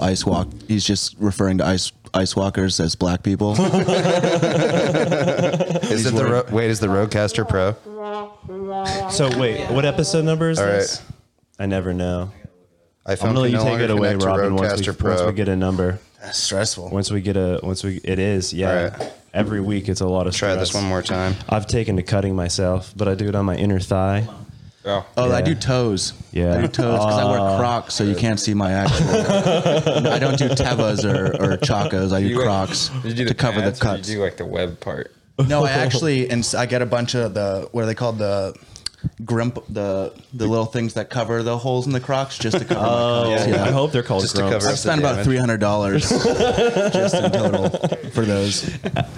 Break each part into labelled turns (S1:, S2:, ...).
S1: ice walk. He's just referring to ice ice walkers as black people.
S2: Is it the ro- wait? Is the Rodecaster Pro?
S3: So wait, what episode number is
S2: All right.
S3: this? I never know.
S2: I
S3: I'm gonna let you
S2: no
S3: take
S2: longer
S3: it away,
S2: connect to
S3: Robin. Once we,
S2: Rodecaster Pro.
S3: once we get a number,
S4: That's stressful.
S3: once we get a, once we, it is, yeah.
S2: All right.
S3: Every week, it's a lot of
S2: Try
S3: stress.
S2: this one more time.
S3: I've taken to cutting myself, but I do it on my inner thigh.
S2: Oh.
S1: Oh, I
S3: Yeah.
S1: do toes.
S3: Yeah. Ah.
S1: I do toes because I wear Crocs, so you can't see my actual. I don't do Tevas or, or Chacos. I do,
S5: like-
S1: Crocs
S5: Did you do
S1: to cover the
S5: pads or did
S1: cuts.
S5: You do like the web part.
S4: No, I actually and s- I get a bunch of the what are they called the grimp the the little things that cover the holes in the Crocs just to cover. my cuts, yeah.
S3: Oh, I hope they're called
S2: Just to
S3: grumps.
S2: cover
S1: I
S2: That's the
S1: spent about
S2: damage.
S1: three hundred dollars just in total for those.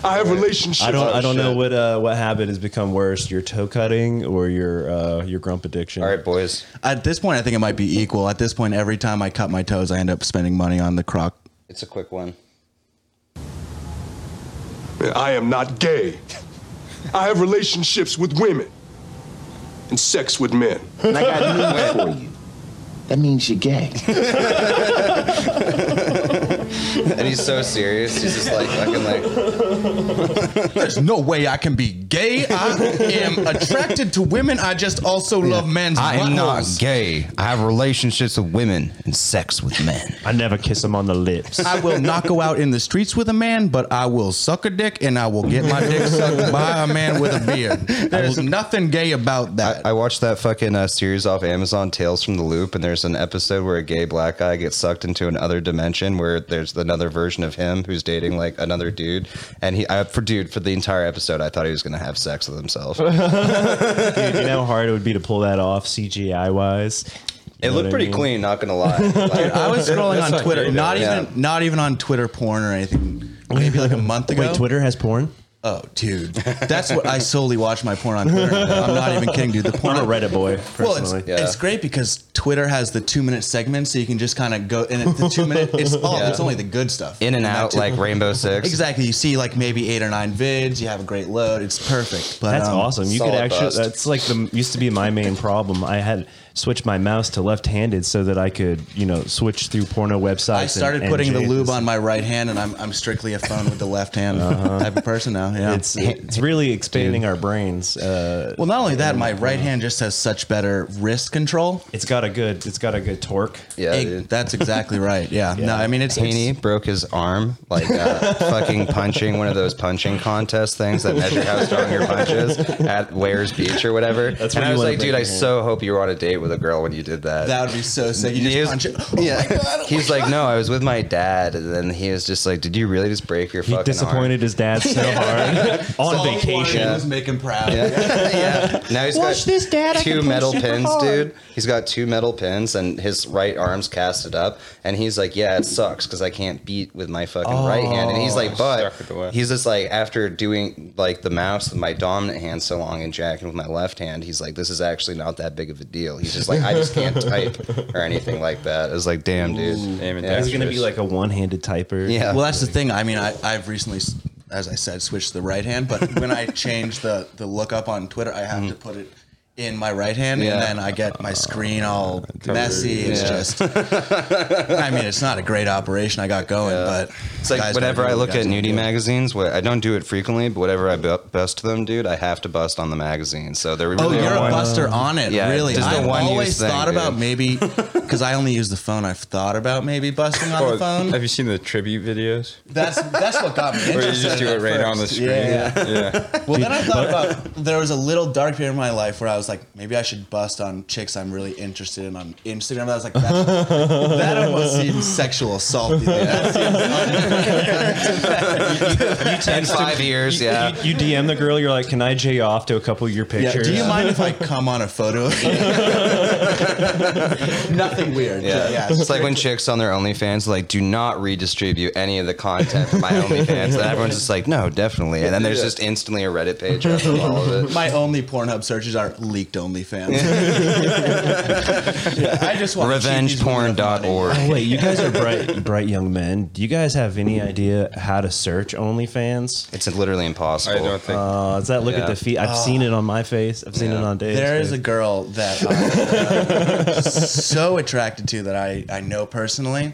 S2: I have relationships.
S3: I don't. I don't know what uh, what habit has become worse: your toe cutting or your uh, your grump addiction.
S2: All right, boys.
S1: At this point, I think it might be equal. At this point, every time I cut my toes, I end up spending money on the Croc.
S2: It's a quick one.
S6: I am not gay. I have relationships with women and sex with men.
S7: And I got news for you. That means you're gay.
S2: And he's so serious. He's just like fucking like.
S1: There's no way I can be gay. I am attracted to women. I just also love men's.
S2: gay. I have relationships with women and sex with men.
S3: I never kiss them on the lips.
S1: I will not go out in the streets with a man, but I will suck a dick and I will get my dick sucked by a man with a beard. There's nothing gay about that.
S2: I watched that fucking uh, series off Amazon, Tales from the Loop, and there's an episode where a gay black guy gets sucked into another dimension where there's another version of him who's dating like another dude, and he, I, for dude, for the entire episode, I thought he was gonna have sex with himself. it
S3: Dude, you know how hard it would be to pull that off CGI wise.
S2: looked pretty clean, not gonna lie. Like,
S1: I was scrolling on Twitter, not
S2: yeah.
S1: even not even on Twitter porn or anything. Maybe like a month ago.
S3: Wait, Twitter has porn.
S1: Oh, dude, that's what I solely watch my porn on Twitter. I'm not even kidding, dude. The porn
S3: I'm a Reddit boy.
S1: Well,
S3: Personally.
S1: it's,
S2: Yeah.
S1: it's great because Twitter has the two minute segment, so you can just kind of go and it's the two minute. It's all
S2: Yeah.
S1: it's only the good stuff.
S2: in and
S1: that
S2: out
S1: too.
S2: like Rainbow Six.
S1: exactly. You see like maybe eight or nine vids. You have a great load. It's perfect. But
S3: That's
S1: um,
S3: awesome. You could
S2: solid
S3: actually.
S2: bust.
S3: That's like the used to be my main problem. I had switched my mouse to left-handed so that I could, you know, switch through porno websites.
S1: I
S3: and-
S1: started
S3: and
S1: putting the
S3: J's.
S1: lube on my right hand, and I'm I'm strictly a phone with the left hand type of person now. Yeah.
S3: It's uh, it's really expanding our brains. Uh,
S1: well, not only that, my right hand just has such better wrist control.
S3: it's got a good. It's got a good torque.
S2: Yeah,
S1: It-
S2: dude.
S1: that's exactly right. Yeah. No, I mean it's it's-
S2: Haney broke his arm like uh, fucking punching one of those punching contest things that measure how strong your punch is at Ware's Beach or whatever.
S3: That's
S2: and
S3: when
S2: I
S3: you
S2: was
S3: wanna
S2: like,
S3: break
S2: dude,
S3: your
S2: I
S3: hand.
S2: so hope you were on a date with a girl when you did that.
S1: That would be so sick. You
S2: He
S1: just
S2: was-
S1: punch it. Oh
S2: yeah. He's like, no, I was with my dad, and then he was just like, did you really just break your
S3: He
S2: fucking
S3: disappointed his dad so hard on vacation.
S1: It was making proud.
S2: arm? yeah. Now he's
S3: Watch
S2: got
S3: this, Dad. I can
S2: two
S3: punch
S2: metal
S3: super
S2: pins,
S3: hard.
S2: dude. He's got two metal pins, and his right arm's casted up. And he's like, "Yeah, it sucks because I can't beat with my fucking right hand." And he's like, "But
S5: Stuck with the left.
S2: he's just like, after doing like the mouse with my dominant hand so long and jacking with my left hand, he's like, this is actually not that big of a deal." He's just like, "I just can't type or anything like that." It's like, "Damn, dude."
S5: Damn it,
S2: Yeah.
S5: that's
S3: He's gonna be like a one-handed typer.
S2: Yeah.
S1: Well, that's the thing. I mean, I, I've recently, s- as I said, switched to the right hand, but when I change the, the lookup on Twitter, I have to put it in my right hand,
S2: Mm. Yeah. Uh,
S1: and then I get my screen all messy. It's
S2: Yeah.
S1: just, I mean, it's not a great operation I got going, but
S2: It's like
S1: guys
S2: whenever
S1: gotta
S2: I
S1: do what
S2: look
S1: guys
S2: at
S1: gotta
S2: nudie
S1: do.
S2: magazines, wh- I don't do it frequently, but whenever I bu- bust them, dude, I have to bust on the magazine. So they're
S1: Oh,
S2: really
S1: you're a
S2: one-
S1: buster on it,
S2: Yeah,
S1: really.
S2: just a
S1: I've
S2: one-use
S1: always
S2: thing,
S1: thought about
S2: dude.
S1: maybe, because I only use the phone. I've thought about maybe busting on the phone.
S5: Have you seen the tribute videos?
S1: That's that's what got me
S5: Or
S1: interested.
S5: you just do
S1: in
S5: it right on the
S1: first.
S5: screen.
S1: Yeah.
S5: yeah.
S1: Well, then I thought about there was a little dark period in my life where I was like, maybe I should bust on chicks I'm really interested in on Instagram. I was like, that, that almost seems sexual assault. dude. That
S2: in five years, yeah.
S3: You, you DM the girl. You're like, "Can I j off to a couple of your
S1: seems-
S3: pictures?"
S1: Do you mind if I come on a photo? of you? Nothing weird.
S2: yeah.
S1: Yeah. yeah.
S2: it's like when chicks on their OnlyFans like do not redistribute any of the content from my OnlyFans, and everyone's just like, "No, definitely." And then there's just instantly a Reddit page up with all of it.
S1: my only Pornhub searches are leaked OnlyFans. yeah, I just want to cheat these women for money.
S2: Revengeporn.org.
S3: Oh, wait, you guys are bright, bright young men. Do you guys have any idea how to search OnlyFans?
S2: It's literally impossible.
S5: I don't think.
S3: Uh, does that look at
S2: Yeah.
S3: the feet? I've seen it on my face. I've seen it on Dave's.
S1: There is a
S3: face.
S1: girl
S3: Mm-hmm.
S1: that I'm so attracted to that I, I know personally.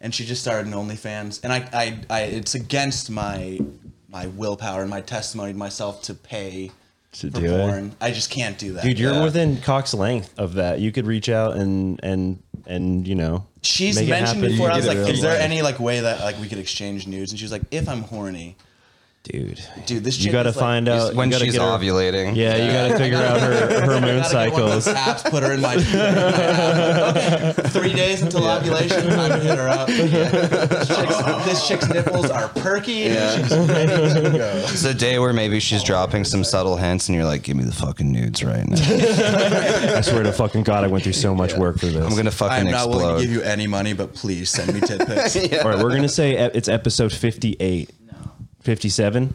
S1: and she just started an OnlyFans, and I, I, I it's against my my willpower and my testimony to myself to pay
S3: To
S1: for
S3: do it.
S1: porn. I just can't do that.
S3: Dude, you're
S2: Yeah.
S3: within cock's length of that. You could reach out and and and you know.
S1: She's
S3: make it
S1: mentioned
S3: happen.
S1: before. I
S5: You
S1: was
S5: get
S1: like,
S5: it
S1: "Is
S5: really
S1: there
S5: right.
S1: any like way that like we could exchange news?" And she was like, "If I'm horny,
S3: dude.
S1: dude, this
S3: You
S1: chick
S3: got to
S1: is, like-
S3: find out
S2: when
S3: Uh, you gotta
S2: she's
S3: get her-
S2: ovulating.
S3: Yeah, you got to figure out her
S1: gotta
S3: her moon
S1: get one of
S3: cycles.
S1: those apps, put her in my. Okay, three days until ovulation, time to hit her up. This, chick's, this chick's nipples are perky. She's ready to go.
S2: It's a day where maybe she's dropping some subtle hints, and you're like, "Give me the fucking nudes right now.
S3: I swear to fucking god, I went through so much work for this.
S2: I'm gonna
S1: I am
S2: fucking
S1: not willing
S2: explode."
S1: to give you any money, but please send me tit pics.
S3: All right, we're gonna say e- it's episode 58. 57?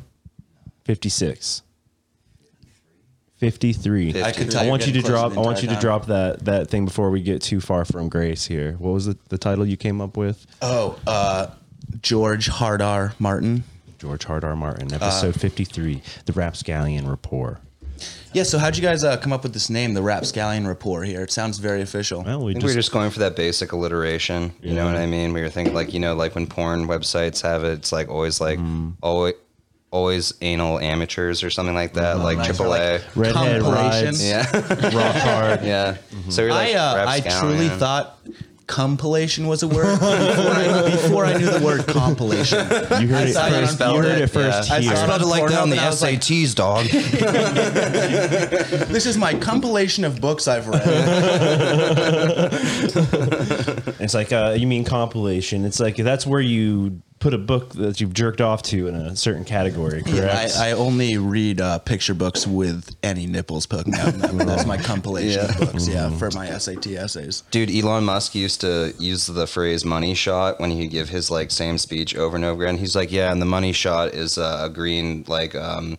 S3: 56. 53.
S1: I could tell
S3: I
S1: you're
S3: want you to
S1: getting close
S3: drop.
S1: the
S3: I want you to
S1: entire time.
S3: drop that that thing before we get too far from grace here. What was the, the title you came up with?
S1: Oh, uh, George Hard R. Martin.
S3: George Hard R. Martin,
S1: Uh,
S3: episode fifty three, the Rapscallion Rapport.
S1: Yeah, so how'd you guys uh, come up with this name, the Rapscallion Rapport here? It sounds very official.
S3: Well, we
S2: I think we
S3: just,
S2: were just going for that basic alliteration. You know what I mean? We were thinking like, you know, like when porn websites have it, it's like always like always always anal amateurs or something like that, like
S1: nice. Or,
S2: AAA.
S1: like,
S3: redhead
S1: Compilation.
S3: rides,
S2: yeah.
S3: rock hard.
S2: yeah. So we were
S1: I,
S2: like,
S1: uh, I
S2: rapscallion.
S1: truly thought compilation was a word before, I, before I knew the word compilation.
S3: You
S1: I
S3: heard it
S1: saw it on
S3: first. You
S1: Pornhub.
S3: heard it first
S2: Yeah.
S1: I saw
S3: here.
S1: it
S2: Spelled it like
S1: Pornhub
S2: that on the
S1: and I was like-
S2: SATs, dog.
S1: This is my compilation of books I've read.
S3: It's like uh, you mean compilation. It's like that's where you put a book that you've jerked off to in a certain category,
S1: I,
S3: correct?
S1: I only read uh, picture books with any nipples poking out. in them. That's my compilation of books, yeah, for
S3: Mm-hmm.
S1: my SAT essays.
S2: Dude, Elon Musk used to use the phrase "money shot" when he would give his like same speech over and over again. He's like, "Yeah, and the money shot is uh, a green like um,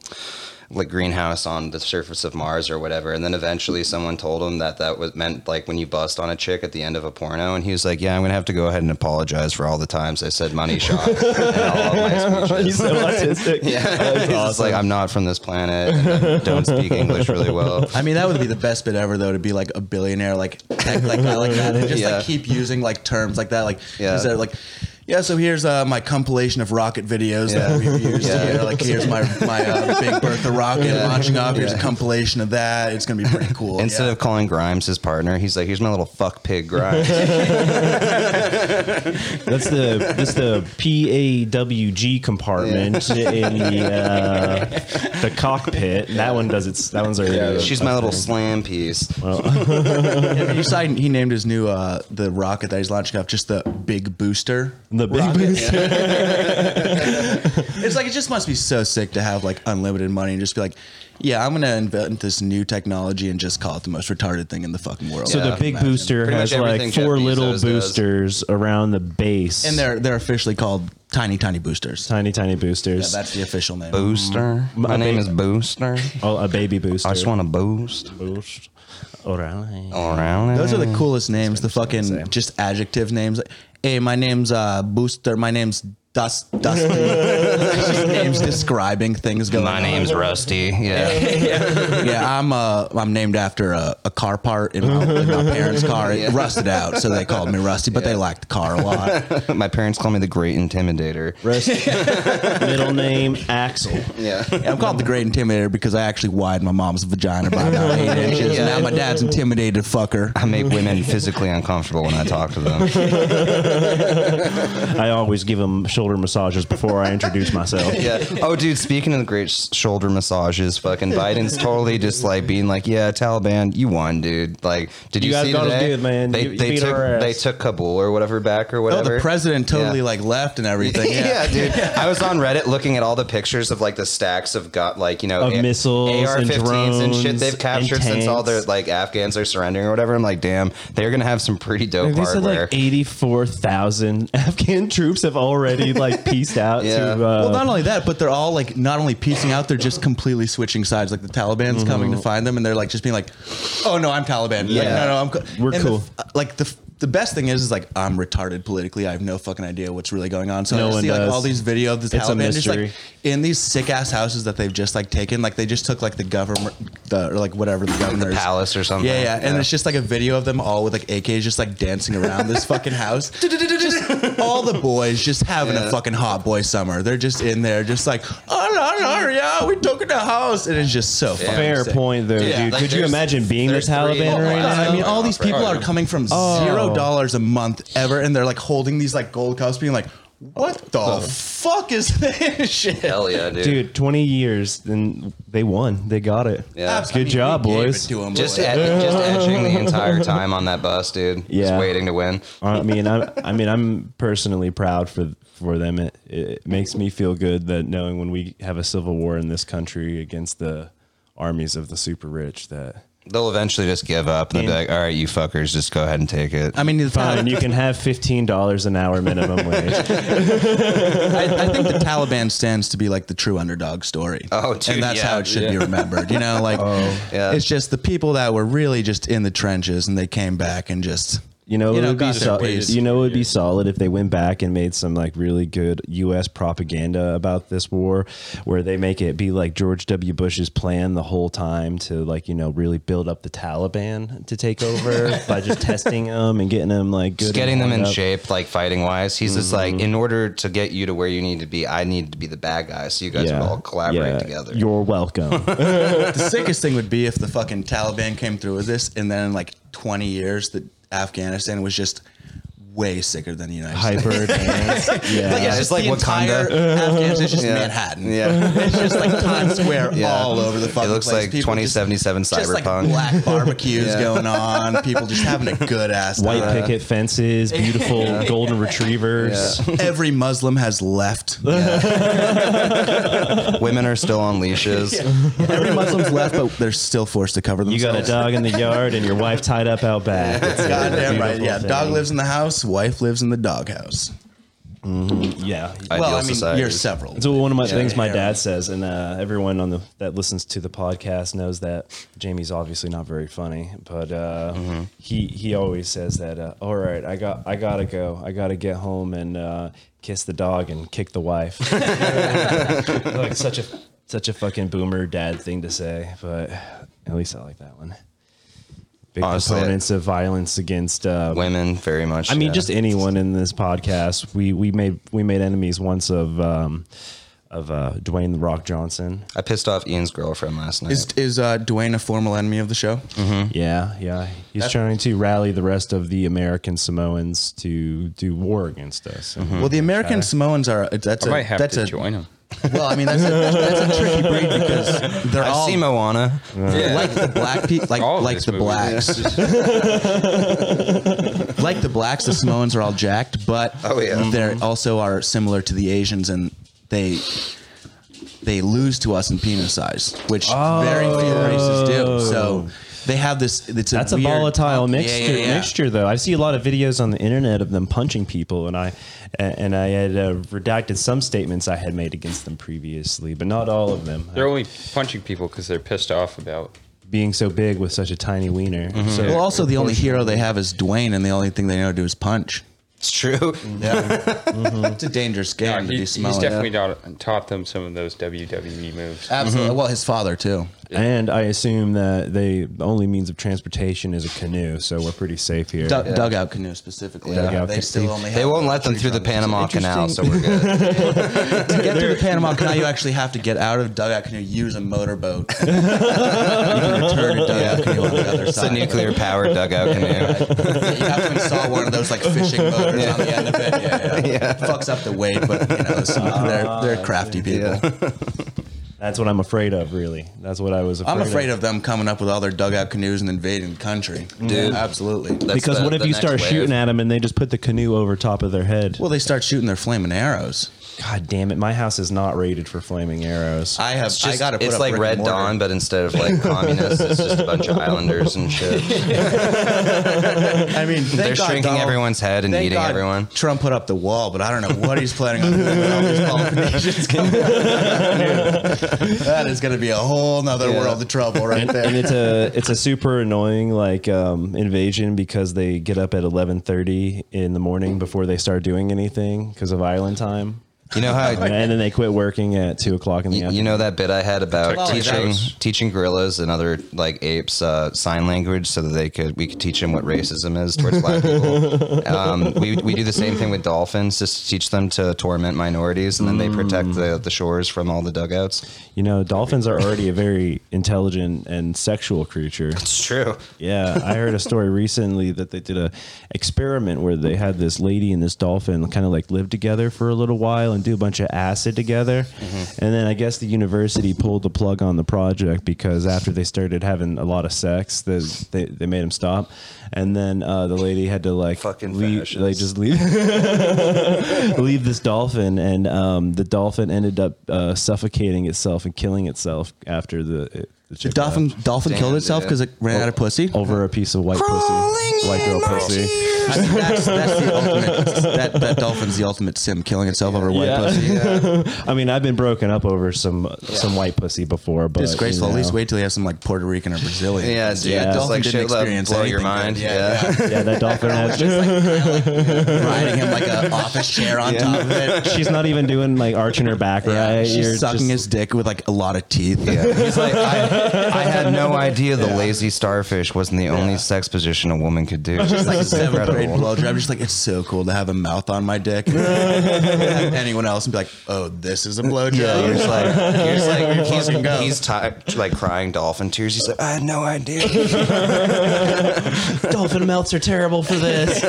S2: like greenhouse on the surface of Mars or whatever." And then eventually, someone told him that that was meant like when you bust on a chick at the end of a porno, and he was like, "Yeah, I'm gonna have to go ahead and apologize for all the times I said money shot." in all of my speeches."
S3: He's so autistic.
S2: He's just like, "I'm not from this planet. And I don't speak English really well."
S1: I mean, that would be the best bit ever, though, to be like a billionaire, like act like that, like that, and just
S2: Yeah.
S1: like keep using like terms like that, like
S2: Yeah.
S1: instead of like. Yeah, so here's uh, my compilation of rocket videos that we've used.
S2: Yeah.
S1: Here. Like, here's my my uh, Big Bertha rocket launching off. Here's a compilation of that. It's gonna be pretty cool.
S2: Instead
S1: Yeah.
S2: of calling Grimes his partner, he's like, "Here's my little fuck pig Grimes."
S3: That's the that's the PAWG compartment in the uh, the cockpit. That one does its. That one's already.
S5: Yeah,
S2: She's my little slam piece.
S1: He signed- he named his new uh, the rocket that he's launching off just the Big Booster.
S3: the big
S1: rocket.
S3: booster.
S1: It's like it just must be so sick to have like unlimited money and just be like, yeah, I'm gonna invent this new technology and just call it the most retarded thing in the fucking world.
S3: So
S2: Yeah.
S3: the big booster
S2: Pretty much
S3: has like
S2: everything Jeff
S3: four little
S2: Bezos does.
S3: boosters around the base,
S1: and they're they're officially called tiny tiny boosters.
S3: tiny tiny boosters.
S1: Yeah, that's the official name.
S2: Booster. My name is Booster.
S3: oh, a baby booster.
S2: I just want to boost.
S3: boost. All right.
S2: All around.
S1: Those are the coolest names. The fucking
S3: saying.
S1: just adjective names. Like, hey, my name's uh, Booster. My name's Dust Dusty. Just names describing things going.
S2: My
S1: on.
S2: name's Rusty. Yeah.
S1: yeah. I'm uh, I'm named after a, a car part in my, in my parents' car. It rusted out, so they called me Rusty. But they liked the car a lot.
S2: my parents call me the Great Intimidator.
S3: Rest, middle name Axel.
S2: Yeah.
S1: Yeah, I'm called the Great Intimidator because I actually widened my mom's vagina by about eight inches. and Now my dad's intimidated fucker.
S2: I make women physically uncomfortable when I talk to them.
S3: I always give them shoulder massages before I introduce myself.
S2: Yeah. Oh, dude. Speaking of the great sh- shoulder massages, fucking Biden's totally just like being like, "Yeah, Taliban, you won, dude." Like, did
S3: You
S2: you,
S3: guys
S2: see
S3: got us
S2: today?
S3: good, man.
S2: They,
S3: You- you
S2: they
S3: beat
S2: took
S3: our
S2: they
S3: ass.
S2: took Kabul or whatever back or
S1: Oh,
S2: whatever.
S1: the president totally
S2: Yeah.
S1: like left and everything. Yeah.
S2: yeah, dude. I was on Reddit looking at all the pictures of like the stacks of got like you know
S3: Of missiles and
S2: AR-15s and shit
S3: drones
S2: they've captured
S3: and
S2: since all
S3: tanks.
S2: their like Afghans are surrendering or whatever. I'm like, damn, they're gonna have some pretty dope
S3: They said
S2: hardware.
S3: like eighty-four thousand Afghan troops have already like pieced out to.
S2: Yeah.
S3: Uh,
S1: Well, not only that, but they're all like not only piecing out, they're just completely switching sides. Like the Taliban's
S3: Mm-hmm.
S1: coming to find them, and they're like just being like, "Oh no, I'm Taliban." Like,
S2: Yeah.
S1: no, no, I'm. Co-.
S3: We're
S1: And the
S3: cool.
S1: f- uh, like the f- the best thing is, is like I'm retarded politically. I have no fucking idea what's really going on. So
S3: No
S1: I just
S3: one
S1: see like
S3: does.
S1: all these videos of the
S3: It's a
S1: Taliban just
S3: mystery.
S1: like in these sick ass houses that they've just like taken. Like they just took like the government, the or like whatever the governor's
S2: palace or something.
S1: Yeah, yeah. And it's just like a video of them all with like AKs just like dancing around this fucking house. just all the boys just having a fucking hot boy summer. They're just in there, just like oh no no yeah, we took it to house, and it's just so fucking
S3: Fair
S1: sick.
S3: point, though,
S2: Yeah,
S3: dude.
S2: like
S3: Could you
S2: there's-
S3: imagine being the
S2: there's three-
S3: Taliban
S2: Oh,
S3: right
S2: wow.
S3: now?
S1: I mean, all these people
S2: Right.
S1: are coming from
S3: Oh.
S1: zero dollars a month ever, and they're like holding these like gold cups, being like, "What the fuck is this shit?"
S2: Hell yeah, dude.
S3: Dude, 20 years, and they won. They got it.
S2: Yeah.
S1: I
S3: Good
S1: mean,
S3: job,
S1: we gave
S3: boys.
S1: it to 'em,
S2: Just,
S1: boys.
S2: ed- just edging the entire time on that bus, dude.
S3: Yeah.
S2: Just waiting to win.
S3: I mean, I, I mean, I'm personally proud for for them. It, it makes me feel good that knowing when we have a civil war in this country against the armies of the super rich, that
S2: They'll eventually just give up and they'll be like, all right, you fuckers, just go ahead and take it.
S1: I mean, the Tal-
S3: fine, you can have fifteen dollars an hour minimum wage.
S1: I, I think the Taliban stands to be like the true underdog story.
S2: Oh, dude,
S1: and that's
S2: yeah. Oh.
S1: how it should be remembered. You know, like
S2: Yeah.
S1: it's just the people that were really just in the trenches, and they came back and just
S3: You know,
S1: You
S3: it
S1: know,
S3: would be
S1: got their
S3: sol-
S1: wages.
S3: you know, it would be solid if they went back and made some like really good U.S. propaganda about this war, where they make it be like George W. Bush's plan the whole time to like you know really build up the Taliban to take over by just testing them and getting them like good Mm-hmm.
S2: just
S3: and
S2: getting them
S3: warmed
S2: in
S3: up.
S2: shape, like fighting wise. He's just like, in order to get you to where you need to be, I need to be the bad guy. So you guys would all collaborate
S3: yeah.
S2: together.
S3: You're welcome.
S1: the sickest thing would be if the fucking Taliban came through with this, and then in like 20 years, that Afghanistan was just way sicker than the United States.
S3: Hyper advanced. Yeah.
S1: Like, it's
S2: it's
S1: just
S2: like
S1: like the
S2: Wakanda.
S1: entire Afghanistan, it's just
S2: Yeah.
S1: Manhattan.
S2: Yeah.
S1: It's just like Times Square
S2: Yeah.
S1: all over the
S2: It
S1: fucking
S2: looks
S1: place.
S2: like
S1: People just-
S2: 2077
S1: Just like
S2: Cyberpunk.
S1: black barbecues
S2: Yeah.
S1: going on, people just having a good ass
S3: White
S1: time.
S3: picket fences, beautiful golden retrievers.
S1: Every Muslim has left.
S2: Women are still on leashes.
S1: Every Muslim's left, but they're still forced to cover
S3: You
S1: themselves.
S3: got a dog in the yard and your wife tied up out back. It's a
S1: Goddamn right.
S3: beautiful
S1: Yeah,
S3: thing.
S1: dog lives in the house, wife lives in the doghouse.
S3: Yeah.
S2: Ideal
S1: Well, I mean, you're
S2: societies.
S1: several.
S3: It's one of my things my
S1: Yeah.
S3: dad says, and uh, everyone on the that listens to the podcast knows that Jamie's obviously not very funny, but uh, he he always says that. Uh, All right, I got I gotta go. I gotta get home and uh, kiss the dog and kick the wife. like such a such a fucking boomer dad thing to say, but at least I like that one. Big
S2: Honestly, I-
S3: proponents of violence against uh,
S2: Women, very much.
S3: I mean,
S2: yeah.
S3: just anyone in this podcast. We we made we made enemies once of um, of uh, Dwayne the Rock Johnson.
S2: I pissed off Ian's girlfriend last night.
S1: Is, is uh, Dwayne a formal enemy of the show?
S3: Yeah, yeah. He's trying to rally the rest of the American Samoans to do war against us. And
S1: Well, the American Samoans are that's
S5: I
S1: a
S5: might have
S1: that's
S5: to
S1: a
S5: join him.
S1: well, I mean that's a, that's a tricky breed because they're
S2: I've
S1: all
S2: seen Moana.
S1: like the black people like
S5: All of
S1: like
S5: this
S1: the
S5: movie.
S1: blacks like the blacks the Samoans are all jacked, but
S2: Oh, yeah.
S5: Mm-hmm.
S1: they also are similar to the Asians and they they lose to us in penis size, which very few races do. So they have this. It's a
S3: Oh. That's a
S1: weird-
S3: volatile
S1: Yeah, yeah,
S3: mixture.
S1: yeah.
S3: Mixture, though, I see a lot of videos on the internet of them punching people, and I and I had uh, redacted some statements I had made against them previously, but not all of them.
S5: They're only punching people because they're pissed off about.
S3: being so big with such a tiny wiener. So
S1: Well, also the only hero they have is Dwayne, and the only thing they know to do is punch.
S2: It's true.
S1: It's a dangerous game.
S5: Yeah,
S1: to
S5: he,
S1: be
S5: he's
S1: Samoan.
S5: definitely taught, taught them some of those WWE moves.
S1: Absolutely. Well, his father too.
S3: And I assume that they the only means of transportation is a canoe, so we're pretty safe here.
S1: Dug, Dugout canoe specifically.
S3: Dugout
S1: they
S3: canoe.
S1: still only
S2: They
S1: have
S2: won't let them through the Panama Canal, so we're good.
S1: to get through the Panama Canal. You actually have to get out of dugout canoe, use a motorboat, and you can return to dugout canoe on the other
S2: It's a
S1: side.
S2: nuclear powered dugout canoe.
S1: Yeah, you have to install one of those like fishing motors on the end of it. Yeah, yeah. Fucks up the weight, but you know so
S2: Ah,
S1: they're they're crafty people.
S3: That's what I'm afraid of, really. That's what I was afraid
S1: I'm afraid of them coming up with all their dugout canoes and invading the country.
S2: Dude.
S1: absolutely.
S2: That's
S3: Because
S2: the-
S3: what if
S2: the
S3: you
S2: next
S3: start
S2: wave.
S3: shooting at them and they just put the canoe over top of their head?
S1: Well, they start shooting their flaming arrows.
S3: God damn it! My house is not rated for flaming arrows.
S1: I have.
S2: It's
S1: I got to put
S2: It's
S1: up
S2: like
S1: brick and
S2: Red
S1: mortar.
S2: Dawn, but instead of like communists, it's just a bunch of islanders and shit.
S1: I mean, thank
S2: They're
S1: God
S2: shrinking
S1: Donald-
S2: everyone's head and
S1: thank
S2: eating
S1: God
S2: everyone.
S1: Trump put up the wall, but I don't know what he's planning on doing. with all these politicians coming out. that is going to be a whole nother world of trouble right there.
S3: and it's a it's a super annoying like um, invasion because they get up at eleven thirty in the morning before they start doing anything because of island time,
S2: You know how
S3: and then they quit working at two o'clock in the
S2: you,
S3: afternoon.
S2: you know that bit I had about
S1: Technology
S2: teaching
S1: helps.
S2: teaching gorillas and other like apes uh, sign language so that they could we could teach them what racism is towards black people. Um, we we do the same thing with dolphins just to teach them to torment minorities and then they protect
S1: Mm.
S2: the, the shores from all the dugouts.
S3: you know, dolphins are already a very intelligent and sexual creature.
S2: It's true.
S3: Yeah, I heard a story recently that they did a experiment where they had this lady and this dolphin kind of like live together for a little while and do a bunch of acid together.
S2: Mm-hmm.
S3: And then I guess the university pulled the plug on the project because after they started having a lot of sex, they they, they made them stop. And then uh, the lady had to like
S2: Fucking
S3: leave,
S2: fascists.
S3: like just leave leave this dolphin, and um, the dolphin ended up uh, suffocating itself and killing itself after the. the chick
S1: dolphin dolphin
S2: Damn,
S1: killed itself
S2: dude.
S1: because it ran out of pussy.
S3: over a piece of white pussy, white girl pussy.
S1: I mean, that's, that's the ultimate. That, that dolphin's the ultimate sim killing itself over white
S3: Yeah.
S1: pussy.
S3: I mean, I've been broken up over some some white pussy before, but
S1: Disgraceful.
S3: you know.
S1: At least wait till you have some like Puerto Rican or Brazilian.
S2: Yeah, dude.
S1: That
S2: Just
S1: dolphin
S2: like
S1: didn't
S2: shit that'll
S1: experience
S2: blow your
S1: anything
S2: mind.
S1: good.
S2: yeah.
S3: Yeah, that dolphin has.
S1: riding him like an office chair on top of it.
S3: She's not even doing like arching her back,
S1: Yeah,
S3: right?
S1: she's
S3: You're
S1: sucking
S3: just-
S1: his dick with like a lot of teeth.
S2: He's like, I, I had no idea the lazy starfish wasn't the only sex position a woman could do.
S1: It's
S2: This
S1: like a
S2: is
S1: seventh grade
S2: incredible.
S1: blowjob. Just like it's so cool to have a mouth on my dick. Have anyone else and be like, oh, this is a
S2: You're
S1: blowjob.
S2: just like, you're just like he's,
S1: fucking go.
S2: he's ti- like crying dolphin tears. He's like, I had no idea.
S3: dolphin melts are terrible for this.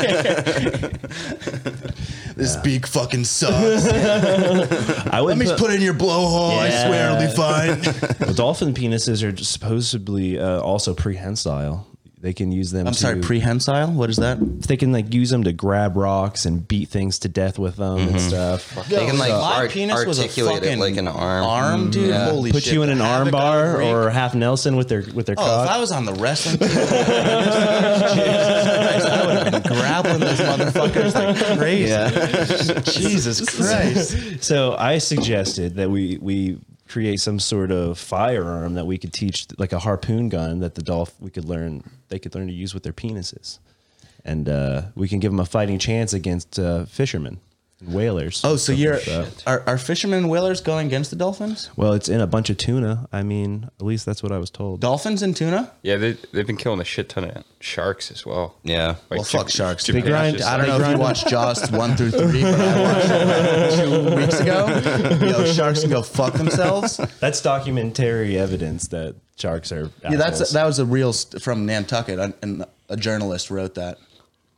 S1: This beak fucking sucks.
S3: I would
S1: Let me just put it in your blowhole. I swear it'll be fine.
S3: Well, dolphin penises are just supposedly uh, also prehensile. They can use them.
S1: I'm
S3: to,
S1: sorry, prehensile. What is that?
S3: They can like use them to grab rocks and beat things to death with them and
S1: Mm-hmm.
S3: stuff.
S2: They can like
S1: My
S2: art-
S1: penis was a
S2: articulate it
S1: fucking
S2: like an arm.
S1: Arm, dude. Holy
S3: Put
S1: shit.
S3: you in
S1: the
S3: an arm
S1: havoc I
S3: bar
S1: would wreak.
S3: or half Nelson with their with their
S1: Oh, if I
S3: cock.
S1: was on the wrestling team, Jesus Christ, I would have been grappling those motherfuckers like crazy. Jesus Christ.
S3: so I suggested that we we create some sort of firearm that we could teach, like a harpoon gun that the dolphin we could learn they could learn to use with their penises, and uh, we can give them a fighting chance against uh, fishermen, and whalers.
S1: Oh, so
S3: Something
S1: you're
S3: like that.
S1: are, are fishermen and whalers going against the dolphins?
S3: well, it's in a bunch of tuna. I mean, at least that's what I was told.
S1: Dolphins and tuna?
S5: Yeah, they, they've been killing a shit ton of sharks as well.
S2: Yeah.
S5: Like
S1: Well, fuck
S5: Jap-
S1: sharks.
S5: Japan's
S3: They grind-
S5: just
S1: I don't
S5: like-
S1: know if you watched Jaws one through three, but I watched it like two weeks ago. Yo, sharks can go fuck themselves.
S3: That's documentary evidence that sharks are.
S1: Yeah, that's
S3: assholes.
S1: that was a real st- from Nantucket, and- and a journalist wrote that.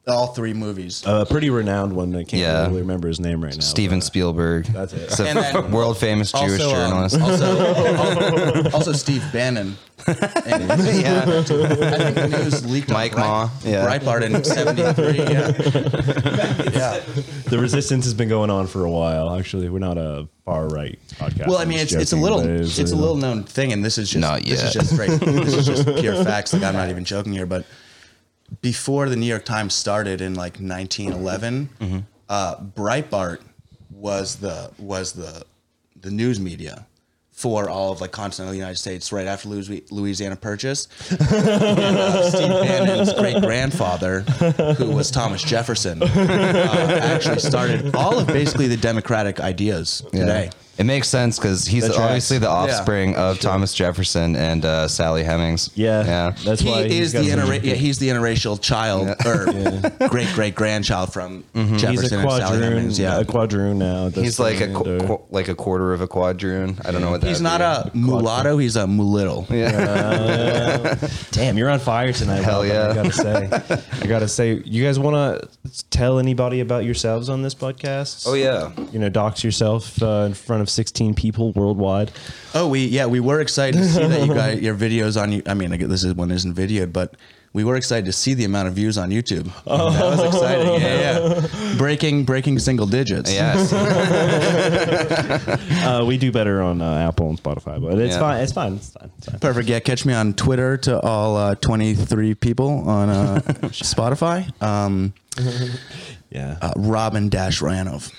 S1: All three movies.
S3: a pretty renowned one. I can't
S2: Yeah.
S3: really remember his name right now.
S2: Steven Spielberg.
S3: That's it.
S2: It's a
S1: And then-
S2: world famous Jewish
S1: um,
S2: journalist.
S1: also, also Steve Bannon. And
S2: yeah.
S1: I think the news leaked
S2: Mike
S1: on
S2: Ma, yeah.
S1: Breitbart in 73. Yeah. yeah.
S3: the resistance has been going on for a while. Actually, we're not a far right podcast.
S1: Well, I
S3: I'm
S1: mean,
S3: just
S1: it's, it's a
S3: joking,
S1: little
S3: but uh, it
S1: it's,
S3: is
S1: a little known thing, and this is just
S2: Not
S1: this
S2: yet.
S1: is just straight this is just pure facts. Like I'm not even joking here, but before the New York Times started in like 1911,
S3: Mm-hmm.
S1: uh, Breitbart was the was the the news media for all of like continental United States right after Louis, Louisiana Purchase. and, uh, Steve Bannon's great grandfather, who was Thomas Jefferson, uh, actually started all of basically the democratic ideas today.
S2: It makes sense because he's
S3: That tracks.
S2: obviously the offspring of Thomas Jefferson and uh, Sally Hemings.
S3: Yeah,
S2: Yeah.
S3: That's
S1: he
S3: why he's
S1: is the
S3: got some-
S1: intera- yeah, he's the interracial child or great great grandchild from
S3: Mm-hmm. He's
S1: Jefferson
S3: a
S1: and Sally
S3: quadroon.
S1: Hemings. Yeah,
S3: A quadroon now. That's
S2: He's like a
S3: the-
S2: qu- qu- like a quarter of a quadroon. I don't know what that.
S1: he's not a mulatto. He's a mulatto.
S3: Uh, Damn, you're on fire tonight.
S2: Hell
S3: Robin,
S2: yeah.
S3: I gotta say, I gotta say, you guys want to tell anybody about yourselves on this podcast?
S2: Oh yeah.
S3: You know, dox yourself uh, in front of 16 people worldwide.
S1: Oh, we yeah, we were excited to see that you got your videos on. you. I mean, I guess this is one isn't videoed, but we were excited to see the amount of views on YouTube. That was
S3: Oh.
S1: exciting. Yeah, yeah. Breaking breaking single digits.
S2: Yes.
S3: Uh, we do better on uh, Apple and Spotify, but it's
S2: Yeah.
S3: fine. It's fine. It's fine. It's fine.
S1: Perfect. Yeah, catch me on Twitter to all uh, 23 people on uh, Spotify. Um,
S3: Yeah.
S1: uh, Robin Dash Ryanov.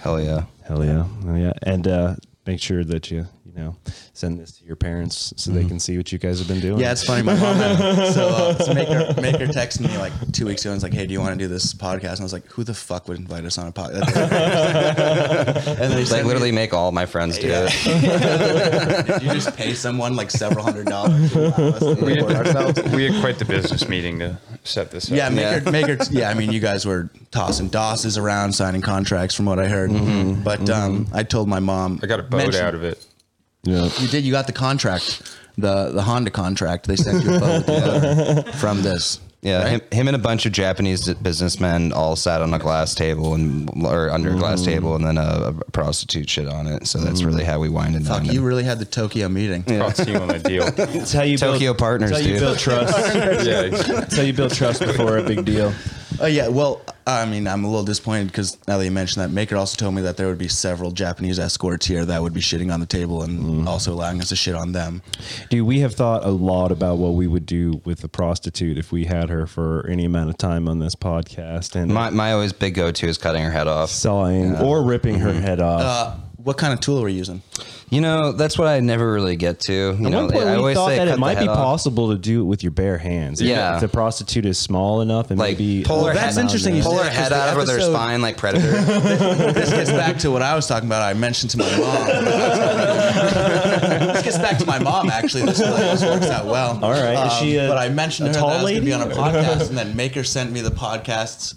S2: Hell yeah.
S3: Hell yeah. Hell yeah. And uh, make sure that you, you know, send this to your parents so they can see what you guys have been doing.
S1: Yeah, it's funny. My mom had so, uh, so make her make her text me like two weeks ago and was like, "Hey, do you want to do this podcast?" And I was like, "Who the fuck would invite us on a podcast?" and they
S2: Like literally make all my friends do it.
S1: you just pay someone like several hundred dollars to allow us to record ourselves.
S5: We had quite the business meeting to set this up.
S1: Yeah, make
S2: Yeah.
S1: her, make her. Yeah, I mean, you guys were tossing dosses around, signing contracts, from what I heard. But Um, I told my mom
S5: I got a boat
S1: mention-
S5: out of it.
S3: Yeah.
S1: You did. You got the contract, the the Honda contract. They sent you a boat from this.
S2: Yeah, him, him and a bunch of Japanese businessmen all sat on a glass table and or under a glass table, and then a, a prostitute shit on it. So that's
S3: Mm.
S2: really how we winded
S1: Fuck,
S2: down.
S1: you really had the Tokyo meeting.
S5: Caught steam on the deal.
S3: It's how you
S2: Tokyo
S3: build,
S2: partners,
S3: it's how you
S2: dude.
S3: build trust.
S5: yeah,
S3: it's how you build trust before a big deal.
S1: Oh yeah. Well, I mean, I'm a little disappointed because now that you mentioned that, Maker also told me that there would be several Japanese escorts here that would be shitting on the table and also allowing us to shit on them.
S3: Dude, we have thought a lot about what we would do with a prostitute if we had her for any amount of time on this podcast and
S2: my my always big go to is cutting her head off.
S3: selling or ripping her
S2: Mm-hmm.
S3: head off.
S1: Uh, what kind of tool are we using?
S2: You know, that's what I never really get to. You
S3: At
S2: know,
S3: one point,
S2: I
S3: we
S2: always
S3: thought
S2: say
S3: that
S2: cut
S3: it
S2: the
S3: might be
S2: head off.
S3: possible to do it with your bare hands. If-
S2: Yeah.
S3: if the prostitute is small enough and
S2: Like
S3: maybe
S2: pull her
S1: that's
S2: head,
S1: interesting you
S2: Pull
S1: said
S2: her
S1: that, 'cause
S2: head
S1: the
S2: out of their
S1: episode-
S2: spine like predator.
S1: This gets back to what I was talking about. I mentioned to my mom. this gets back to my mom. Actually, this, this works out well.
S3: All right. Is she a-
S1: but I mentioned
S3: a
S1: to her
S3: tall
S1: that I was going to
S3: lady?
S1: be on a podcast, and then Maker sent me the podcast's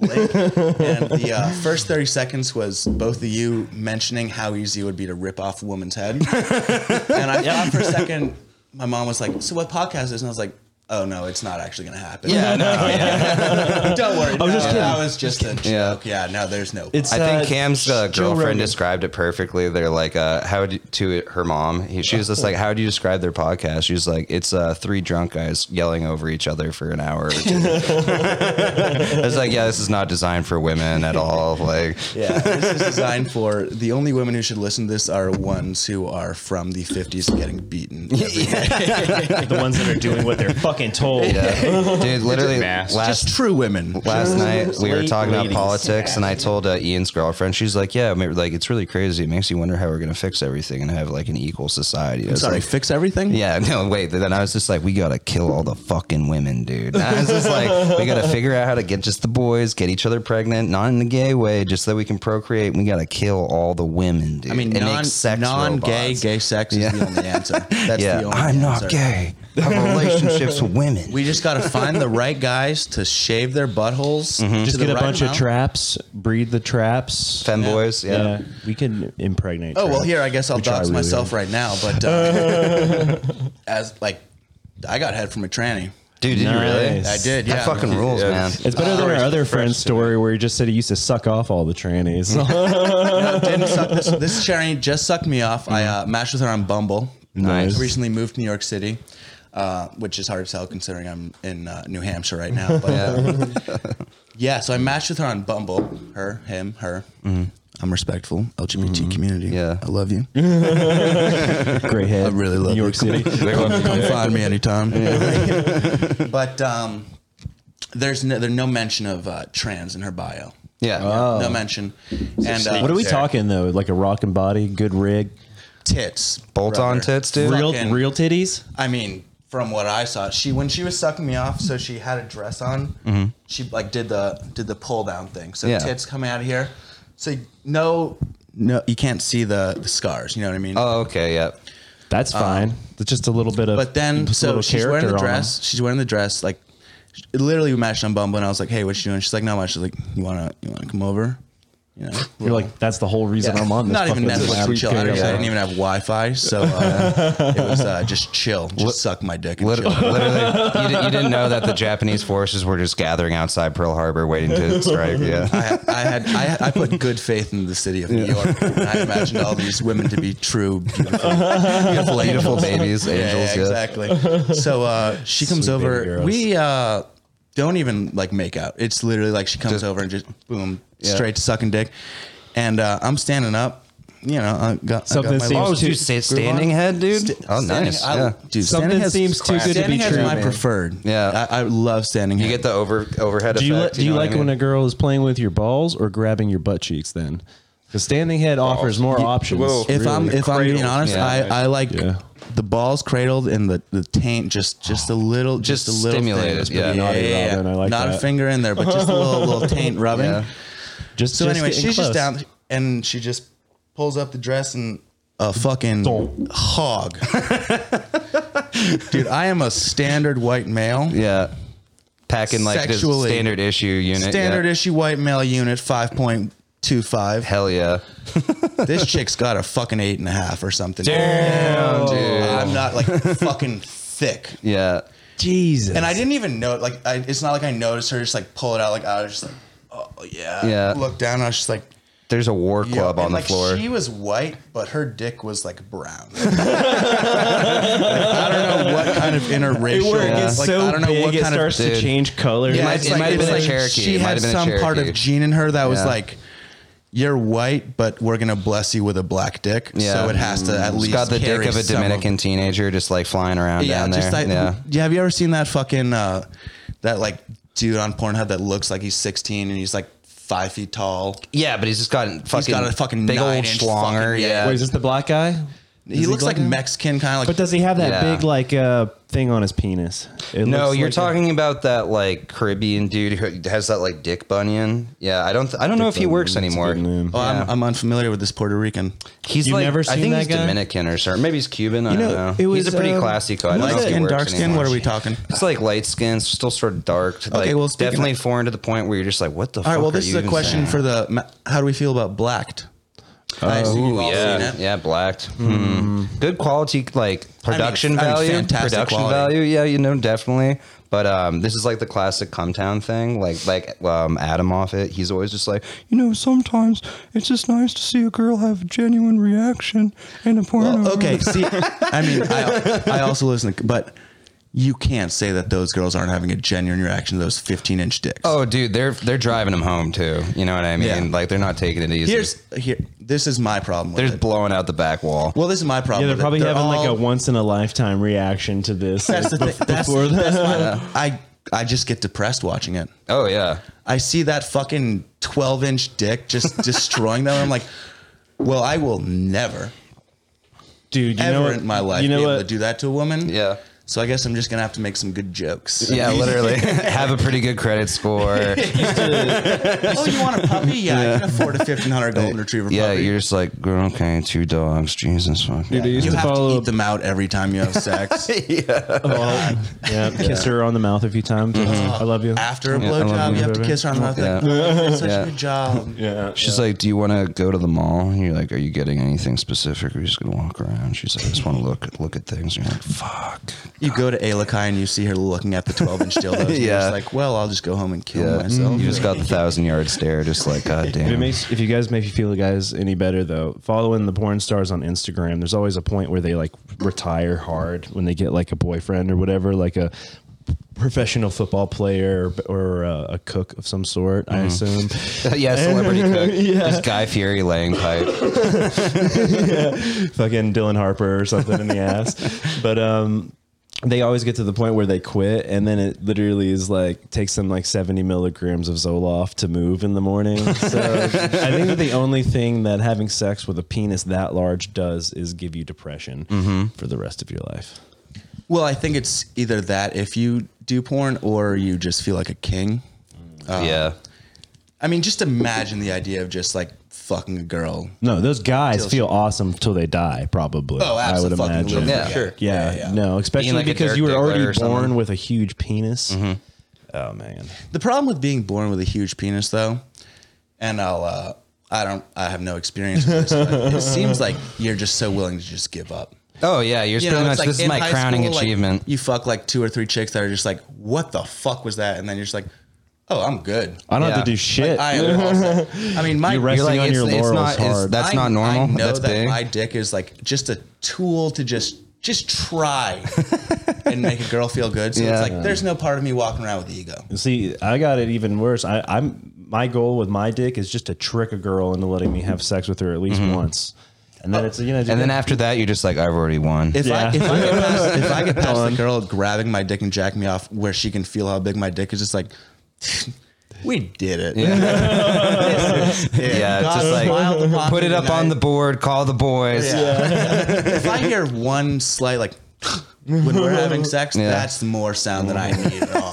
S1: link. and the uh, first thirty seconds was both of you mentioning how easy it would be to rip off a woman's head, and I thought for a second my mom was like, "So what podcast is?" this?" And I was like. Oh no, it's not actually going to happen.
S2: yeah, no,
S1: don't worry. I was
S3: just kidding.
S1: That was just a joke. Yeah, no, there's no.
S3: It's,
S2: I
S3: uh,
S2: think Cam's uh,
S3: Joe Rogan.
S2: girlfriend described it perfectly. They're like, uh, how do to her mom? He, she was just like, how do you describe their podcast? She was like, it's uh, three drunk guys yelling over each other for an hour. Or two. I was like, yeah, this is not designed for women at all. Like,
S1: Yeah, this is designed for the only women who should listen to this are ones who are from the 50s and getting beaten.
S3: the ones that are doing what they're fucking told.
S2: dude, literally
S5: mass.
S2: last
S1: Just true women.
S2: last night we were
S3: late
S2: talking about
S3: ladies.
S2: politics and i told uh, ian's girlfriend she's like yeah maybe, like it's really crazy it makes you wonder how we're going to fix everything and have like an equal society I was
S1: Sorry,
S2: like,
S1: fix everything?
S2: yeah no wait then i was just like we gotta kill all the fucking women dude And i was just like we gotta figure out how to get just the boys get each other pregnant not in the gay way just so we can procreate we gotta kill all the women dude
S1: I mean,
S2: and make
S1: non,
S2: sex
S1: non-gay
S2: robots.
S1: gay sex is the only answer. That's
S2: yeah
S1: the only
S2: i'm not
S1: answer.
S2: gay i have relationships with women
S1: We just got to find the right guys to shave their buttholes.
S2: Mm-hmm.
S1: to
S3: Just
S1: the
S3: get a
S1: right
S3: bunch of
S1: amount.
S3: traps, breed the traps.
S2: femboys yeah,
S3: yeah, we can impregnate.
S1: Oh well,
S3: traps.
S1: here I guess I'll
S3: We try
S1: dox
S3: really
S1: myself
S3: hard.
S1: right now. But uh, as like, I got head from a tranny.
S2: dude did you really
S3: Nice.
S1: I did. Yeah,
S2: that fucking rules
S5: Yeah,
S2: man
S5: it's-
S3: It's better than our
S5: Story's
S3: other
S5: fresh
S3: friend's
S5: to me.
S3: story where he just said he used to suck off all the trannies.
S1: didn't suck this. This Sharon just sucked me off. I uh, matched with her on Bumble.
S3: Nice.
S1: I recently moved to New York City, uh, which is hard to tell considering I'm in uh, New Hampshire right now. But yeah. so I matched with her on Bumble. Her, him, her.
S3: Mm-hmm.
S1: I'm respectful. LGBT community.
S2: Yeah.
S1: I love you.
S3: Great head.
S1: I really love
S3: New York
S1: you.
S3: City.
S5: they love me.
S1: Come find me anytime. but um, there's no, there's no mention of uh, trans in her bio.
S2: yeah
S1: No mention. And uh,
S3: Oh. What are we
S5: Yeah.
S3: talking though? Like a rock and body, good rig,
S1: tits?
S2: bolt on
S1: brother.
S2: tits, dude.
S3: real
S1: Fucking-
S3: real titties.
S1: I mean, from what I saw, she when she was sucking me off, so she had a dress on.
S3: Mm-hmm.
S1: She like did the did the pull down thing. So
S2: Yeah.
S1: tits coming out of here. So no, no, you can't see the, the scars. You know what I mean?
S2: Oh, okay, yeah.
S3: That's fine. It's just a little bit of.
S1: Uh, but then
S3: just
S1: so
S3: a little
S1: she's wearing
S3: character
S1: the
S3: on
S1: dress. She's wearing the dress. Like it literally, we matched on Bumble, and I was like, "Hey, what you doing?" She's like, "Not much." She's like, "You wanna you wanna come over?" You know,
S3: You're like, that's the whole reason I'm on this.
S1: not even
S3: fucking
S1: Netflix
S3: app.
S1: and chill. I, just, I
S2: Yeah.
S1: didn't even have Wi-Fi, so uh, it was uh, just chill. Just suck my dick and
S2: Lit-
S1: chill.
S2: Literally, you, di- you didn't know that the Japanese forces were just gathering outside Pearl Harbor, waiting to strike. Yeah,
S1: I, I had I, I put good faith in the city of New York. And I imagined all these women to be true, beautiful, beautiful,
S2: beautiful
S1: angels.
S2: babies,
S1: Yeah,
S2: angels. Yeah,
S1: yeah, exactly. so uh, she comes
S3: Sweet baby
S1: over.
S3: girls.
S1: We uh, don't even like make out. It's literally like she comes over and just boom, straight to sucking dick. And uh, I'm standing up. You know, I got I
S3: Something
S1: got my
S3: seems
S1: little
S2: Oh,
S3: too-
S2: dude, sta- standing head, dude. oh,
S1: standing-
S2: nice.
S1: I-
S2: yeah.
S1: dude,
S3: Something
S1: standing has-
S3: seems too good to
S1: standing
S3: be
S1: has
S3: true,
S1: my
S3: man.
S1: preferred.
S2: Yeah.
S1: I, I love standing.
S2: you get the over overhead
S3: Do you,
S2: effect.
S3: do you,
S2: know what
S3: like
S2: I mean?
S3: when a girl is playing with your balls or grabbing your butt cheeks? Then, because standing head offers more options.
S5: Whoa.
S1: if I'm if I'm being
S5: Cradle.
S1: honest,
S2: Yeah.
S1: I, I like
S3: Yeah.
S1: the balls cradled and the, the taint just just a little just,
S2: Just
S1: a little
S2: stimulated,
S1: thing. yeah,
S2: yeah.
S3: Naughty
S1: yeah, yeah.
S3: Robin, I like
S1: not a
S3: that.
S1: finger in there, but just a little little taint rubbing.
S2: Yeah.
S3: just
S1: So
S3: just
S1: anyway,
S3: getting
S1: she's just
S3: close.
S1: down and she just pulls up the dress and a fucking hog. Dude, I am a standard white male.
S2: yeah, packing like this
S1: Sexually.
S2: standard issue unit. yeah.
S1: Standard issue white male unit five point two five.
S2: Hell yeah.
S1: this chick's got a fucking eight and a half or something. Oh,
S2: Damn,
S1: I'm not like fucking thick.
S2: Yeah.
S3: Jesus,
S1: And I didn't even know, like, I, it's not like I noticed her just like pull it out. Like, I was just like, oh, yeah.
S2: Yeah.
S1: Look down. I was just like,
S2: There's a war
S1: yeah.
S2: club
S1: And,
S2: on
S1: like,
S2: the floor.
S1: She was white, but her dick was like brown. Like, I don't know what kind of interracial.
S3: It
S1: like,
S3: gets so
S1: I don't know
S3: big,
S1: what
S3: it
S1: kind
S3: starts
S1: of.
S2: Dude.
S3: to change color.
S2: It
S1: Yeah,
S2: might-
S1: it's
S2: it might have
S1: it's
S2: been a Cherokee.
S1: She
S2: It might
S1: had
S2: have been a
S1: some part of
S2: Cherokee.
S1: gene in her that was
S2: Yeah.
S1: like, you're white, but we're gonna bless you with a black dick.
S2: Yeah.
S1: So it has to at
S2: It's
S1: least
S2: got the
S1: carry
S2: dick of a
S1: some
S2: Dominican teenager just like flying around down there.
S1: Like,
S2: yeah.
S1: Have you ever seen that fucking uh, that like dude on Pornhub that looks like he's 16 and he's like five feet tall?
S2: Yeah, but he's just got fucking,
S1: got a fucking
S2: big old
S1: nine-inch
S2: schlonger.
S1: fucking-
S2: yeah.
S3: Wait, is this the black guy?
S1: He looks like Mexican kind of like.
S3: But does he have that
S2: Yeah.
S3: big like uh, thing on his penis? It
S2: No,
S3: looks
S2: you're
S3: like a-
S2: talking about that like Caribbean dude who has that like Dick Bunyan. Yeah, I don't, th- I don't know if he works
S3: That's a
S2: anymore.
S3: good name.
S1: oh, I'm, I'm unfamiliar with this Puerto Rican.
S2: He's
S3: You've
S2: like,
S3: never
S2: I
S3: seen
S2: think
S3: that
S2: he's
S3: guy?
S2: Dominican or something. Maybe he's Cuban. I
S3: You
S2: don't
S3: know,
S2: know.
S3: it was,
S2: he's a pretty
S3: um,
S2: classy guy. I don't
S1: Light
S2: know if he
S1: skin,
S2: works
S1: dark skin. What
S2: anymore.
S1: are we talking?
S2: It's like light skin, still sort of dark. Like
S1: well, speaking of-
S2: definitely foreign to the point where you're just like, what the?
S1: All
S2: fuck
S1: right. Well,
S2: are
S1: this
S2: you
S1: is a
S2: even
S1: question
S2: saying?
S1: for the. ma- How do we feel about blacked? I assume you've all
S2: yeah,
S1: seen it.
S2: yeah, blacked. Hmm. Good quality, like production
S1: I mean,
S2: value,
S1: fantastic
S2: production
S1: quality.
S2: value. Yeah, you know, definitely. But um, this is like the classic Cometown thing. Like, like um, Adam off it. He's always just like, you know, sometimes it's just nice to see a girl have a genuine reaction in a porno.
S1: Well, Oh, okay. See, I mean, I, I also listen, to, but you can't say that those girls aren't having a genuine reaction to those 15 inch dicks.
S2: Oh, dude, they're they're driving them home too. You know what I mean?
S1: Yeah.
S2: Like they're not taking it easy.
S1: here's here. This is my problem. With
S2: they're
S1: it.
S2: just blowing out the back wall.
S1: Well, this is my problem.
S3: Yeah, they're
S1: with it.
S3: probably having like a
S1: all-
S3: once in a lifetime reaction to this.
S1: That's the
S3: Like,
S1: thing. That's,
S3: before
S1: that's
S3: that.
S1: my, I I just get depressed watching it.
S2: Oh yeah,
S1: I see that fucking twelve inch dick just destroying them. I'm like, well, I will never
S3: dude, you know
S1: ever
S3: what,
S1: in my life
S3: you know
S1: be able
S3: what?
S1: to do that to a woman.
S2: yeah.
S1: So I guess I'm just gonna have to make some good jokes.
S2: Yeah, literally. Have a pretty good credit score.
S1: oh, you want a puppy? Yeah, I can afford a fifteen hundred golden retriever
S2: Yeah,
S1: puppy.
S2: you're just like, okay, two dogs. Jesus fuck.
S3: Dude, I used
S1: you
S3: to
S1: have to
S3: follow
S1: eat them out every time you have sex.
S3: Oh, yeah, kiss her on the mouth a few times. I love you.
S1: After a
S2: I love
S1: blowjob,
S2: you,
S1: you, have to
S3: baby.
S1: kiss her on the mouth. Like,
S2: Yeah.
S1: oh, you're such
S2: Yeah.
S1: a good job.
S3: Yeah,
S2: She's like, do you want to go to the mall? And you're like, are you getting anything specific? Or are you just gonna walk around? She's like, I just want to look look at things. And you're like, fuck.
S1: You go to Alakai and you see her looking at the 12 inch dildos. yeah. You're
S2: Yeah.
S1: just like, well, I'll just go home and kill
S2: Yeah, Mm-hmm.
S1: myself.
S2: you just got the thousand yard stare. Just like, god
S3: If, it
S2: damn.
S3: makes, if you guys make you feel guys any better though, following the porn stars on Instagram, there's always a point where they like retire hard when they get like a boyfriend or whatever, like a professional football player or, or uh, a cook of some sort. I assume.
S2: yeah, celebrity cook. Just Guy Fury laying pipe.
S3: fucking Dylan Harper or something in the ass. But um, they always get to the point where they quit, and then it literally is like takes them like seventy milligrams of Zoloft to move in the morning. So I think that the only thing that having sex with a penis that large does is give you depression for the rest of your life.
S1: Well, I think it's either that if you do porn or you just feel like a king. Uh,
S2: yeah.
S1: I mean, just imagine the idea of just like fucking a girl.
S3: No, those guys
S1: Till-
S3: feel awesome till they die. Probably,
S1: Oh,
S3: I would
S1: absolutely.
S3: imagine.
S2: Yeah, sure.
S3: Yeah, no, especially
S2: like a
S3: because
S2: Dirk
S3: you were
S2: Diggler
S3: already
S2: or
S3: born
S2: something. Mm-hmm.
S3: with a huge penis. Oh man,
S1: The problem with being born with a huge penis, though, and I'll, uh, I don't. I have no experience with this. But it seems like you're just so willing to just give up.
S2: Oh yeah, you're
S1: You know,
S2: pretty
S1: it's
S2: much
S1: like
S2: this is
S1: in
S2: my
S1: high
S2: crowning
S1: school, like,
S2: achievement.
S1: you fuck like two or three chicks that are just like, "What the fuck was that?" And then you're just like, "Oh, I'm good.
S3: I don't
S2: Yeah.
S3: have to do shit.
S1: I am." all set. I mean, my
S3: You're resting
S2: like,
S3: on
S2: it's-
S3: your
S2: it's
S3: laurels
S2: not- it's-
S3: hard.
S2: that's
S1: I-
S2: not normal.
S1: I know
S2: That's
S1: that
S2: big.
S1: my dick is like just a tool to just just try and make a girl feel good. So
S2: Yeah.
S1: it's like there's no part of me walking around with ego.
S3: See, I got it even worse. I, I'm my goal with my dick is just to trick a girl into letting me have sex with her at least once, and then it's you know,
S2: Mm-hmm. and then after that, you're just like, I've already won.
S1: If
S3: Yeah.
S1: I if I get past, if I get past the girl grabbing my dick and jacking me off where she can feel how big my dick is, it's like we did it.
S2: yeah,
S1: Yeah,
S2: yeah it's
S1: God
S2: just
S1: smiled upon
S2: like put
S1: me
S2: it up
S1: tonight.
S2: on the board, call the boys.
S1: if I hear one slight like when we're having sex,
S2: Yeah.
S1: that's more sound than I need at all.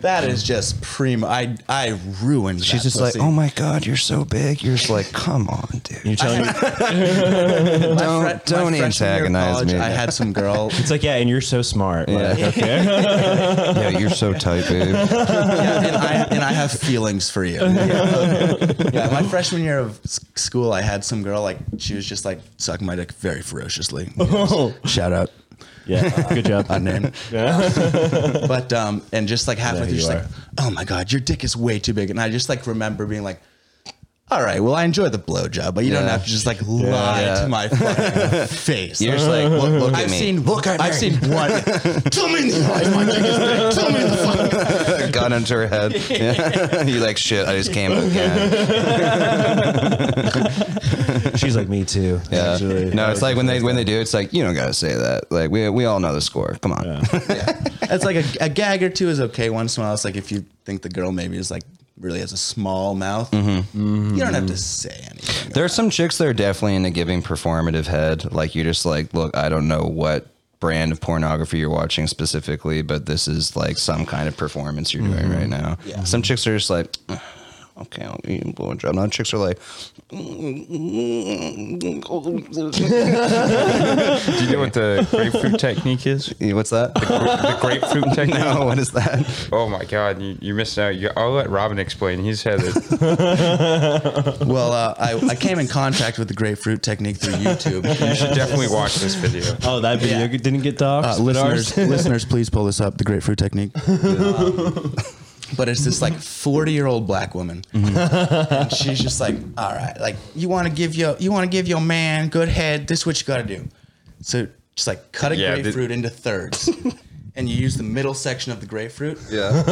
S1: that is just primo. I I ruined.
S2: She's
S1: that
S2: just like,
S1: pussy.
S2: oh my god, you're so big. You're just like, come on, dude.
S3: you're telling me
S1: My
S2: don't-
S1: fre- my
S2: don't
S1: freshman year of
S2: antagonize
S1: college,
S2: me.
S1: I had some girl.
S3: it's like yeah, and you're so smart. Like,
S2: Yeah.
S3: okay,
S2: yeah, you're so tight, babe.
S1: yeah, and I and I have feelings for you. Yeah. my freshman year of s- school, I had some girl like she was just like sucking my dick very ferociously. Shout out
S3: yeah, good job.
S1: unnamed. but um, and just like halfway
S3: There
S1: through,
S3: you
S1: she's like,
S3: are.
S1: "Oh my god, your dick is way too big," and I just like remember being like. All right. Well, I enjoy the blowjob, but you don't
S2: Yeah.
S1: have to just like lie
S2: Yeah.
S1: to my fucking face.
S2: You're just like, look, look at
S1: I've
S2: me.
S1: seen.
S2: look at
S1: I've
S2: me.
S1: seen one. Tell me in the eyes, my dick is big. Tell me in the fucking
S2: a gun into her head. Yeah. you like shit. I just came again.
S3: She's like me too.
S2: Yeah.
S3: actually.
S2: no, it's like when they when they do, it's like you don't gotta say that. Like we we all know the score. Come on.
S1: It's like a, a gag or two is okay once in a while. It's like if you think the girl maybe is like really has a small mouth,
S5: Mm-hmm.
S1: you don't have to say anything.
S2: There are some chicks that are definitely into giving performative head. Like you're just like, look, I don't know what brand of pornography you're watching specifically, but this is like some kind of performance you're doing right now. Some chicks are just like, okay, I'll give you a blowjob. And other chicks are like,
S5: Do you know what the grapefruit technique is?
S2: "Eh, what's that?
S5: The grapefruit technique.
S2: no, what is that?
S5: Oh my God, you, you missed out. You, I'll let Robin explain. He's had it.
S1: Well, uh, I, I came in contact with the grapefruit technique through YouTube.
S5: You should definitely watch this video.
S3: Oh, that video
S1: Yeah.
S3: didn't get doxxed.
S1: Uh,
S3: Did
S1: listeners,
S3: ours?
S1: listeners, please pull this up. The grapefruit technique. Um, but it's this like forty-year-old black woman,
S5: Mm-hmm.
S1: and she's just like, "All right, like you want to give your you want to give your man good head. This is what you got to do." So just like cut a
S5: Yeah, the-
S1: grapefruit into thirds, and you use the middle section of the grapefruit.
S2: Yeah.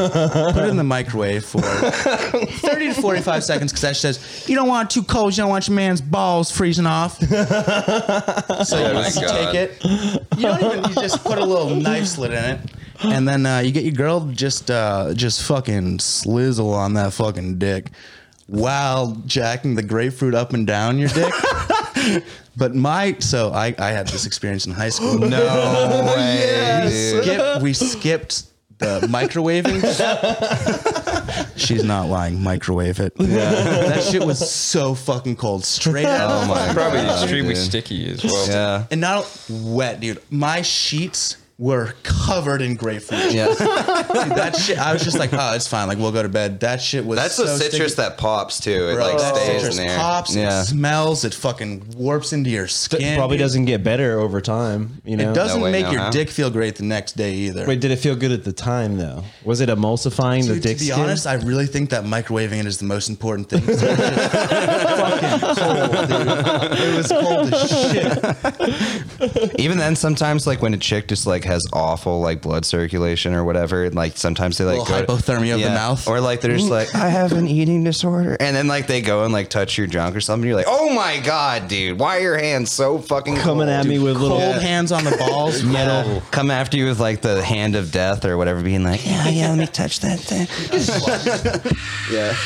S1: put it in the microwave for 30 to 45 seconds because that says you don't want it too cold. You don't want your man's balls freezing off. So you
S2: Oh my
S1: just
S2: God.
S1: take it. You don't even. You just put a little knife slit in it, and then uh, you get your girl to just uh, just fucking slizzle on that fucking dick while jacking the grapefruit up and down your dick. But my so I, I had this experience in high school. No,
S2: No way. dude.
S1: skip, we skipped the microwaving step. She's not lying. Microwave it. that shit was so fucking cold, straight out.
S2: Oh
S1: of
S2: my
S1: my
S5: Probably
S2: God,
S5: extremely
S2: dude.
S5: sticky as well.
S2: Yeah.
S1: and not wet, dude. My sheets were covered in grapefruit.
S2: Yeah.
S1: Dude, that shit. I was just like, oh, it's fine. Like we'll go to bed. That shit was.
S2: That's
S1: so
S2: the citrus
S1: sticky.
S2: that pops too. It
S1: Bro,
S2: like
S1: that
S2: stays
S1: citrus
S2: in there.
S1: pops.
S2: yeah.
S1: It smells. It fucking warps into your skin.
S3: probably
S1: dude.
S3: doesn't get better over time. You know,
S1: It doesn't
S2: way,
S1: make
S2: no,
S1: your
S2: huh?
S1: dick feel great the next day either.
S3: Wait, did it feel good at the time though? Was it emulsifying the
S1: Dude,
S3: dick
S1: to be
S3: skin?
S1: honest, I really think that microwaving it is the most important thing. It's just fucking cold, dude. It was cold as shit.
S2: Even then, sometimes like when a chick just like has awful like blood circulation or whatever, and, like sometimes they like
S1: Little
S2: go-
S1: hypothermia of the mouth.
S2: or like they're just like I have an eating disorder, and then like they go and like touch your junk or something. You're like, oh my god, dude, why are your hands so fucking
S3: coming
S2: cold?
S3: at me with little.
S1: Cold hands on the balls.
S2: Yeah. Come after you with like the hand of death or whatever, being like, yeah, yeah, let me touch that thing. yeah,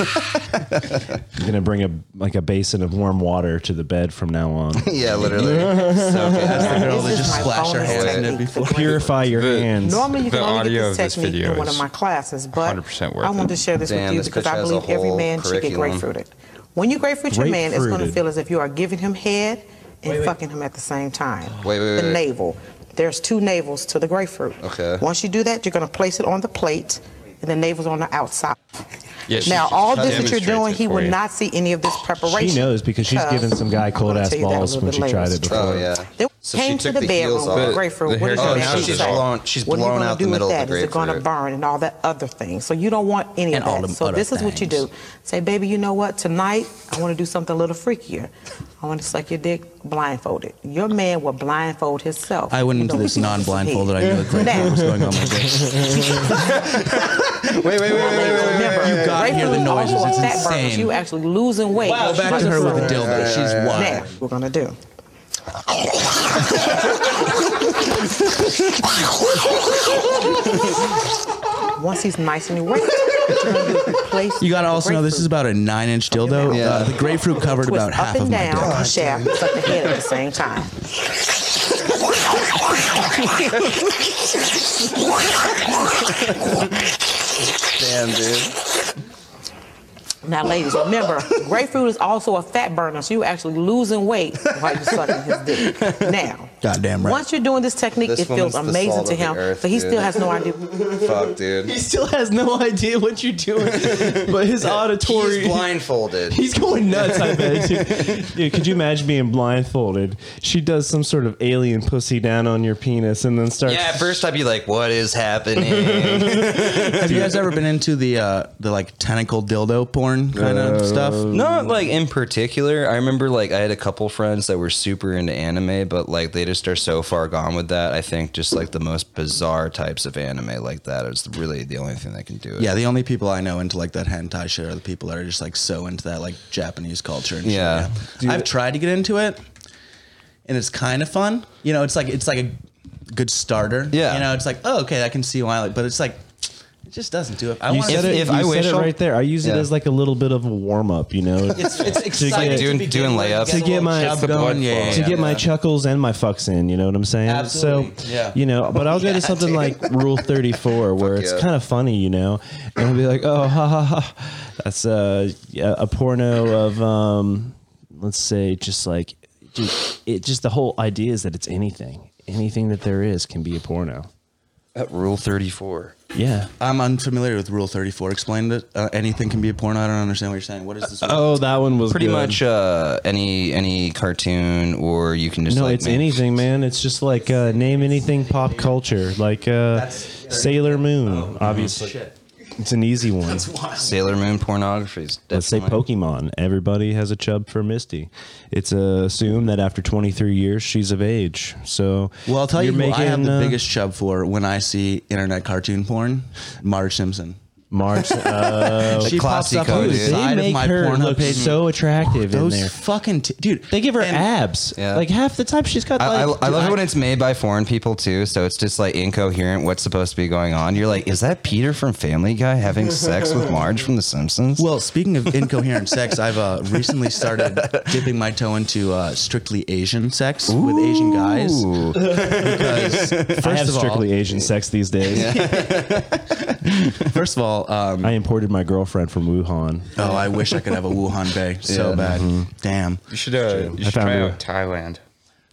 S3: I'm gonna bring a like a basin of warm water to the bed from now on.
S2: yeah, literally. so good.
S1: The girl that
S8: This is
S1: just
S8: my
S1: splash her
S8: bonus
S1: hand in it
S8: technique
S1: before.
S8: for doing
S3: Purify your
S5: The-
S3: hands.
S8: Normally, you
S5: The
S8: can only
S5: audio
S8: get
S5: of
S8: this
S5: this
S8: technique
S5: video
S8: in one of
S5: is
S8: my classes, but
S5: 100% worth
S8: I wanted
S5: it.
S8: to share this
S2: Damn,
S8: with
S2: this
S8: you because
S2: bitch
S8: I
S2: has a
S8: believe every
S2: whole
S8: man should get
S2: curriculum.
S8: grapefruited. When you grapefruit your man, it's going to
S3: Grapefruited.
S8: feel as if you are giving him head and fucking him at the same time.
S2: Wait, wait, wait,
S8: The
S2: wait.
S8: navel. There's two navels to the grapefruit.
S2: Okay.
S8: Once you do that, you're going to place it on the plate, and the navel's on the outside.
S5: Yeah, she
S8: now,
S5: just
S8: all this that you're
S5: demonstrates
S8: doing,
S5: it
S8: he
S5: for
S8: will
S5: you.
S8: not see any of this preparation.
S3: She knows because she's given some guy cold
S8: I'll
S3: ass
S8: tell you that a
S3: balls
S8: little
S3: when
S8: bit
S3: she
S8: later.
S3: tried it before.
S2: Oh yeah.
S8: Then
S2: So she
S8: came
S2: took
S8: to
S2: the
S8: the
S2: heels
S8: bedroom with
S2: off.
S8: grapefruit.
S5: The
S8: what is
S5: haircut
S8: your
S5: now
S8: dad
S5: she's
S8: say?
S5: just
S2: blown- she's
S8: what are you
S2: blown
S8: gonna
S2: out
S8: do
S2: the middle
S8: with
S2: of
S8: that?
S2: the
S8: Is it going to
S2: grapefruit.
S8: burn and all that other thing? So you don't want any
S1: And
S8: of
S1: all
S8: that.
S1: them
S8: so
S1: other
S8: this is what you do.
S1: things.
S8: Say, baby, you know what? Tonight I want to do something a little freakier. I want to suck your dick blindfolded. Your man will blindfold himself.
S1: I went
S8: You
S1: into
S8: don't
S1: this
S8: need to
S1: non-blindfolded. I
S8: participate.
S1: knew exactly what was
S8: Now,
S1: going on. with this.
S2: Wait, wait, wait, wait, wait, wait, wait.
S8: remember,
S1: You gotta hear the
S8: grapefruit
S1: noises.
S8: also
S1: It's
S8: fat burners.
S1: insane.
S8: You actually losing weight.
S1: Wow, back to her with a dildo. She's
S8: Now,
S1: wild.
S8: we're gonna do. Once he's nice and erect, what you're gonna do is place
S1: You gotta
S8: the
S1: also know this is
S8: grapefruit.
S1: about a nine-inch dildo.
S2: Yeah.
S1: Uh, the grapefruit covered
S8: twist
S1: about
S8: up
S1: half
S8: and
S1: of my
S8: down
S1: dick.
S8: the
S1: Oh,
S8: shaft, and suck the head at the same time.
S2: Damn, dude.
S8: Now, ladies, remember, grapefruit is also a fat burner, so you're actually losing weight while you're sucking his dick. Now,
S1: Goddamn right.
S8: once you're doing this technique,
S2: This
S8: it feels
S2: woman's the
S8: amazing
S2: salt
S8: to
S2: of the
S8: him,
S2: earth,
S8: but he
S2: dude.
S8: still has no idea.
S2: Fuck, dude.
S9: He still has no idea what you're doing, but his auditory.
S2: He's blindfolded.
S9: He's going nuts, I bet.
S3: Dude, could you imagine being blindfolded? She does some sort of alien pussy down on your penis and then starts.
S2: yeah, at first I'd be like, "What is happening?"
S1: Have you guys ever been into the uh, the like tentacle dildo porn kind of stuff?
S2: Not like in particular. I remember like I had a couple friends that were super into anime, but like they just are so far gone with that. I think just like the most bizarre types of anime like that is really the only thing that can do it.
S1: Yeah, the only people I know into like that hentai shit are the people that are just like so into that like Japanese culture and shit,
S2: Yeah.
S1: yeah. I've tried to get into it and it's kind of fun. You know, it's like it's like a good starter.
S2: Yeah.
S1: You know, it's like, oh okay, I can see why I like but it's like it just doesn't do it. I
S3: You
S1: want
S2: If-
S3: said it.
S2: if
S3: you
S2: I
S3: said
S2: wish
S3: it
S2: I'll-
S3: right there. I use it
S2: Yeah.
S3: as like a little bit of a warm up, you know,
S1: it's it's
S3: get-
S1: exciting to
S2: Doing-
S1: begin
S2: doing
S1: with. You
S2: layups.
S1: get a
S2: To
S3: get
S1: little
S3: my-
S1: chub
S3: the
S2: blood
S1: going, yeah,
S2: flow.
S1: yeah,
S3: to
S1: yeah.
S3: get my chuckles and my fucks in. You know what I'm saying? So
S1: Absolutely, yeah.
S3: you know, but I'll go to something like Rule 34 where
S2: Fuck
S3: it's
S2: yeah.
S3: kind of funny, you know, and I'll be like, oh, ha ha ha, that's a a porno of um, let's say just like, dude, it just the whole idea is that it's anything, anything that there is can be a porno.
S2: At Rule thirty four.
S3: Yeah.
S1: I'm unfamiliar with Rule 34. Explain that uh, anything can be a porno. I don't understand what you're saying. What is this?
S3: Oh, that one was
S2: Pretty
S3: good.
S2: much uh, any any cartoon, or you can just
S3: No,
S2: like,
S3: it's
S2: make-
S3: anything, man. It's just like uh, name anything pop culture, like uh, Sailor Moon. obviously, it's an easy one.
S2: Sailor Moon pornography. is
S3: Let's say
S2: definitely-
S3: Pokemon. Everybody has a chub for Misty. It's uh, assumed that after 23 years, she's of age. So,
S1: Well, I'll tell you
S3: you're
S1: who I have the
S3: uh,
S1: biggest chub for when I see internet cartoon porn. Marge Simpson.
S3: March. Uh,
S1: she pops
S2: classy
S1: up on
S2: code,
S1: the
S2: dude.
S3: they
S1: side of
S3: make
S1: my
S3: her
S1: Pornhub
S3: look
S1: page.
S3: so attractive in
S1: Those
S3: there.
S1: fucking t- dude.
S3: They give her
S1: and-
S3: abs.
S2: Yeah.
S3: Like half the time, she's got
S2: I, I, I
S3: like.
S2: love it when it's made by foreign people too, so it's just like incoherent. What's supposed to be going on? You're like, is that Peter from Family Guy having sex with Marge from The Simpsons?
S1: Well, speaking of incoherent sex, I've uh, recently started dipping my toe into uh, strictly Asian sex with Asian guys.
S2: Ooh.
S1: Because first
S3: I have
S1: of all,
S3: strictly Asian sex these days.
S1: first of all, um,
S3: I imported my girlfriend from Wuhan.
S1: oh, I wish I could have a Wuhan Bay so
S2: Yeah. mm-hmm.
S1: bad. Damn.
S5: You should, uh, you should
S3: found
S5: try
S3: her.
S5: out Thailand.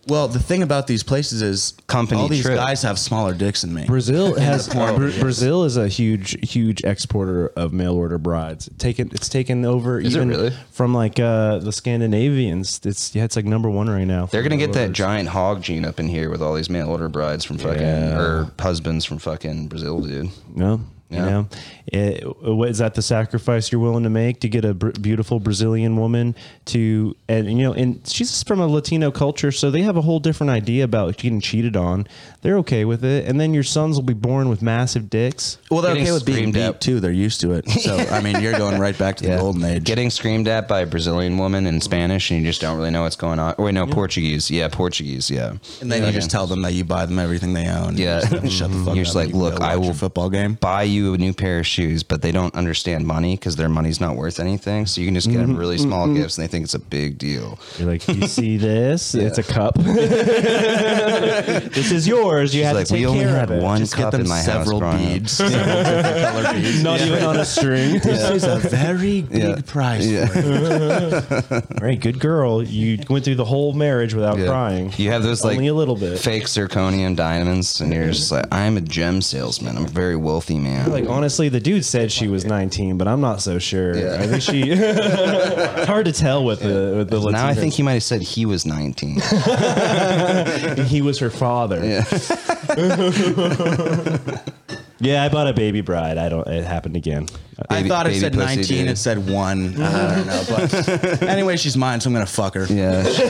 S1: Well, the thing about these places is
S2: Company
S1: all these
S2: trip.
S1: guys have smaller dicks than me.
S3: Brazil has Bra- Brazil is a huge huge exporter of mail order brides. Taken it's taken over
S2: Is it
S3: even
S2: really?
S3: from like uh, the Scandinavians. It's yeah, it's like number one right now.
S2: They're gonna get that
S3: Mail
S2: giant hog gene up in here with all these mail order brides from fucking
S3: Yeah.
S2: or husbands from fucking Brazil, dude.
S3: orders. no,
S2: Yeah.
S3: you know, It- what is that the sacrifice you're willing to make to get a br- beautiful Brazilian woman to and you know and she's from a Latino culture, so they have a whole different idea about getting cheated on. They're okay with it, and then your sons will be born with massive dicks.
S1: Well, they're
S2: Getting
S1: okay with being
S2: screamed
S1: beat
S2: at.
S1: too. They're used to it. So I mean, you're going right back to the golden age.
S2: Getting screamed at by a Brazilian woman in Spanish and you just don't really know what's going on. Or wait, no, Portuguese. Yeah, Portuguese. Yeah.
S1: and then you just tell them that you buy them everything they own.
S2: Yeah.
S1: You just shut the fuck up.
S2: You're just like,
S1: You can go
S2: look, I
S1: watch
S2: will-
S1: your football game.
S2: buy you a new pair of shoes, but they don't understand money because their money's not worth anything. So you can just get them really small gifts and they think it's a big deal.
S3: You're like, you see this? It's a cup. this is yours. You had
S2: like,
S3: to take
S2: we only
S3: care
S2: had
S3: of it.
S2: one
S1: Just get
S2: cup
S1: them
S2: in my
S1: several
S2: house. growing up.
S1: beads. several different color beads.
S3: Not even on a string.
S1: This is a very big
S2: Yeah.
S1: price. For it.
S3: All right, good girl. You went through the whole marriage without
S2: Yeah.
S3: crying.
S2: You have those like
S3: Only a little bit.
S2: fake zirconium diamonds, and you're just like, I'm a gem salesman. I'm a very wealthy man.
S1: now.
S3: Like honestly, the dude said she was 19, but I'm not so sure. I think she. it's hard to tell with the with the.
S2: Now I
S3: Latinos.
S2: think he might have said he was 19.
S3: he was her father. Yeah. I bought a baby bride. I don't. It happened again.
S1: I
S2: Baby-
S1: thought it
S2: baby
S1: said
S2: pussy,
S1: 19,
S2: dude.
S1: it said one. I don't know. But anyway, she's mine, so I'm going to fuck her.
S2: yeah, she, she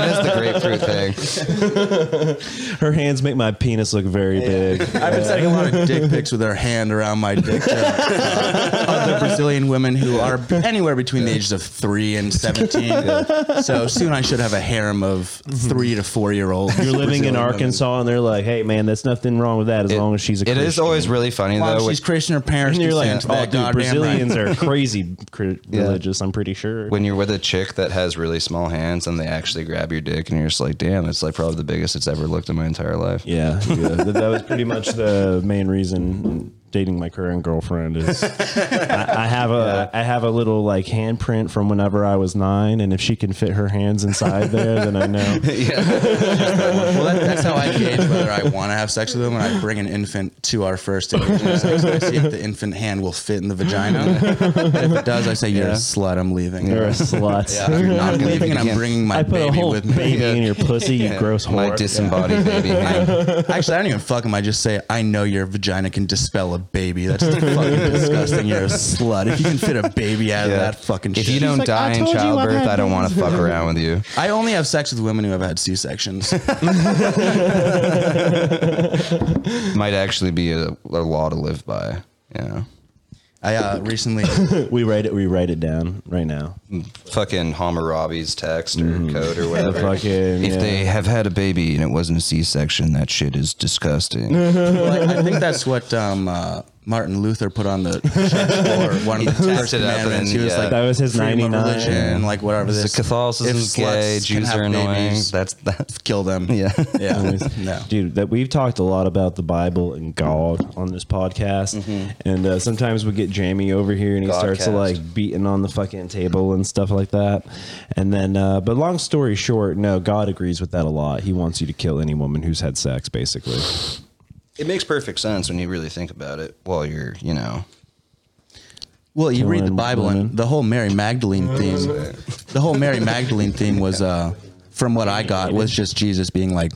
S2: does the grapefruit thing.
S3: Her hands make my penis look very big.
S1: I've been sending a lot of dick pics with her hand around my dick to uh, other Brazilian women who are b- anywhere between the ages of three and 17. So soon I should have a harem of
S2: Mm-hmm.
S1: three to four year olds.
S3: You're living in Arkansas, and they're like, "Hey, man, that's nothing wrong with that as long as she's a."
S2: It is
S3: Christian."
S2: always really funny
S1: Mom,
S2: though.
S1: she's Christian. Her parents
S3: And you're like,
S1: consent to
S3: "Oh,
S1: that
S3: dude,
S1: goddamn right."
S3: Brazilians are crazy cri- religious." I'm pretty sure.
S2: when you're with a chick that has really small hands and they actually grab your dick and you're just like, damn, it's like probably the biggest it's ever looked in my entire life.
S3: Yeah, yeah. That, that was pretty much the main reason dating my current girlfriend is I, I have a I have a little like handprint from whenever I was nine, and if she can fit her hands inside there, then I know.
S1: Well, that, that's how I gauge whether I want to have sex with them when I bring an infant to our first engagement. of sex. I see if the infant hand will fit in the vagina. And if it does, I say, You're a slut, I'm leaving.
S3: You're a slut.
S1: Yeah, I'm not leaving, and I'm bringing my
S3: I put a
S1: baby
S3: whole
S1: with me.
S3: baby in your pussy, you gross
S2: My
S3: whore.
S2: disembodied baby hand.
S1: Actually, I don't even fuck him. I just say, I know your vagina can dispel a baby. That's fucking disgusting. You're a slut. If you can fit a baby out
S2: Yeah.
S1: of that fucking
S2: If
S1: shit.
S2: you don't
S3: like, "I
S2: die in
S3: told you I've
S2: childbirth,
S3: had
S2: I don't want to fuck around with you.
S1: I only have sex with women who have had C-sections.
S2: Might actually be a, a law to live by. Yeah.
S1: I uh, recently,
S3: we write it. We write it down right now.
S2: Fucking Hammurabi's text or
S1: Mm-hmm.
S2: code or
S3: The
S2: whatever.
S3: fucking
S2: If
S3: yeah.
S2: they have had a baby and it wasn't a C-section, that shit is disgusting.
S3: Mm-hmm.
S1: well, I, I think that's what um, uh, Martin Luther put on the church floor. One of the
S2: He
S1: Ten
S2: tested up and
S1: Commandments. He was
S2: yeah.
S1: like,
S3: That was his
S1: freedom of
S3: 99.
S1: religion, like whatever.
S2: So
S1: This
S2: Catholicism
S1: if
S2: is gay,
S1: sluts can
S2: Jews
S1: have
S2: are annoying.
S1: babies,
S2: That's that.
S1: kill them.
S2: Yeah.
S1: yeah, no.
S3: dude that we've talked a lot about the bible and god on this podcast and uh, sometimes we get jamie over here and he starts
S2: Godcast.
S3: like beating on the fucking table and stuff like that and then uh, but long story short no god agrees with that a lot he wants you to kill any woman who's had sex basically
S2: It makes perfect sense when you really think about it. While you're, you know,
S1: Well, you read the
S3: Killing
S1: Bible
S3: women.
S1: and the whole Mary Magdalene theme. The whole Mary Magdalene theme was, uh, from what I got, was just Jesus being like,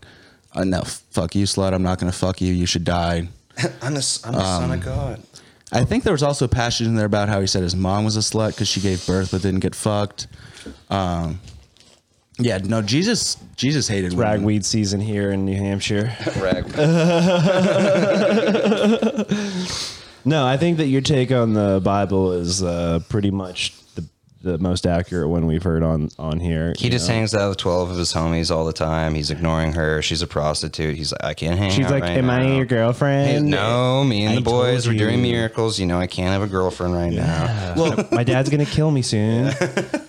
S1: uh, "No, fuck you, slut. I'm not gonna fuck you. You should die."
S2: I'm the, I'm the son of God.
S1: I think there was also a passage in there about how he said his mom was a slut because she gave birth but didn't get fucked. Um, yeah, no, Jesus, Jesus hated women.
S3: ragweed season here in new hampshire
S2: Rag.
S3: no i think that your take on the bible is uh, pretty much the the most accurate one we've heard on on here
S2: He
S3: you
S2: just
S3: know?
S2: hangs out with twelve of his homies all the time. He's ignoring her. She's a prostitute. He's like, I can't hang.
S3: she's
S2: out
S3: like
S2: right
S3: am i
S2: now."
S3: your girlfriend
S2: No, me and
S3: I
S2: the boys
S3: told
S2: were doing
S3: you.
S2: miracles. You know, I can't have a girlfriend right now.
S1: Well,
S3: my dad's gonna kill me soon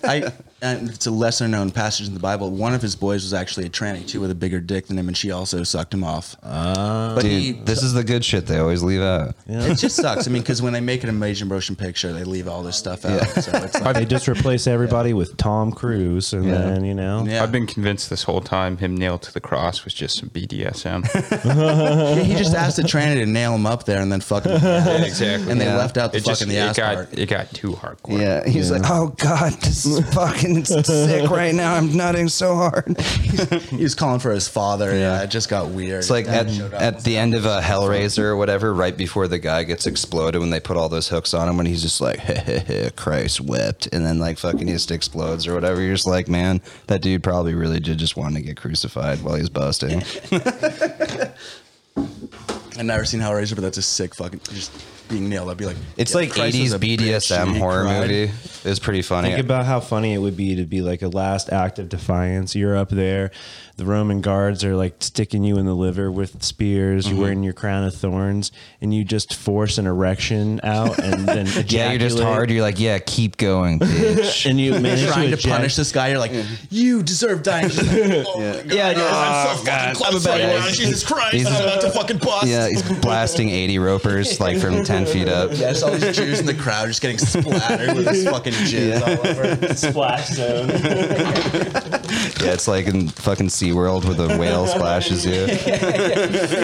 S1: I, and it's a lesser known passage in the Bible. One of his boys was actually a tranny too, with a bigger dick than him, and she also sucked him off. but he,
S2: Dude, this is the good shit they always leave out.
S1: It just sucks. I mean, because when they make an amazing motion picture, they leave all this stuff out. So it's like,
S3: they just replace everybody with Tom Cruise, and then you know,
S1: yeah.
S5: I've been convinced this whole time him nailed to the cross was just some BDSM.
S1: he just asked the tranny to nail him up there and then fuck him. in the ass.
S5: exactly.
S1: And they
S2: Yeah.
S1: left out the
S5: It
S1: fucking
S5: just
S1: the
S5: it
S1: ass
S5: got
S1: part.
S5: it got too hardcore.
S2: Yeah, he's like, oh god, this is fucking sick right now. I'm nutting so hard.
S1: He was calling for his father. Yeah, it just got weird.
S2: It's like at, at the end of a Hellraiser or whatever, right before the guy gets exploded, when they put all those hooks on him, when he's just like, "Heh, heh, heh, Christ wept, and then like fucking he just explodes or whatever. You're just like, man, that dude probably really did just want to get crucified while he's busting.
S1: I've never seen Hellraiser, but that's a sick fucking just being nailed up. Be like,
S2: It's
S1: "Yeah,
S2: like
S1: Christ was
S2: 80s
S1: a bitch and
S2: BDSM
S1: he
S2: horror
S1: cried."
S2: movie. It's pretty funny.
S3: think about how funny it would be to be like a last act of defiance. You're up there, the Roman guards are like sticking you in the liver with spears.
S2: Mm-hmm.
S3: You're wearing your crown of thorns, and you just force an erection out, and then
S2: yeah, you're just
S3: ejaculate.
S2: hard. You're like, yeah, keep going, bitch.
S3: and you manage
S1: Trying to
S3: eject-
S1: punish this guy, you're like, you deserve dying. He's like, oh my God,
S2: Yeah,
S1: I'm so
S2: oh, God,
S1: fucking close
S2: I'm about
S1: right
S2: to-
S1: now. Jesus Christ,
S2: These-
S1: I'm about to fucking bust.
S2: Yeah, he's blasting 80 ropers like from 10 feet up.
S1: There's all these Jews in the crowd just getting splattered with this fucking jizz all over.
S3: Splash zone.
S2: Yeah, it's like in fucking SeaWorld where the whale splashes you.
S1: You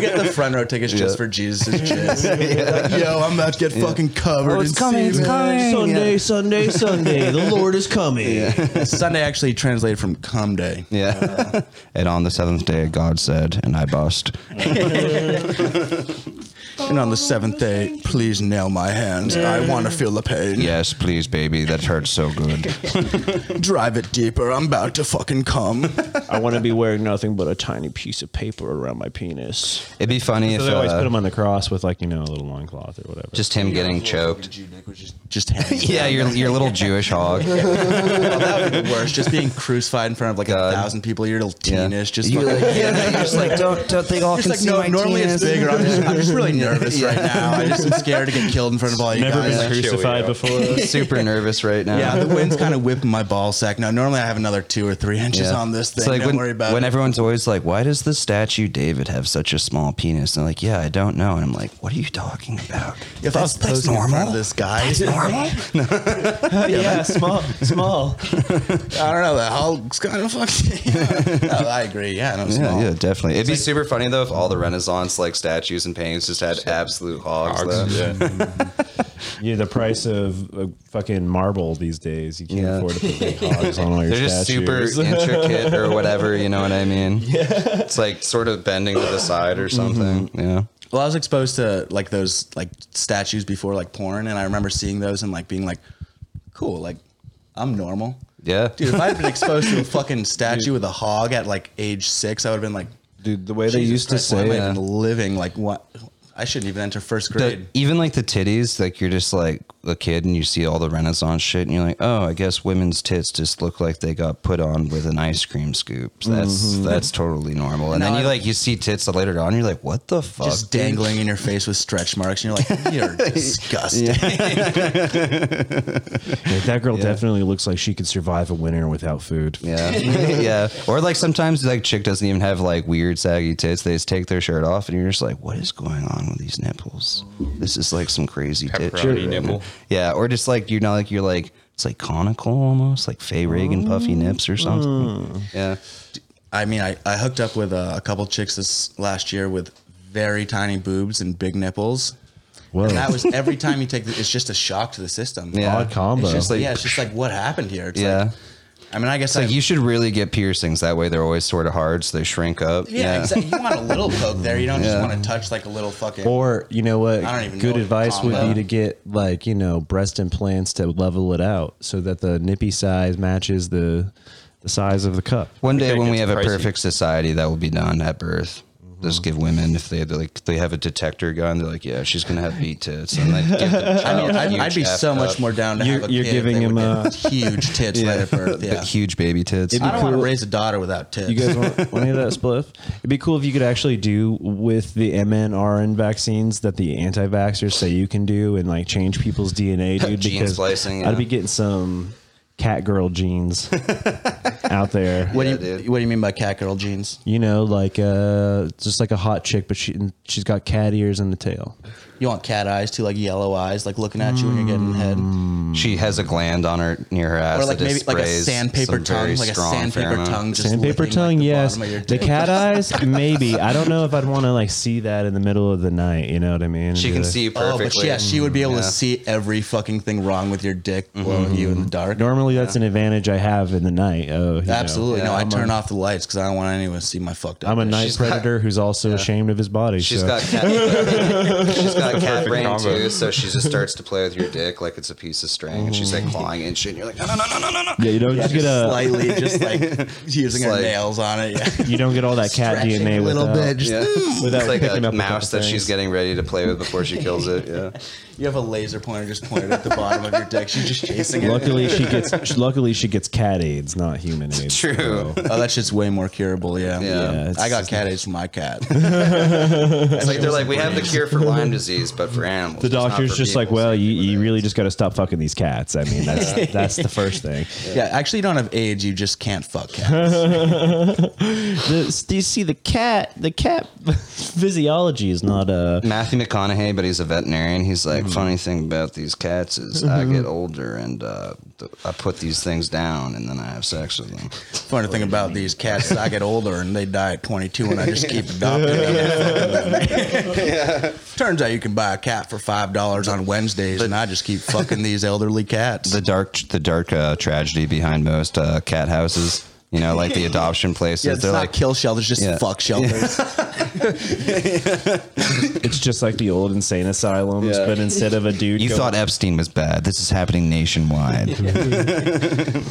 S1: get the front row tickets just for Jesus' jizz. Like, Yo, I'm about to get fucking covered. in semen.
S9: Sunday, Sunday, Sunday. The Lord is coming.
S1: Sunday actually translated from cum day.
S2: Yeah.
S1: Uh,
S2: and on the seventh day, God said, and I bust.
S1: And on the seventh day, please nail my hands. I want to feel the pain.
S2: Yes, please, baby. That hurts so good.
S1: Drive it deeper. I'm about to fucking cum.
S9: I want to be wearing nothing but a tiny piece of paper around my penis.
S2: It'd be funny if
S3: they always
S2: uh,
S3: put him on the cross with like you know a little loincloth or whatever.
S2: just him getting choked.
S1: Just hands.
S2: Yeah, your, your little Jewish hog.
S1: that would be worse. Just being crucified in front of like
S2: God.
S1: a thousand people. You're a little
S2: Yeah.
S1: teenish. Just
S2: You-
S1: fucking.
S2: yeah, you're just like, don't, don't think all
S1: Just like no, normally it's bigger. I'm just, I'm just really nervous right now. I just am scared to get killed in front of all you
S3: Never
S1: guys.
S3: been
S5: yeah.
S3: crucified
S5: Cheerio.
S3: before.
S2: Super nervous right now.
S1: Yeah, the wind's kind of whipping my ball sack. Now, normally I have another two or three inches
S2: Yeah.
S1: on this thing.
S2: It's like
S1: Don't
S2: when,
S1: worry about
S2: when
S1: it.
S2: everyone's always like, "Why does the statue David have such a small penis?" And they're like, "Yeah, I don't know." And I'm like, "What are you talking about?
S1: If I was
S2: that's
S1: posing in front
S2: normal.
S1: of this guy,
S2: normal."
S9: yeah, small, small.
S1: I don't know. The Hulk's kind of fucking. no, I agree. Yeah, no,
S2: Yeah,
S1: small.
S2: yeah, definitely. It'd be super funny though if all the Renaissance like statues and paintings just had absolute hogs. though.
S5: Hogs, yeah.
S3: yeah, the price of uh, fucking marble these days. You can't
S2: Yeah.
S3: afford to put big hogs on all your
S2: They're just super
S3: statues.
S2: intricate or whatever, you know what I mean? Yeah. Mm-hmm. It's like sort of bending to the side or something. Yeah.
S1: Well, I was exposed to like those like statues before like porn, and I remember seeing those and like being like, cool, like I'm normal.
S2: Yeah.
S1: Dude, if I had been exposed to a fucking statue with a hog at like age six, I would have been like,
S3: Dude, the way they
S1: Jesus
S3: used to
S1: Christ, why am
S3: say uh,
S1: I
S2: yeah.
S1: even living like what? I shouldn't even enter first
S2: The,
S1: grade.
S2: even like the titties, like you're just like a kid and you see all the Renaissance shit and you're like, oh, I guess women's tits just look like they got put on with an ice cream scoop. That's that's totally normal. And then
S1: No,
S2: you
S1: I-
S2: like you see tits later on, you're like, what the fuck?
S1: just
S2: dude?
S1: dangling in your face with stretch marks, and you're like, you're disgusting.
S3: Like, that girl definitely looks like she could survive a winter without food.
S2: Yeah. yeah. Or like sometimes like chick doesn't even have like weird saggy tits. They just take their shirt off and you're just like, what is going on with these nipples? This is like some crazy tit
S5: Pepperoni
S2: shit right
S5: nipple.
S2: now. Yeah. Or just like you're not like you're like it's like conical almost, like Faye Reagan puffy nips or something. Yeah.
S1: I mean, I, I hooked up with uh, a couple chicks this last year with very tiny boobs and big nipples.
S3: Whoa.
S1: And that was every time you take the, it's just a shock to the system.
S2: Yeah.
S3: Odd combo.
S1: It's just
S2: Like-
S1: like, yeah, it's just like what happened here. It's
S2: Yeah.
S1: Like, I mean, I guess I,
S2: Like you should really get piercings. That way they're always sort of hard, so they shrink up.
S1: yeah, Exactly. you want a little poke there. You don't
S2: Yeah.
S1: just want to touch like a little fucking.
S3: Or you know what?
S1: don't even
S3: Good
S1: know
S3: advice would
S1: combo.
S3: be to get like you know breast implants to level it out so that the nippy size matches the the size of the cup.
S2: One day
S5: Okay,
S2: when
S5: it
S2: we have
S5: gets
S2: a
S5: pricey.
S2: perfect society, that will be done at birth. Just give women if they like they have a detector gun, they're like, yeah, she's gonna have beat tits. And like, give the
S1: I mean,
S2: child
S1: I'd,
S2: huge
S1: I'd be
S2: F
S1: so
S2: up.
S1: much more down to
S3: You're-
S1: have a
S3: you're
S1: kid if
S3: giving
S1: they
S3: him,
S1: would
S3: uh,
S1: get huge tits right at birth.
S2: But
S1: Yeah.
S2: huge baby tits.
S1: I don't want
S3: cool.
S1: to raise a daughter without tits.
S3: You guys want, want to hear that spliff? It'd be cool if you could actually do with the MNRN vaccines that the anti-vaxxers say you can do, and like change people's DNA, dude.
S2: Gene
S3: because
S2: splicing, yeah.
S3: I'd be getting some cat girl genes out there.
S1: what,
S2: Yeah,
S1: do you,
S2: dude.
S1: what do you mean by cat girl jeans?
S3: You know, like uh, just like a hot chick, but she she's got cat ears and a tail.
S1: You want cat eyes too, like yellow eyes, like looking at you when you're getting head.
S2: She has a gland on her near her ass.
S1: or like
S2: that
S1: maybe
S2: just
S1: like a
S2: sprays
S1: sandpaper
S2: some very
S1: tongue, like a
S2: strong
S1: sandpaper
S2: pheromone.
S1: tongue, just
S3: Sandpaper
S1: licking,
S3: tongue,
S1: like, the
S3: yes.
S1: bottom of your
S3: The
S1: dick.
S3: cat eyes, maybe. I don't know if I'd want to like see that in the middle of the night. You know what I mean? And
S2: She
S3: be
S2: can
S3: like-
S2: see you
S1: Oh,
S2: perfectly.
S1: but yeah, she would be able
S2: Yeah. Mm-hmm.
S1: to see every fucking thing wrong with your dick blowing you in the dark.
S3: Normally, that's an advantage I have in the night. Oh, you know.
S1: Absolutely. no,
S2: Yeah,
S1: I
S2: I'm
S1: turn off the lights because I don't want anyone to see my fucked up.
S3: I'm a
S1: dick.
S3: night
S2: She's got-
S3: predator who's also ashamed of his body.
S2: She's
S3: so.
S2: got cat. she's got cat brain
S5: combo.
S2: too, so she just starts to play with your dick like it's a piece of string, and she's like clawing and shit. And you're like, no, no, no, no, no, no, no.
S3: yeah. You don't just get a
S1: slightly just like using her
S2: like-
S1: nails on it. Yeah.
S3: you don't get all that cat
S1: Stretching
S3: DNA
S1: a
S3: with uh,
S1: little bit.
S3: that.
S1: Just
S2: Yeah.
S3: Without
S2: it's like
S3: picking
S2: a
S3: up a
S2: mouse
S3: couple
S2: that she's
S3: things.
S2: getting ready to play with before she kills it. Yeah.
S1: You have a laser pointer just pointed at the bottom of your dick. She's just chasing it.
S3: Luckily, she gets. Luckily, she gets cat aids, not human aids.
S2: True.
S1: Oh, that shit's way more curable. Yeah.
S2: Yeah,
S3: it's
S1: I got
S3: just-
S1: cat AIDS from my cat.
S2: It's like they're like, we have the cure for Lyme disease, but for animals.
S3: The
S2: it's not
S3: doctor's
S2: for
S3: just like,
S2: people, so
S3: well, you,
S2: people
S3: you
S2: that-
S3: really just got to stop fucking these cats. I mean, that's that's the first thing.
S1: yeah. Actually, you don't have AIDS. You just can't fuck cats.
S9: The, do you see the cat? The cat physiology is not
S3: uh,
S9: a.
S2: Matthew McConaughey, but he's a veterinarian. He's like,
S3: Mm-hmm.
S2: funny thing about these cats is I get older and uh, th- I put these things down and then I have sex with them.
S1: Funny thing about these cats is I get older and they die at 22 and I just keep adopting them. Turns out you can buy a cat for $5 on Wednesdays and I just keep fucking these elderly cats.
S2: The dark, the dark uh, tragedy behind most uh, cat houses, you know, like the adoption places.
S1: yeah, it's
S2: they're
S1: not
S2: like,
S1: kill shelters, just
S2: Yeah.
S1: fuck shelters.
S3: It's just like the old insane asylums,
S2: Yeah.
S3: but instead of a dude,
S2: you
S3: going-
S2: thought Epstein was bad. This is happening nationwide.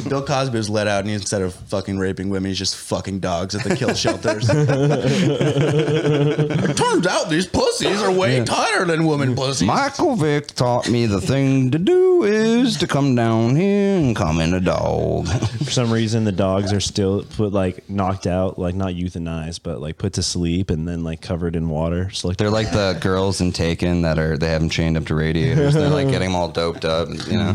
S1: Bill Cosby was let out and instead of fucking raping women, he's just fucking dogs at the kill shelters. Turns out these pussies are way tighter than women pussies.
S2: Michael Vick taught me the thing to do is to come down here and come in a dog.
S3: for some reason the dogs are still put like knocked out, like not euthanized, but like put to sleep and then like covered in water. So like
S2: They're like the girls in Taken that are they have them chained up to radiators. They're like getting them all doped up. And, you know,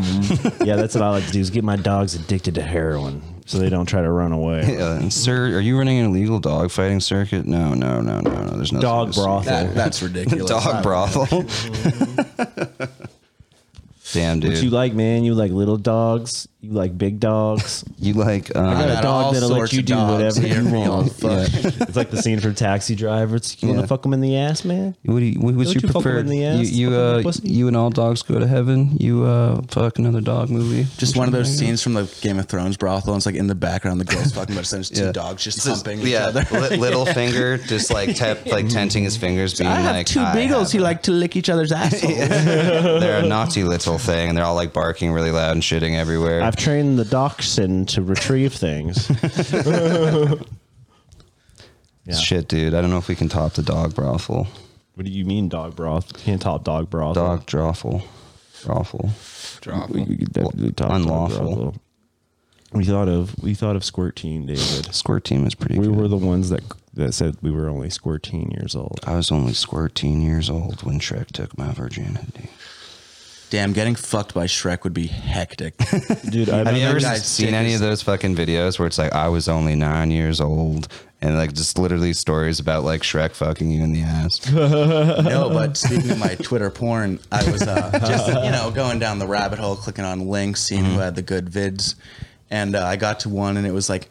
S3: yeah, that's what I like to do is get my dogs addicted to heroin so they don't try to run away.
S2: Yeah, and sir, are you running an illegal dog fighting circuit? No, no, no, no, no. There's no
S3: Dog brothel.
S1: That- that's ridiculous.
S2: Dog brothel. Damn, dude.
S3: What you
S2: You,
S3: like, man? You like little dogs? You like big dogs?
S2: like? Um,
S3: I got a
S1: all
S3: dog that'll let
S1: sorts
S3: you
S1: of
S3: do
S1: dogs
S3: whatever
S1: here,
S3: you
S1: you know,
S3: want.
S1: fuck.
S3: Yeah. It's like the scene from Taxi Driver. It's, you want
S2: Yeah.
S3: to fuck him in the ass, man?
S2: What do you, what, what's
S3: Don't
S2: your
S3: you fuck 'em
S2: preferred?
S3: in the ass?
S2: you, you,
S3: Fuck 'em in the
S2: uh,
S3: pussy?
S2: you and all dogs go to heaven. You uh, fuck another dog movie.
S1: Just one of those scenes from the Game of Thrones brothel. And it's like in the background, the girls fucking about there's two
S2: Yeah.
S1: dogs just
S2: Just-
S1: humping
S2: yeah,
S1: each other.
S2: li- little finger, just like te- like tenting his fingers, being like, "I have
S1: like to lick each other's assholes.
S2: it." They're a naughty little thing, and they're all like barking really loud and shitting everywhere.
S9: I've trained the dachshund to retrieve things.
S3: Yeah.
S2: Shit, dude, I don't know if we can top the dog brothel.
S3: What do you mean dog broth? Can't top dog broth.
S2: Dog brothel, brothel.
S9: we could definitely talk
S2: Unlawful.
S9: About
S3: We thought of we thought of squirteen, David.
S2: Squirt team is pretty
S3: We
S2: good.
S3: were the ones that that said we were only squirteen years old.
S2: I was only squirteen years old when Shrek took my virginity.
S1: Damn, getting fucked by Shrek would be hectic.
S3: Dude, I
S2: Have you ever
S1: that guy's
S2: seen
S1: dick
S2: any
S1: is-
S2: of those fucking videos where it's like I was only nine years old and like just literally stories about like Shrek fucking you in the ass?
S1: no, but speaking of my Twitter porn, I was uh, just you know going down the rabbit hole, clicking on links, seeing who had the good vids, and uh, I got to one, and it was like.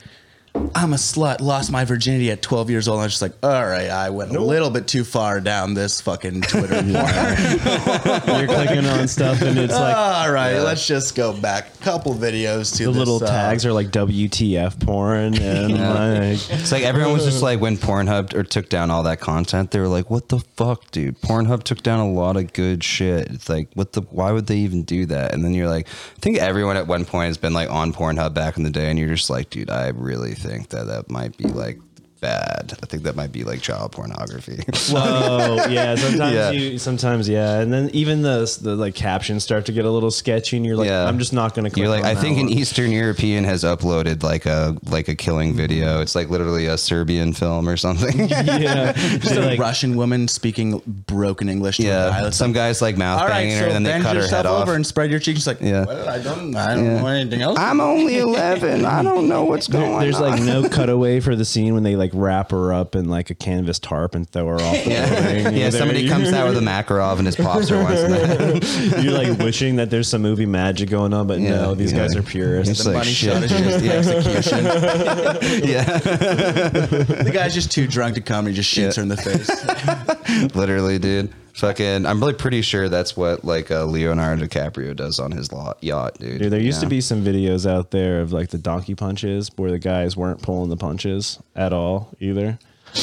S1: I'm a slut. Lost my virginity at 12 years old. And I was just like, all right, I went a little bit too far down this fucking Twitter. porn.
S3: you're clicking on stuff and it's like
S1: all right, let's just go back a couple videos to
S3: the
S1: this,
S3: little
S1: uh,
S3: tags are like WTF porn and like
S2: It's like everyone was just like when Pornhub or took down all that content, they were like, "What the fuck, dude? Pornhub took down a lot of good shit." It's like, what the? Why would they even do that? And then you're like, I think everyone at one point has been like on Pornhub back in the day, and you're just like, dude, I really think that that might be like bad. I think that might be like child pornography.
S3: Whoa, yeah. Sometimes
S2: Yeah.
S3: you, sometimes yeah, and then even the the like captions start to get a little sketchy, and you're like,
S2: Yeah.
S3: I'm just not going to.
S2: You're like,
S3: on
S2: I
S3: that
S2: think an
S3: one."
S2: Eastern European has uploaded like a like a killing video. It's like literally a Serbian film or something.
S3: yeah,
S1: Just a
S3: Like,
S1: Russian woman speaking broken English to a guy.
S2: yeah,
S1: It's
S2: some
S1: like,
S2: guys like mouth
S1: All right,
S2: banging her,
S1: so
S2: and then they
S1: bend
S2: cut her
S1: yourself
S2: head off.
S1: over and spread your cheeks. She's like,
S2: Yeah.
S1: well, I don't, I don't
S2: Yeah.
S1: want anything else.
S2: I'm only 11. I don't know what's going
S3: there's like no cutaway for the scene when they like wrap her up in like a canvas tarp and throw her off. The
S2: yeah,
S3: building.
S2: yeah
S3: There-
S2: somebody comes out with a Makarov and his pops her once. in the head.
S3: You're like wishing that there's some movie magic going on, but
S2: Yeah,
S3: no, these
S2: yeah.
S3: guys are
S2: It's
S3: purists.
S2: like
S1: Bunny shot is
S2: shit.
S1: just the execution.
S2: yeah,
S1: the guy's just too drunk to come and he just shoots
S2: Yeah.
S1: her in the face.
S2: literally, dude. Fucking, I'm really pretty sure that's what like uh, Leonardo DiCaprio does on his lot, yacht, dude.
S3: Dude, there used to
S2: Yeah.
S3: be some videos out there of like the donkey punches where the guys weren't pulling the punches at all either.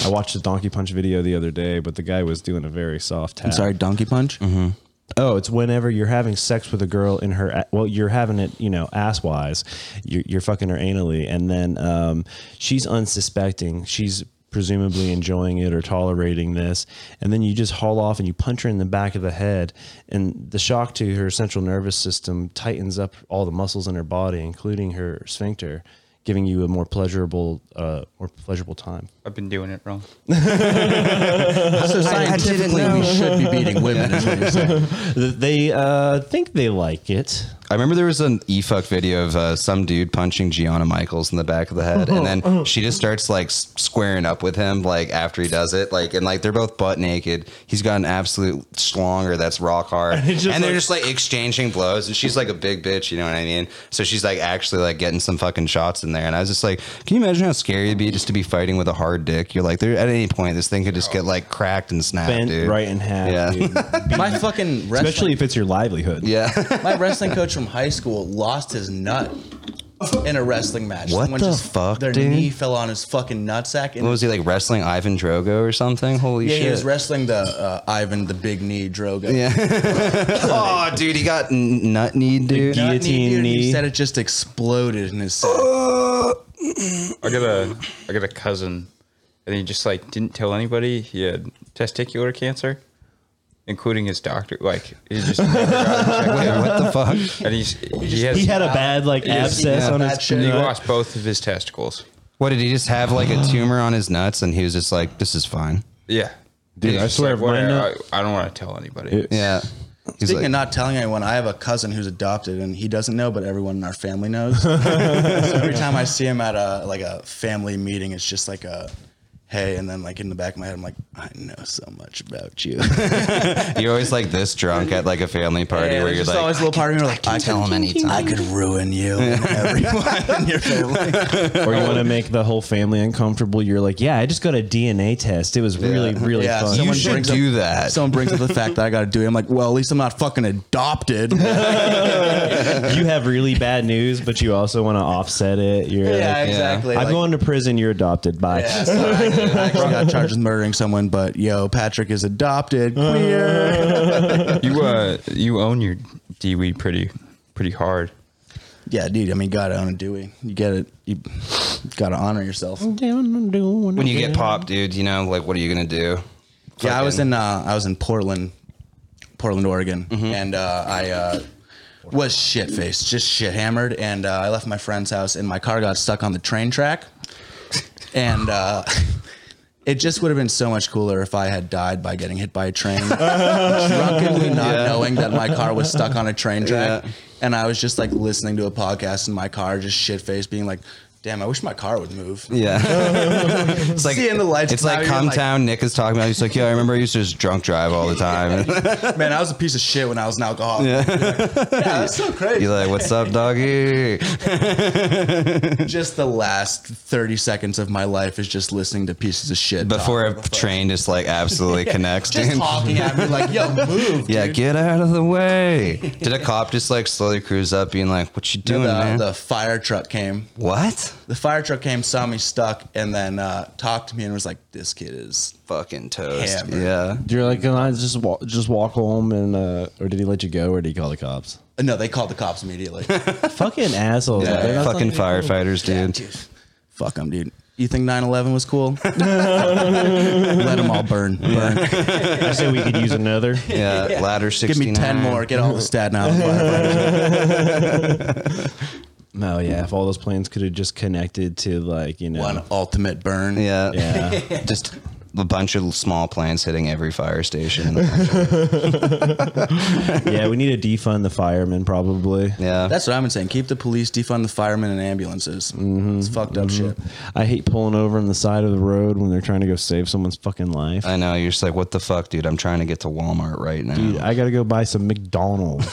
S3: I watched a donkey punch video the other day, but the guy was doing a very soft tap.
S1: donkey punch.
S2: Mm-hmm.
S3: Oh, it's whenever you're having sex with a girl in her, a- well, you're having it, you know, ass wise, you're, you're fucking her anally, and then um, she's unsuspecting. She's presumably enjoying it or tolerating this, and then you just haul off and you punch her in the back of the head, and the shock to her central nervous system tightens up all the muscles in her body, including her sphincter, giving you a more pleasurable, uh, more pleasurable time.
S5: I've been doing it wrong.
S1: So scientifically, we should be beating women. Is what you're saying.
S3: Th- They uh, think they like it.
S2: I remember there was an e fuck video of uh, some dude punching Gianna Michaels in the back of the head, and
S3: Uh-huh.
S2: then she just starts like s- squaring up with him, like after he does it, like and like they're both butt naked. He's got an absolute schlonger that's rock hard, and,
S3: it's just
S2: they're
S3: like-
S2: just like exchanging blows, and she's like a big bitch, you know what I mean? So she's like actually like getting some fucking shots in there, and I was just like, can you imagine how scary it'd be just to be fighting with a hard dick? You're like, there at any point this thing could just get like cracked and snapped,
S3: Bent
S2: dude.
S3: right in half.
S2: Yeah.
S3: dude.
S1: My fucking wrestling,
S9: especially if it's your livelihood.
S2: Yeah.
S1: my wrestling coach from high school lost his nut in a wrestling match.
S2: What the
S1: just,
S2: fuck,
S1: Their
S2: dude?
S1: knee fell on his fucking nutsack. And
S2: What was he like wrestling Ivan Drogo or something? Holy
S1: yeah,
S2: shit!
S1: he was wrestling the uh, Ivan the Big Knee Drogo.
S2: Yeah. oh, dude, he got n- nut kneed, dude.
S1: Nut knee,
S3: Guillotine
S1: dude,
S3: knee.
S1: He said it just exploded in his. sack.
S5: I got a I got a cousin, and he just like didn't tell anybody he had testicular cancer, including his doctor. Like he just never got it checked
S2: Wait,
S5: out.
S2: what the fuck?
S5: and he's he, has,
S9: He had a bad like abscess
S1: yeah,
S9: on
S1: bad
S9: his
S1: shit.
S5: he
S1: No.
S5: lost both of his testicles.
S2: What did he just have like a tumor on his nuts and he was just like, this is fine?
S5: Yeah,
S3: Dude,
S5: He's
S3: I
S5: just
S3: swear
S5: like,
S3: if mine
S5: "Whatever,
S3: not-
S5: I, I don't want to tell anybody.
S2: Yeah. He's
S1: Speaking
S2: like,
S1: of not telling anyone, I have a cousin who's adopted, and he doesn't know, but everyone in our family knows. so every time I see him at a like a family meeting, it's just like a hey, and then like in the back of my head, I'm like, I know so much about you.
S2: you're always like this drunk at like a family party
S1: Yeah,
S2: where
S1: there's
S2: you're
S1: just
S2: like,
S1: always a little part of me where, like, I
S2: can tell him anytime.
S1: I could ruin you and everyone in your family.
S3: or you want to make the whole family uncomfortable. You're like, yeah, I just got a DNA test. It was really, really
S1: Yeah,
S3: fun.
S2: you
S1: someone
S2: should
S1: brings up-
S2: do that.
S1: Someone brings up the fact that I got to do it. I'm like, well, at least I'm not fucking adopted.
S3: you have really bad news, but you also want to offset it. You're like,
S2: exactly,
S3: I'm going to prison. You're adopted. Bye.
S1: Yeah, so I I actually got charged with murdering someone, but yo, Patrick is adopted. Queer.
S5: You uh, you own your D weed pretty pretty hard.
S1: yeah, dude. I mean, gotta own a Dewey. You get it. You gotta honor yourself.
S2: when you get popped, dude, you know, like, what are you going to do?
S1: Yeah, I was
S2: Fucking- Mm-hmm.
S1: in uh, I was in Portland, Portland, Oregon, and uh, I uh, was shit faced, just shit hammered, and uh, I left my friend's house, and my car got stuck on the train track, and. Uh, It just would have been so much cooler if I had died by getting hit by a train, drunkenly not knowing that my car was stuck on a train track,
S2: Yeah.
S1: and I was just like listening to a podcast in my car, just shit faced, being like, "Damn, I wish my car would move."
S2: Yeah. it's like,
S1: Seeing the lights
S2: it's like
S1: now, you're
S2: Comtown
S1: like-
S2: Nick is talking about. He's like, yeah, I remember I used to just drunk drive all the time.
S1: Man, I was a piece of shit when I was an alcoholic. yeah that's so crazy.
S2: you're like, what's up, doggy?
S1: just the last 30 seconds of my life is just listening to pieces of shit
S2: Before
S1: talk.
S2: a train just like absolutely connects,
S1: just
S2: dude.
S1: talking at me like yo move
S2: Yeah, get out of the way. Did a cop just like slowly cruise up, being like, "What you doing,
S1: the,
S2: man?
S1: the fire truck came
S2: what?
S1: the fire truck came saw me stuck and then uh, talked to me and was like this kid is
S2: Fucking toast."
S1: Hammered.
S2: Yeah,
S3: You're like, "Can I just walk, just walk home and, uh, or did he let you go or did he call the cops?
S1: no they called the cops immediately
S3: Fucking assholes.
S2: Yeah,
S3: Like, they're not
S2: fucking
S3: fucking-
S2: firefighters, dude.
S1: dude fuck them dude you think 9-11 was cool let them all burn, burn.
S3: I say we could use another.
S2: Yeah, ladder
S1: give me
S2: sixty nine.
S1: 10 more get all the Staten Island firefighters
S3: No, Oh, yeah. If all those planes could have just connected to like, you know,
S1: one ultimate burn
S2: Yeah,
S3: yeah.
S2: just a bunch of small planes hitting every fire station.
S3: yeah, we need to defund the firemen probably.
S2: Yeah,
S1: That's what I've been saying. Keep the police, defund the firemen and ambulances. It's fucked up shit.
S3: I hate pulling over on the side of the road when they're trying to go save someone's fucking life.
S2: I know. You're just like, "What the fuck, dude? I'm trying to get to Walmart right now."
S3: Dude, I gotta go buy some McDonald's.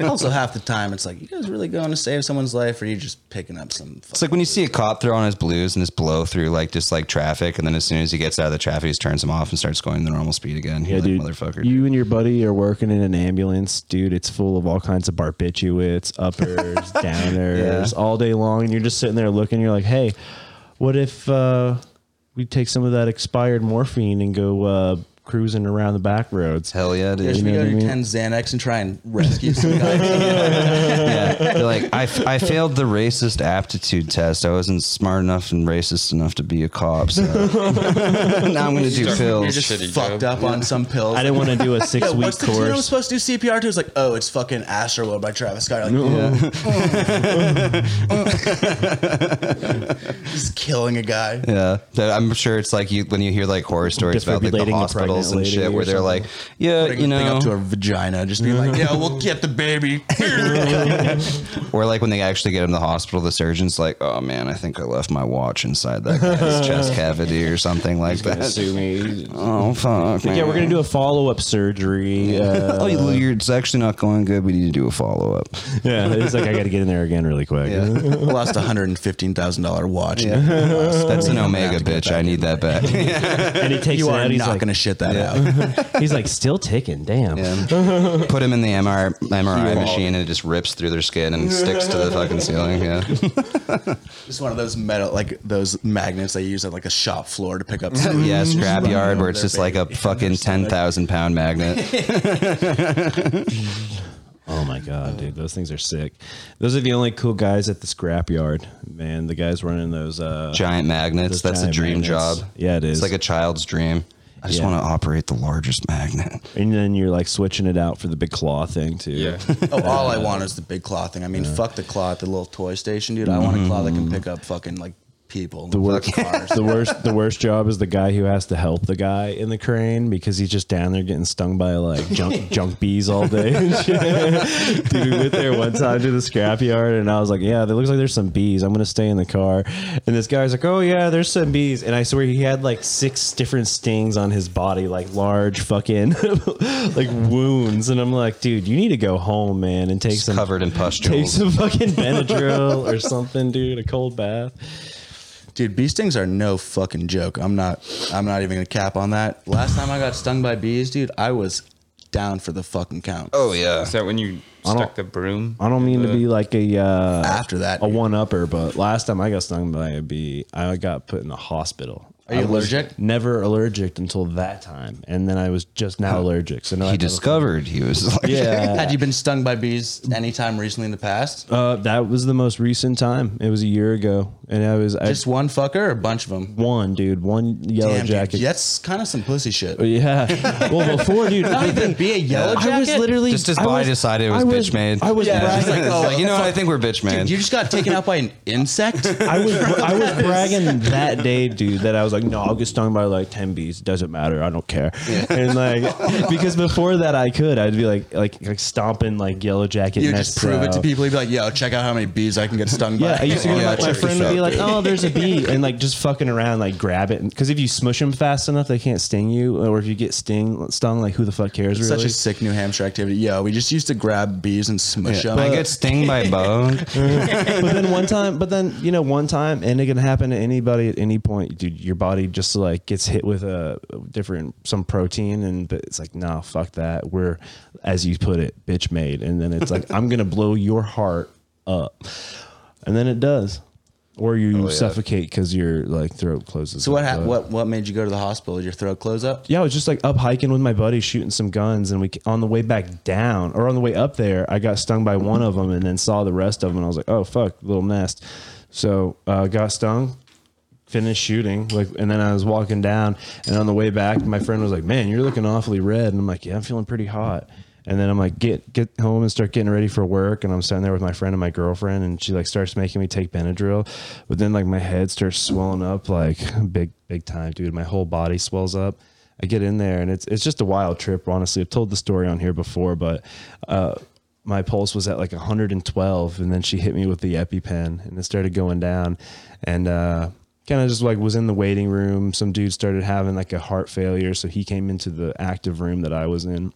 S1: also half the time it's like you guys really going to save someone's life or you just picking up some
S2: It's like when you see a cop throw on his blues and just blow through like just like traffic, and then as soon as he gets out of the traffic, he just turns him off and starts going the normal speed again. You're
S3: Yeah,
S2: like,
S3: dude.
S2: motherfucker.
S3: You and your buddy are working in an ambulance, dude. It's full of all kinds of barbiturates, uppers, downers, all day long, and you're just sitting there looking. You're like, hey, what if uh, we take some of that expired morphine and go uh, cruising around the back roads.
S2: Hell yeah, dude.
S1: Should we
S3: know
S1: go
S3: what I
S1: to 10
S3: mean?
S1: Xanax and try and rescue some guy?
S2: Yeah. They're like, I, f- I failed the racist aptitude test. I wasn't smart enough and racist enough to be a cop. So now I'm going to do
S5: You're
S2: pills.
S5: just shitty,
S1: fucked
S5: Joe.
S1: up on some pills.
S10: I didn't want to do a six
S1: Yo,
S10: week
S1: what's the tune I'm
S10: course.
S1: supposed to do CPR to? It's like, oh, it's fucking Astroworld by Travis Scott. You're Like, he's killing a guy.
S2: Yeah, That- I'm sure it's like you when you hear like horror stories about like
S3: Defibrillating
S2: the
S3: a pregnant
S2: hospitals and
S3: lady
S2: shit,
S3: or
S2: where they're like,
S3: something.
S2: yeah, you
S1: Bring a thing
S2: know,
S1: up to her vagina, just be like, yeah, we'll get the baby.
S2: or like when they actually get him to the hospital, the surgeon's like, oh man, I think I left my watch inside that guy's chest cavity or something like
S3: Gonna
S2: that.
S3: sue me.
S2: Oh fuck,
S3: Yeah, we're gonna do a follow up surgery. Uh,
S2: Oh, you- you're, it's actually not going good. We need to do a follow up.
S3: yeah, it's like I got to get in there again really quick.
S2: Yeah.
S1: I lost a hundred and fifteen thousand dollar watch.
S2: That's an omega bitch. I need that back.
S3: And he takes
S1: You
S3: it
S1: are
S3: out. He's
S1: not
S3: like,
S1: gonna shit that out.
S10: He's like, still ticking. Damn.
S2: Yeah. Put him in the MRI, MRI machine and it just rips through their skin and sticks to the fucking ceiling. Yeah.
S1: Just one of those metal, like those magnets they use on like a shop floor to pick up. Some
S2: Yeah, scrap yard where it's just like a fucking 10,000 pound magnet.
S3: Oh my god, dude, those things are sick. Those are the only cool guys at the scrapyard. Man, the guys running those uh
S2: Giant magnets.
S3: Those
S2: That's a
S3: giant
S2: dream
S3: magnets.
S2: job.
S3: Yeah, it
S2: It's
S3: is.
S2: like a child's dream. I just
S3: Yeah.
S2: want to operate the largest magnet.
S3: and then you're like switching it out for the big claw thing too.
S5: Yeah.
S1: oh, all I want is the big claw thing. I mean, fuck the claw at the little toy station, dude. I want a claw that can pick up fucking like people, the
S3: work-
S1: cars.
S3: The worst the worst job is the guy who has to help the guy in the crane because he's just down there getting stung by like junk junk bees all day. and shit. Dude, we went there one time to the scrapyard and I was like, Yeah, there looks like there's some bees. I'm gonna stay in the car. And this guy's like, Oh yeah, there's some bees. And I swear he had like six different stings on his body, like large fucking like wounds. And I'm like, dude, you need to go home, man, and take
S2: It's
S3: some
S2: covered in
S3: take
S2: pustules.
S3: some fucking Benadryl or something, dude, a cold bath.
S1: Dude, bee stings are no fucking joke. I'm not. I'm not even gonna cap on that. Last time I got stung by bees, dude, I was down for the fucking count.
S2: Oh, yeah.
S5: Is that when you stuck the broom?
S3: I don't mean to
S5: The-
S3: be like a uh,
S1: After that,
S3: a
S1: dude.
S3: one upper, but last time I got stung by a bee, I got put in the hospital.
S1: Are you
S3: I was
S1: allergic?
S3: Never allergic until that time, and then I was just now allergic. So now I
S2: He
S3: have a-
S2: discovered he was like,
S3: Yeah,
S1: Had you been stung by bees anytime recently in the past?
S3: uh, that was the most recent time. It was a year ago, and I was I
S1: Just one fucker or a bunch of them?
S3: one dude, one yellow
S1: Damn,
S3: jacket. Oh,
S1: dude, that's kind of some pussy shit.
S3: Yeah. Well, before, dude,
S1: Not even be a yellow jacket.
S3: I was literally
S2: just his
S3: I
S2: body
S3: was-
S2: decided it
S3: I
S2: was, bitch made.
S3: I was
S1: Yeah,
S3: bragging.
S1: just like, oh,
S2: Like, you know what? I think we're bitch made.
S1: you just got taken out by an insect.
S3: I was I was bragging that day, dude, that I was like, no, I'll get stung by like ten bees. It doesn't matter. I don't care. And like because before that I could, I'd be like like like stomping like yellow jacket.
S1: You just
S3: nests
S1: prove it to
S3: out.
S1: people. You'd be like, "Yo, check out how many bees I can get stung by."
S3: Yeah, I used to go to
S2: Yeah,
S3: like, my
S2: check
S3: friend
S2: this
S3: would be
S2: out,
S3: like, "Oh, there's a bee," and like just fucking around, like grab it. Because if you smush them fast enough, they can't sting you. Or if you get sting stung, like who the fuck cares?
S1: Such
S3: Really?
S1: a sick New Hampshire activity. Yo, we just used to grab bees and smush them.
S2: I get sting by bone.
S3: but then one time, but then you know, one time, and it can happen to anybody at any point, dude. Your body just like gets hit with a different some protein, and but it's like, nah, fuck that. We're, as you put it, bitch made, and then it's like, I'm gonna blow your heart up, and then it does, or you suffocate because your like throat
S1: Oh,
S3: closes.
S1: so what?
S3: up,
S1: Ha-
S3: but-
S1: what? What made you go to the hospital? Did your throat close up?
S3: yeah, I was just like up hiking with my buddy, shooting some guns, and we on the way back down or on the way up there, I got stung by one of them, and then saw the rest of them, and I was like, oh fuck, little nest. So uh, got stung, finished shooting, like, and then I was walking down, and on the way back, my friend was like, man, you're looking awfully red, and I'm like, yeah, I'm feeling pretty hot. And then I'm like, get get home and start getting ready for work. And I'm standing there with my friend and my girlfriend, and she like starts making me take Benadryl, but then like my head starts swelling up like big big time, dude. My whole body swells up. I get in there, and it's it's just a wild trip. Honestly, I've told the story on here before, but uh, my pulse was at like 112, and then she hit me with the EpiPen, and it started going down, and. uh kind of just like was in the waiting room some dude started having like a heart failure so he came into the active room that i was in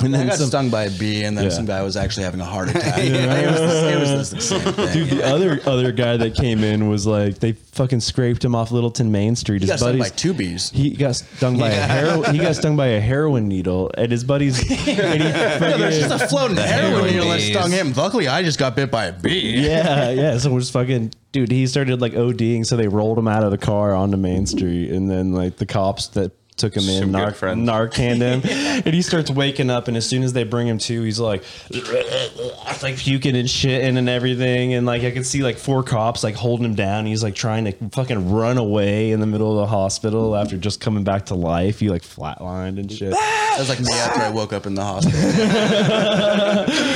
S3: and
S1: I
S3: then
S1: got
S3: some,
S1: stung by a bee, and then
S3: Yeah.
S1: some guy was actually having a heart attack. it, was the, it was the same thing.
S3: Dude, the other other guy that came in was like they fucking scraped him off Littleton Main Street.
S1: He
S3: His
S1: got stung by
S3: buddies-
S1: two bees.
S3: He got stung by a hero, he got stung by a heroin needle, and his buddies. and he
S1: There's
S3: friggin-
S1: just a floating heroin
S2: heroin
S1: needle that
S2: bees.
S1: stung him. Luckily, I just got bit by a bee.
S3: yeah, yeah. So we're just fucking, dude. He started like ODing, so they rolled him out of the car onto Main Street, and then like the cops that took him
S5: Some
S3: in,
S5: good
S3: Nar-
S5: friends.
S3: Narcaned him, and he starts waking up. And as soon as they bring him to, he's like, like puking and shitting and everything. And like I could see like four cops like holding him down. He's like trying to fucking run away in the middle of the hospital after just coming back to life. He like flatlined and shit.
S1: That was like me after I woke up in the hospital.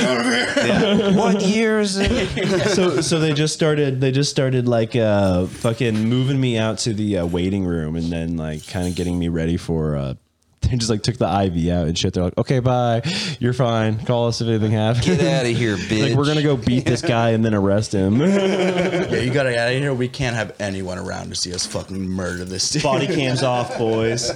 S8: what year is it?
S3: so so they just started they just started like uh fucking moving me out to the uh, waiting room and then like kind of getting me ready for uh they just like took the IV out and shit. They're like, okay, bye. You're fine. Call us if anything happens.
S2: Get outta here,
S3: like, we're
S2: bitch.
S3: going to go beat this guy and then arrest him.
S1: yeah, you gotta get out of here. We can't have anyone around to see us fucking murder this dude.
S3: Body cams off, boys.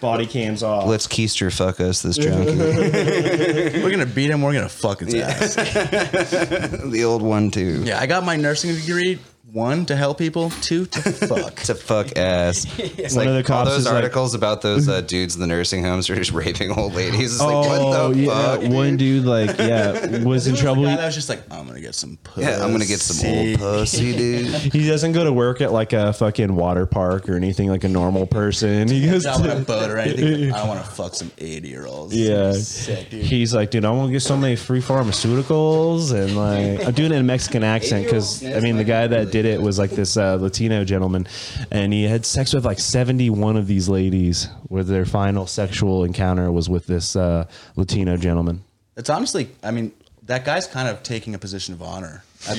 S3: Body cams off.
S2: Let's keister fuck us this junkie.
S1: We're gonna beat him. We're gonna fuck his ass.
S2: the old one too.
S1: Yeah, I got my nursing degree. One to help people. Two to fuck.
S2: To fuck ass. It's
S3: One
S2: like
S3: of the cops
S2: all those
S3: is like-
S2: articles about those uh, dudes in the nursing homes who are just raping old ladies. It's like,
S3: oh,
S2: what the
S3: yeah.
S2: fuck?
S3: One dude, like, yeah, was in trouble.
S1: Guy that was just like, I'm gonna get some pussy.
S2: Yeah, I'm gonna get some old pussy, dude.
S3: He doesn't go to work at like a fucking water park or anything like a normal person. He goes
S1: I don't want
S3: to
S1: to boat or anything. I want to fuck some 80 year olds.
S3: Yeah.
S1: Sick, dude.
S3: He's like, dude, I want to get so many free pharmaceuticals. And like, I'm doing it in a Mexican accent because, I mean, the guy that did it was like this uh, Latino gentleman. And he had sex with like 71 of these ladies, where their final sexual encounter was with this uh, Latino gentleman.
S1: It's honestly, I mean, that guy's kind of taking a position of honor. At that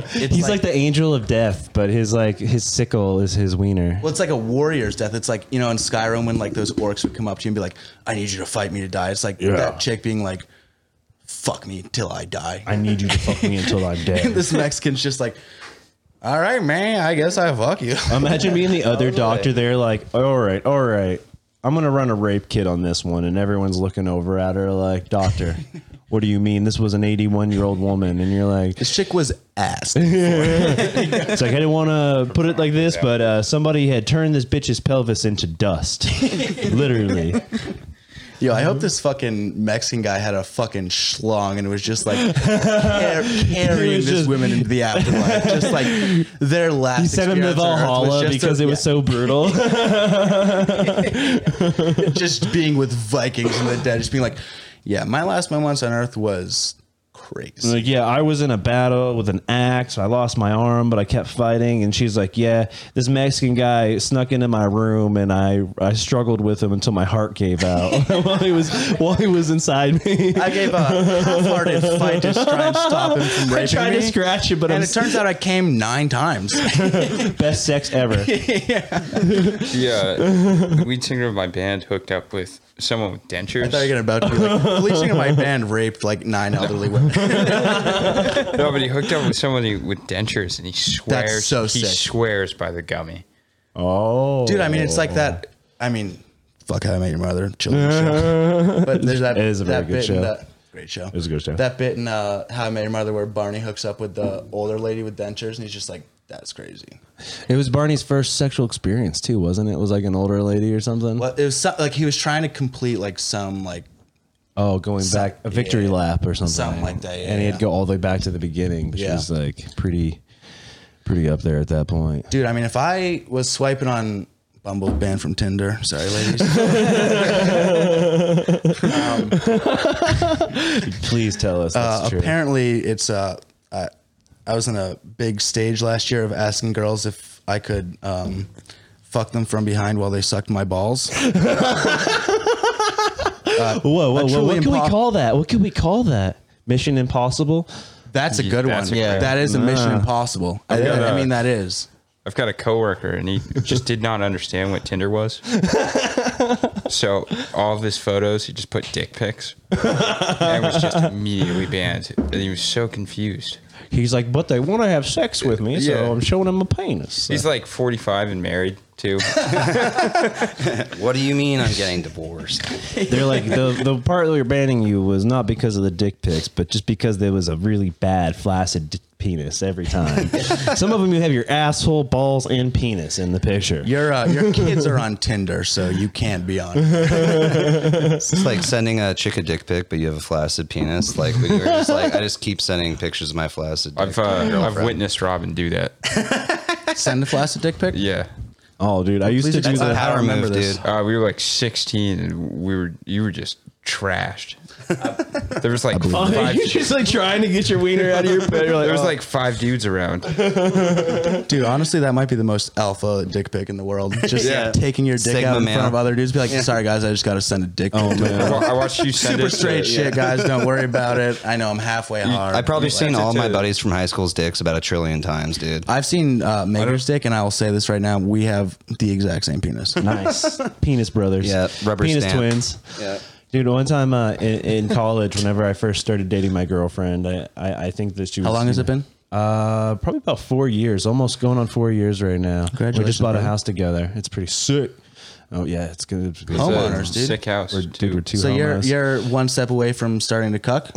S1: point. It's
S3: He's like, the angel of death, but his like his sickle is his wiener.
S1: Well, it's like a warrior's death. It's like you know in Skyrim when like those orcs would come up to you and be like, "I need you to fight me to die." It's like that chick being like, "Fuck me till I die."
S3: I need you to fuck me until I'm dead.
S1: And this Mexican's just like, "All right, man, I guess I fuck you."
S3: Imagine being the other doctor there, like, all right, all right, I'm gonna run a rape kit on this one, and everyone's looking over at her like, doctor, what do you mean? This was an 81 year old woman, and you're like,
S1: this chick was ass.
S3: it's like I didn't want to put it like this, but uh, somebody had turned this bitch's pelvis into dust, literally.
S1: Yo, I hope this fucking Mexican guy had a fucking schlong and was just like car-
S3: He
S1: carrying
S3: was
S1: this
S3: just-
S1: women into the afterlife. just like their last.
S3: He sent him to
S1: experience on Earth
S3: Valhalla
S1: just
S3: because
S1: a-
S3: it was so brutal.
S1: just being with Vikings and the dead, just being like, yeah, my last moments on Earth was crazy.
S3: Like, yeah, I was in a battle with an axe. I lost my arm, but I kept fighting. And she's like, yeah, this Mexican guy snuck into my room, and I I struggled with him until my heart gave out while he was while he was inside me.
S1: I gave a half-hearted fight to try and stop him from
S3: I
S1: raping
S3: tried to
S1: me,
S3: scratch it, but I'm
S1: and it turns out I came nine times.
S3: best sex ever.
S5: Yeah, lead singer of my band hooked up with someone with dentures.
S1: I thought you were about to be like, police in my band raped like nine elderly women.
S5: no, but he hooked up with somebody with dentures, and he swears.
S1: so
S5: he
S1: sick.
S5: swears by the gummy.
S3: Oh,
S1: dude. I mean, it's like that. I mean, fuck how I met your mother, children's show. But there's that.
S3: It is a very
S1: that
S3: good
S1: bit in
S3: show.
S1: That, great show. It
S3: was a good show.
S1: That bit in uh, How I Met Your Mother where Barney hooks up with the older lady with dentures, and he's just like, "That's crazy."
S3: It was Barney's first sexual experience too, wasn't it? It was like an older lady or something.
S1: Well, it was so, like he was trying to complete like some like
S3: Oh, going back a victory
S1: yeah.
S3: lap or something,
S1: Something like that, yeah,
S3: and he'd
S1: yeah.
S3: go all the way back to the beginning. But she
S1: Yeah.
S3: was like pretty, pretty up there at that point.
S1: dude. I mean, if I was swiping on Bumble banned from Tinder, sorry, ladies.
S3: Please tell us that's
S1: Uh,
S3: true.
S1: apparently it's uh I, I was on a big stage last year of asking girls if I could um fuck them from behind while they sucked my balls.
S3: whoa, whoa, whoa!
S1: truly
S3: What can we
S1: impos-
S3: call that? What can we call that? Mission Impossible.
S1: That's a good
S5: that's
S1: one.
S5: a
S1: yeah,
S5: great
S1: that is a Mission
S3: Ah.
S1: Impossible. I,
S5: got
S1: I
S5: a-
S1: mean, that is.
S5: I've got a coworker, and he just did not understand what Tinder was. so all of his photos, he just put dick pics, and was just immediately banned. And he was so confused.
S3: He's like, but they want to have sex with me,
S5: Yeah.
S3: so I'm showing them a penis.
S5: He's like 45 and married too.
S2: What do you mean I'm getting divorced?
S3: They're like, the the part that we were banning you was not because of the dick pics, but just because there was a really bad flaccid d- penis every time. Some of them you have your asshole, balls, and penis in the picture.
S1: Your uh, your kids are on Tinder, so you can't be on. it.
S2: It's like sending a chick a dick pic, but you have a flaccid penis. Like we were just like, I just keep sending pictures of my flaccid. Dick
S5: I've uh, I've witnessed Robin do that.
S1: Send a flaccid dick pic.
S5: Yeah,
S3: Oh, dude, I used to do
S2: That's a
S3: that.
S2: power move,
S1: this.
S2: dude.
S5: Uh, we were like 16, and we were you were just trashed. there was like five.
S9: You're just like trying to get your wiener out of your bed. You're like,
S5: there was
S9: oh.
S5: like five dudes around.
S1: Dude, honestly, that might be the most alpha dick pic in the world. Just
S2: Yeah.
S1: taking your dick
S2: Sigma
S1: out in
S2: male.
S1: front of other dudes, be like, "Sorry guys, I just got to send a dick."
S3: Oh
S5: I
S3: man,
S5: wa- I watched you send
S1: super
S5: it to-
S1: straight shit, guys. Don't worry about it. I know I'm halfway hard.
S2: I've probably seen all my
S5: to-
S2: buddies from high school's dicks about a trillion times, dude.
S1: I've seen uh, Maker's dick, and I will say this right now: we have the exact same penis.
S3: nice penis brothers.
S2: Yeah, rubber
S3: penis
S2: stamp.
S3: twins. Yeah. Dude, one time uh, in, in college, whenever I first started dating my girlfriend, I, I, I think that she was.
S1: How long has it been?
S3: Uh, probably about four years, almost going on four years right now. We
S1: Congratulations,
S3: just bought a
S1: bro.
S3: house together. It's pretty sick. Oh yeah, it's gonna be
S5: It's a
S1: Homeowners, dude.
S5: uh, Sick house.
S3: We're, dude, we're two
S1: So you're
S3: homos.
S1: you're one step away from starting to cuck.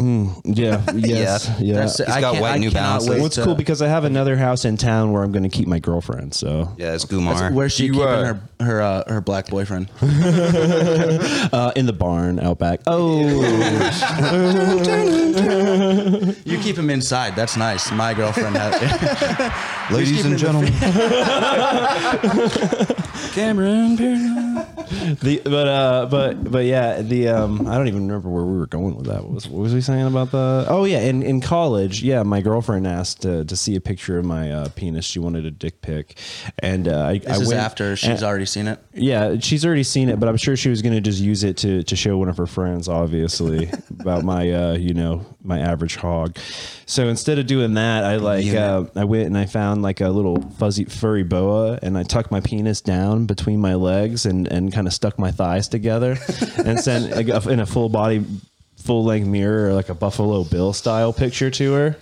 S3: yeah, yes,
S2: Mm, Yeah.
S3: yeah.
S1: That's- I
S2: got
S1: can't-
S2: white
S1: I
S2: New
S1: cannot
S2: Balances.
S1: wait
S2: Well,
S3: What's
S1: to-
S3: cool because I have another house in town where I'm going to keep my girlfriend. So
S2: yeah, it's Gumar.
S1: where's she
S5: You,
S1: keeping
S5: uh,
S1: her her uh, her black boyfriend?
S3: uh, in the barn out back. Oh,
S1: You keep him inside. That's nice. My girlfriend. Has,
S2: Ladies and gentlemen. Cameron
S3: the but uh but but yeah the um I don't even remember where we were going with that. What was what was we saying about the? Oh yeah, in in college, yeah, my girlfriend asked to, to see a picture of my uh, penis. She wanted a dick pic, and uh, I, I
S1: this is
S3: went-
S1: after she's
S3: and-
S1: already seen it.
S3: Yeah, she's already seen it, but I'm sure she was going to just use it to to show one of her friends, obviously, about my uh, you know, my average hog. So instead of doing that, I like uh, I went and I found like a little fuzzy furry boa, and I tucked my penis down between my legs and and kind of stuck my thighs together, and sent like, a, in a full body. Full length mirror, or like a Buffalo Bill style picture to her,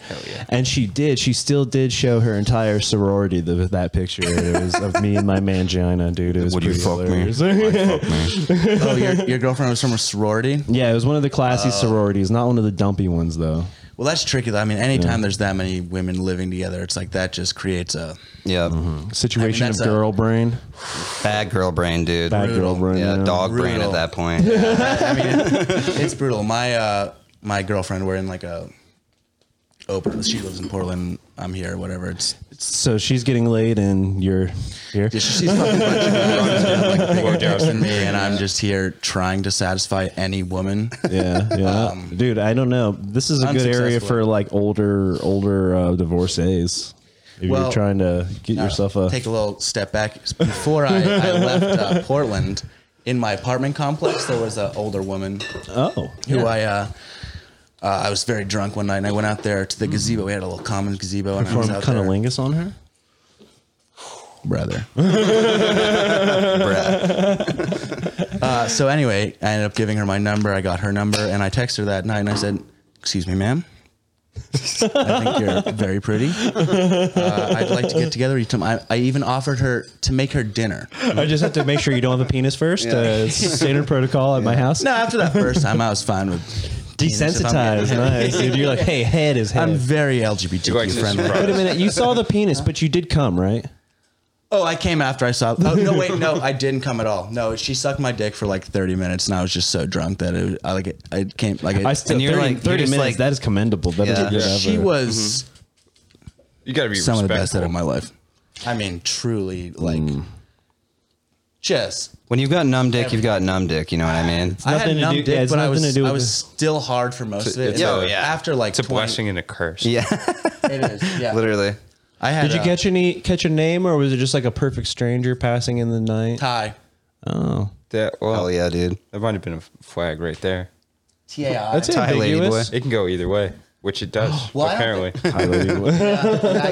S3: and she did. She still did show her entire sorority the, that picture. It was of me and my mangina, dude. It was
S2: Would you
S3: pretty
S2: fuck me?
S3: hilarious.
S1: Oh, your, your girlfriend was from a sorority.
S3: yeah, it was one of the
S1: Uh,
S3: classy sororities, not one of the dumpy ones though.
S1: Well, that's tricky. though. I mean, anytime there's that many women living together, it's like that just creates a.
S2: Yeah.
S3: Mm-hmm. Situation of
S1: that's a-
S3: girl brain,
S2: Bad girl brain, dude.
S3: bad girl brain.
S2: yeah,
S3: you know?
S2: dog brain
S1: Brutal.
S2: at that point. Yeah.
S1: I mean, it's brutal. My uh, my girlfriend, we're in like a. Open. She lives in Portland. I'm here. Whatever. It's
S3: So she's getting laid, and you're here.
S1: Yeah, she's fucking a bunch of guys who have, like, bigger dicks than me, and I'm just here trying to satisfy any woman.
S3: Yeah, yeah, dude. I don't know. This is a good area
S1: Um, Unsuccessful.
S3: for like older, older uh, divorcees. If you're
S1: Well, uh,
S3: trying to get yourself a
S1: Take a little step back. Before I, I left uh, Portland, in my apartment complex, there was an older woman
S3: oh,
S1: who I. Uh, uh, I was very drunk one night, and I went out there to the gazebo. We had a little common gazebo, and I
S3: form
S1: was out there,
S3: cunnilingus on her.
S1: brother.
S2: Bruh.
S1: Uh, so anyway, I ended up giving her my number. I got her number, and I texted her that night, and I said, "Excuse me, ma'am. I think you're very pretty. Uh, I'd like to get together. with you tom- I, I even offered her to make her dinner.
S3: I just have to make sure you don't have a penis first. Uh, it's standard protocol at my house.
S1: No, after that first time, I was fine with penis if I'm getting
S3: Desensitized,
S1: head.
S3: nice. Dude, you're like, hey, head is head.
S1: I'm very
S5: He likes
S1: LGBTQ
S5: his
S1: friendly.
S5: surprise.
S3: Wait a minute, you saw the penis, but you did come, right?
S1: Oh, I came after I saw. Oh no, wait, no, I didn't come at all. No, she sucked my dick for like 30 minutes, and I was just so drunk that it, I like it, I came like it,
S3: I still
S2: And you're
S3: 30,
S2: like- you're
S3: 30
S2: just
S3: minutes.
S2: like-
S3: that is commendable. That is
S2: Yeah. Mm-hmm.
S3: good
S1: she
S3: effort.
S1: was.
S5: You gotta be
S1: some of the best
S5: respectful.
S1: out of my life. I mean, truly, like,
S3: Mm.
S1: just.
S2: When you've got numb dick, you've got numb dick. You know what I mean?
S1: I had
S3: nothing to
S1: numb
S3: do-
S1: dick,
S3: yeah, it's
S1: but I
S3: nothing
S1: was
S3: to do
S1: I
S3: with
S1: was
S3: the-
S1: still hard for most of it.
S5: it's
S1: And
S5: a-
S1: then
S2: yeah.
S1: After like
S5: It's a
S1: 20
S5: blessing and a curse.
S2: Yeah,
S1: it is. Yeah,
S2: literally.
S1: I had.
S3: Did you
S1: uh,
S3: catch any catch a name, or was it just like a perfect stranger passing in the night?
S1: Ty?
S3: Oh,
S5: That, well,
S2: Hell yeah, dude.
S5: That might have been a flag right there.
S1: T A I.
S3: that's
S1: it.
S2: Ty Lady
S3: ambiguous.
S2: Boy.
S5: It can go either way, which it does
S1: Well, I don't
S5: apparently.
S3: Ty Lady
S1: When
S3: Boy.
S1: I,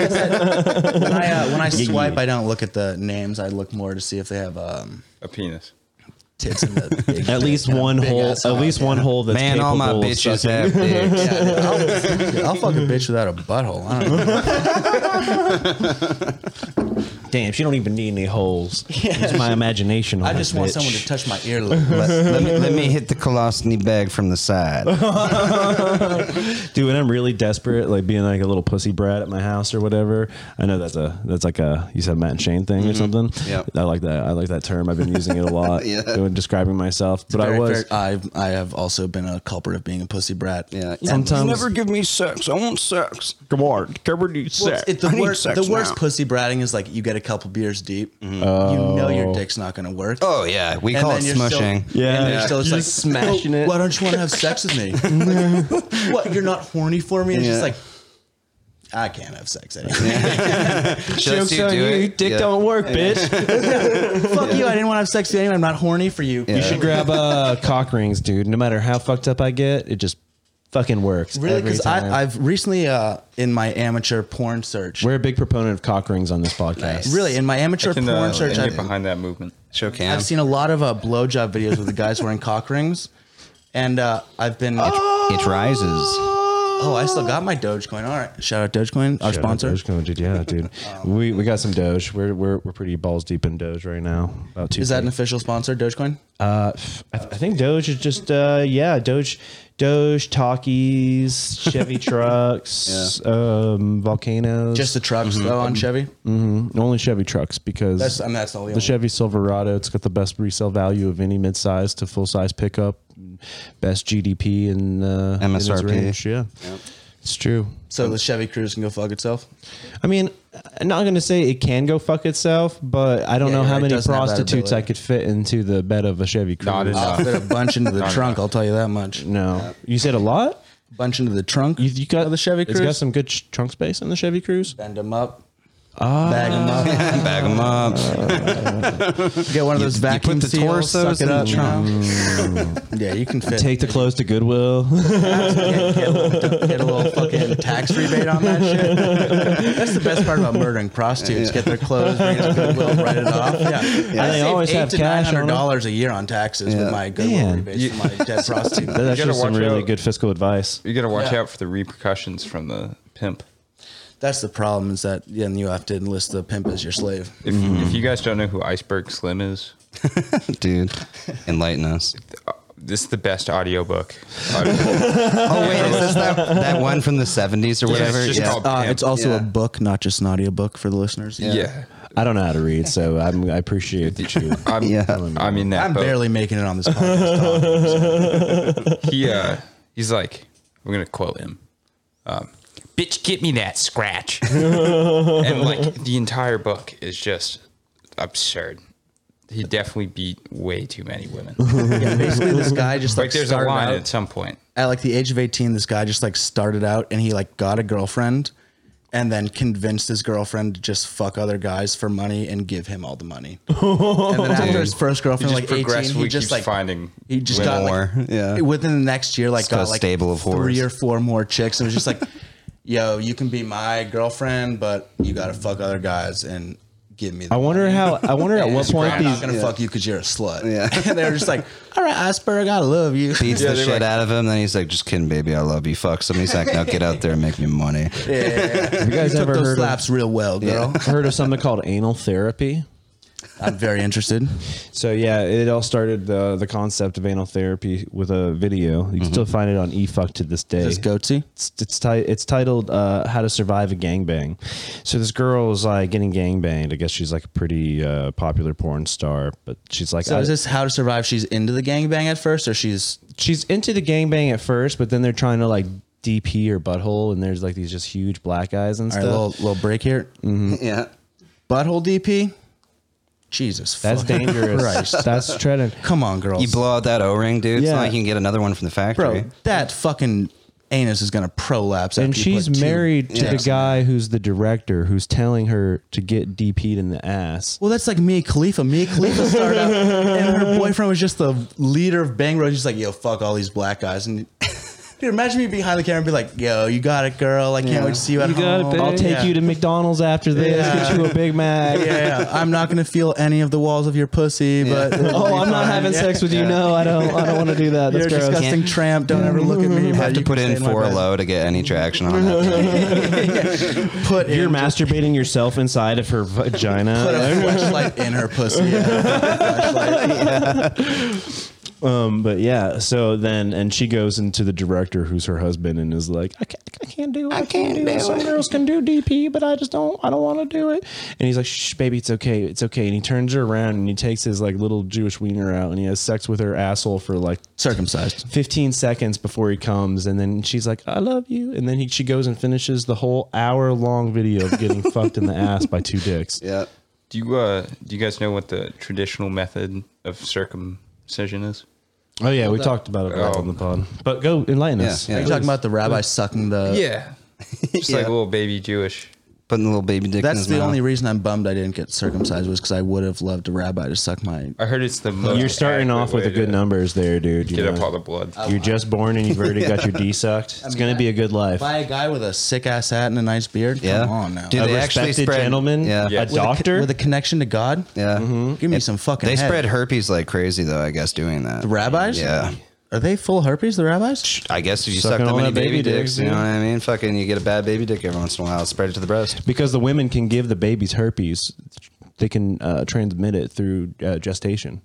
S1: uh, when I swipe, I don't look at the names. I look more to see if they have um,
S5: a penis.
S1: tits in the. Big
S3: At least one
S1: big
S3: hole.
S1: ass
S3: At
S1: cock,
S3: least one hole that's
S2: Man, all my
S3: capable of
S2: bitches
S3: sucking.
S2: have dicks.
S1: Yeah, dude, I'll, I'll fuck a bitch without a butthole. I don't know.
S3: Damn, she don't even need any holes. It's my imagination.
S1: I just want someone to touch my earlobe.
S2: let, let me, let me hit the colostomy bag from the side.
S3: Dude, when I'm really desperate, like being like a little pussy brat at my house or whatever. I know that's a that's like a you said Matt and Shane thing or something.
S2: Mm-hmm. Yep.
S3: I like that. I like that term. I've been using it a lot
S2: Yeah.
S3: when describing myself. but I
S1: Very
S3: was
S1: fair- I I have also been a culprit of being a pussy brat.
S2: Yeah.
S3: Sometimes-
S2: You never give me sex. I want sex.
S9: Come on, cover you
S1: Well,
S9: sex.
S1: it, the
S2: I need
S1: worst,
S2: sex
S1: the worst
S2: now.
S1: pussy bratting is like you get a couple beers deep, you know your dick's not gonna work.
S2: Oh yeah, we
S1: And
S2: call
S1: then
S2: it
S1: you're still-
S2: smushing.
S1: and then
S9: Yeah.
S1: you're still just
S9: You're
S1: like
S9: just smashing
S1: "Oh,
S9: it."
S1: Why don't you want to have sex with me? Like, what? You're not horny for me? It's just
S2: Yeah.
S1: like I can't have sex anymore.
S2: Just
S9: Jokes on you, dick
S2: Yeah.
S9: don't work, bitch.
S1: Fuck you! I didn't want to have sex with anyone. I'm not horny for you.
S2: Yeah.
S1: You
S3: should grab uh, cock rings, dude. No matter how fucked up I get, it just fucking works.
S1: really
S3: every
S1: because
S3: time.
S1: I've recently uh, in my amateur porn search.
S3: we're a big proponent of cock rings on this podcast.
S1: Really, in my amateur
S5: Can
S1: porn
S5: uh,
S1: search,
S5: get
S1: I've,
S5: behind that movement.
S2: Show cam.
S1: I've seen a lot of uh, blowjob videos with the guys wearing cock rings, and uh, I've been. Oh,
S2: it rises.
S1: I still got my Dogecoin. All right, shout out Dogecoin, our sponsor.
S3: Dogecoin, dude. Yeah, dude. we we got some Doge. We're we're we're pretty balls deep in Doge right now. About two.
S1: Is that an official sponsor, Dogecoin?
S3: Uh, I, th- I think Doge is just uh, yeah, Doge, Doge, talkies, Chevy trucks, um, volcanoes.
S1: Just the trucks though on Chevy.
S3: only Chevy trucks because
S1: That's I mean, that's the only.
S3: the Chevy Silverado. It's got the best resale value of any midsize to full size pickup, best GDP and uh, in its
S2: MSRP.
S3: range. Yeah, it's true.
S1: so the Chevy Cruise can go fuck itself.
S3: I mean, I'm not gonna say it can go fuck itself, but I don't
S1: Yeah,
S3: know
S1: you're
S3: how
S1: right, it
S3: many
S1: doesn't have that
S3: prostitutes I
S1: ability.
S3: could fit into the bed of a Chevy Cruze. Uh,
S5: Not enough.
S1: I'll fit a bunch into the
S5: Not
S1: trunk. I'll tell you that much.
S3: no, you said a lot.
S1: Bunch into the trunk.
S3: You, you got
S1: of the Chevy
S3: It's got
S1: Cruze?
S3: some good sh- trunk space in the Chevy Cruise.
S1: Bend them up. Ah. Bag them up.
S2: Bag them up.
S1: Get one of those vacuum
S2: put the
S1: seals.
S2: torsos
S1: Suck it
S2: in the
S1: up. you know? yeah, you can fit.
S3: Take the clothes to Goodwill.
S1: get, get a little, get a little fucking tax rebate on that shit. That's the best part about murdering prostitutes. Get their clothes, bring it to Goodwill, write it off. Yeah, I
S3: they
S1: saved
S3: always
S1: eight
S3: have
S1: to
S3: cash on
S1: Nine
S3: them.
S1: hundred dollars a year on taxes
S2: Yeah.
S1: with my Goodwill
S3: Man.
S1: rebates from my dead prostitute.
S3: That's
S5: gotta
S3: actually some
S5: watch
S3: really
S5: out.
S3: good fiscal advice.
S5: You got to watch
S1: Yeah.
S5: out for the repercussions from the pimp.
S1: That's the problem is that yeah, and you have to enlist the pimp as your slave.
S5: If, if you guys don't know who Iceberg Slim is,
S2: Dude, enlighten us.
S5: uh, this is the best audiobook. Audio-
S2: Oh, wait, is this that, that one from the 70s or whatever?
S5: just
S2: Yeah.
S5: called-
S1: Uh,
S5: Pimp,
S1: it's also
S2: yeah.
S1: a book, not just an audiobook for the listeners.
S5: yeah.
S3: I don't know how to read, so I'm, I appreciate that you.
S5: I'm,
S2: Yeah.
S5: I'm in that
S1: I'm
S5: boat.
S1: barely making it on this podcast.
S5: he uh he's like we're gonna quote him um bitch get me that scratch and like the entire book is just absurd he definitely beat way too many women
S1: yeah, basically, this guy just like,
S5: like there's a
S1: started
S5: line
S1: out-
S5: at some point
S1: at like the age of 18 this guy just like started out and he like got a girlfriend and then convinced his girlfriend to just fuck other guys for money and give him all the money and then after his first girlfriend
S5: He
S1: like
S5: just
S1: 18
S5: progressively
S1: he just
S5: keeps
S1: like
S5: finding
S1: he just
S5: women
S1: got
S2: more.
S1: like,
S2: Yeah.
S1: within the next year like
S2: It's got
S1: got
S2: a
S1: like
S2: stable of
S1: three
S2: whores.
S1: or four more chicks and was just like yo you can be my girlfriend but you gotta fuck other guys and give me the
S3: I wonder how. I wonder at what point
S1: I'm not
S3: these.
S1: gonna fuck you because you're a slut.
S2: Yeah.
S1: and they were just like, "All right, Iceberg, I love you."
S2: Beats
S5: Yeah,
S2: the
S5: they
S2: shit
S5: were like-
S2: out of him. Then he's like, just kidding, baby. I love you. Fuck. Somebody's like, now get out there and make me money.
S3: Have you guys
S1: Took
S3: ever
S1: those
S3: heard
S1: slaps
S3: of,
S1: real well, girl.
S3: heard of something called anal therapy?
S1: I'm very interested.
S3: So yeah, it all started the the concept of anal therapy with a video. You can still find it on eFuck to this day.
S1: Mm-hmm. This goatee.
S3: It's it's, ti- it's titled uh, "How to Survive a Gangbang." So this girl is like getting gangbanged. I guess she's like a pretty uh, popular porn star, but she's like
S1: So
S3: I-
S1: is this how to survive? She's into the gangbang at first, or she's
S3: she's into the gangbang at first, but then they're trying to like DP her butthole, and there's like these just huge black eyes and
S1: all right,
S3: stuff.
S1: little little break here.
S2: Yeah.
S1: Butthole DP. Jesus,
S3: That's
S1: fucking
S3: dangerous.
S1: Christ.
S3: That's treading.
S1: Come on, girls.
S2: You blow out that O ring, dude. It's
S3: Yeah.
S2: not like you can get another one from the factory.
S1: bro. That fucking anus is gonna prolapse.
S3: And
S1: after you put
S3: she's
S1: two
S3: married to the
S1: dicks in it.
S3: guy who's the director, who's telling her to get DP'd in the ass.
S1: Well, that's like Mia Khalifa. Mia Khalifa started out, and her boyfriend was just the leader of Bang Road. She's like, yo, fuck all these black guys. And dude, imagine me behind the camera and be like, yo, you got it, girl. I can't wait to see you at home.
S3: I'll take
S1: Yeah.
S3: you to McDonald's after this.
S1: Yeah.
S3: Get you a Big Mac.
S1: yeah, yeah. I'm not gonna feel any of the walls of your pussy, but
S3: Oh, I'm not having sex with you. No, I don't. I don't want to do that.
S1: You're
S3: That's
S1: a
S3: gross.
S1: disgusting tramp. Don't ever look at me.
S2: You have to put in four low to get any traction on it.
S1: Put
S3: You're
S1: in,
S3: masturbating yourself inside of her vagina.
S1: put a flashlight in her pussy.
S3: Um, but yeah, so then, and she goes into the director, who's her husband, and is like, "I can't, I can't do it. I, can't, do, it. Some girls can do DP, but I just don't. I don't want to do it." And he's like, "Shh, baby, it's okay. It's okay." And he turns her around and he takes his like little Jewish wiener out and he has sex with her asshole for like
S1: Circumcised.
S3: 15 seconds before he comes and then she's like i love you and then he, she goes and finishes the whole hour long video of getting fucked in the ass by two dicks
S2: yeah.
S5: Do you uh do you guys know what the traditional method of circumcision is?
S3: Oh yeah, we talked about it a lot on the pod. But go enlighten us.
S1: Are you talking about the rabbi sucking the?
S5: Yeah. Just like a little baby Jewish.
S2: Putting a little baby dick in
S1: That's
S2: his
S1: the
S2: mouth.
S1: only reason I'm bummed I didn't get circumcised was because I would have loved a rabbi to suck my.
S5: I heard it's the most
S3: You're starting
S5: accurate
S3: off with
S5: way
S3: a good
S5: to
S3: numbers there, dude. You
S5: Get up
S3: know.
S5: all the blood.
S3: You're just born and you've already got your D sucked. It's gonna be a good life.
S1: By a guy with a sick ass hat and a nice beard.
S2: Yeah.
S1: Come on now.
S2: Dude,
S3: a
S2: they actually
S3: respected
S2: spread-
S3: gentleman,
S2: Yeah.
S5: Yeah.
S3: a
S5: With a-
S3: doctor.
S1: With a connection to God.
S2: Yeah. Mm-hmm.
S1: Give me some fucking.
S2: They
S1: head.
S2: spread herpes like crazy, though. I guess doing that.
S1: The rabbis.
S2: Yeah.
S1: Are they full herpes? The rabbis.
S2: I guess if you
S3: Sucking
S2: suck that
S3: all
S2: many
S3: that
S2: baby,
S3: baby
S2: dicks,
S3: dick,
S2: you know
S3: dude.
S2: what I mean? Fucking, you get a bad baby dick every once in a while. Spread it to the breast.
S3: because the women can give the babies herpes, they can uh, transmit it through uh, gestation.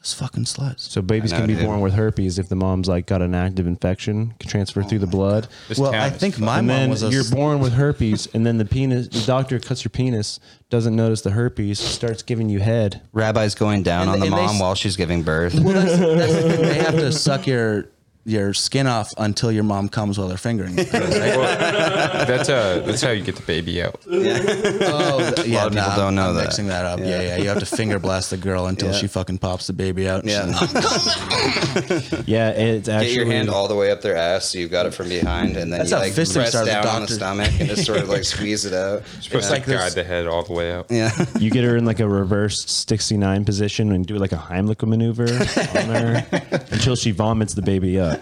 S1: Those fucking sluts.
S3: So babies
S2: I know,
S3: can be
S2: dude.
S3: born with herpes if the mom's like got an active infection, can transfer through
S2: Oh
S3: the blood.
S5: This
S1: Well,
S5: town
S1: I
S5: is
S1: think
S5: fucking-
S1: my
S3: and
S1: mom
S3: then
S1: was a.
S3: you're born with herpes, and then the penis, the doctor cuts your penis, doesn't notice the herpes, starts giving you head.
S2: Rabbis going down
S1: And
S2: on
S1: they-
S2: the
S1: and they
S2: mom
S1: s-
S2: while she's giving birth.
S1: they have to suck your your skin off until your mom comes while they're fingering. It, right?
S5: Well, that's uh that's how you get the baby out.
S1: Oh, th- yeah,
S2: lot of people
S1: nah,
S2: don't know
S1: I'm
S2: that.
S1: Mixing that up, yeah. yeah, You have to finger blast the girl until she fucking pops the baby out.
S2: Yeah.
S3: Yeah, it's actually
S2: Get your hand all the way up their ass so you've got it from behind, and then
S1: That's
S2: you
S1: how
S2: like
S1: fisting
S2: press
S1: started,
S2: down on the
S1: doctor.
S2: stomach and just sort of like squeeze it out.
S5: Supposed to guide the head all the way out.
S2: Yeah.
S3: You get her in like a reverse 69 position and do like a Heimlich maneuver on her until she vomits the baby up.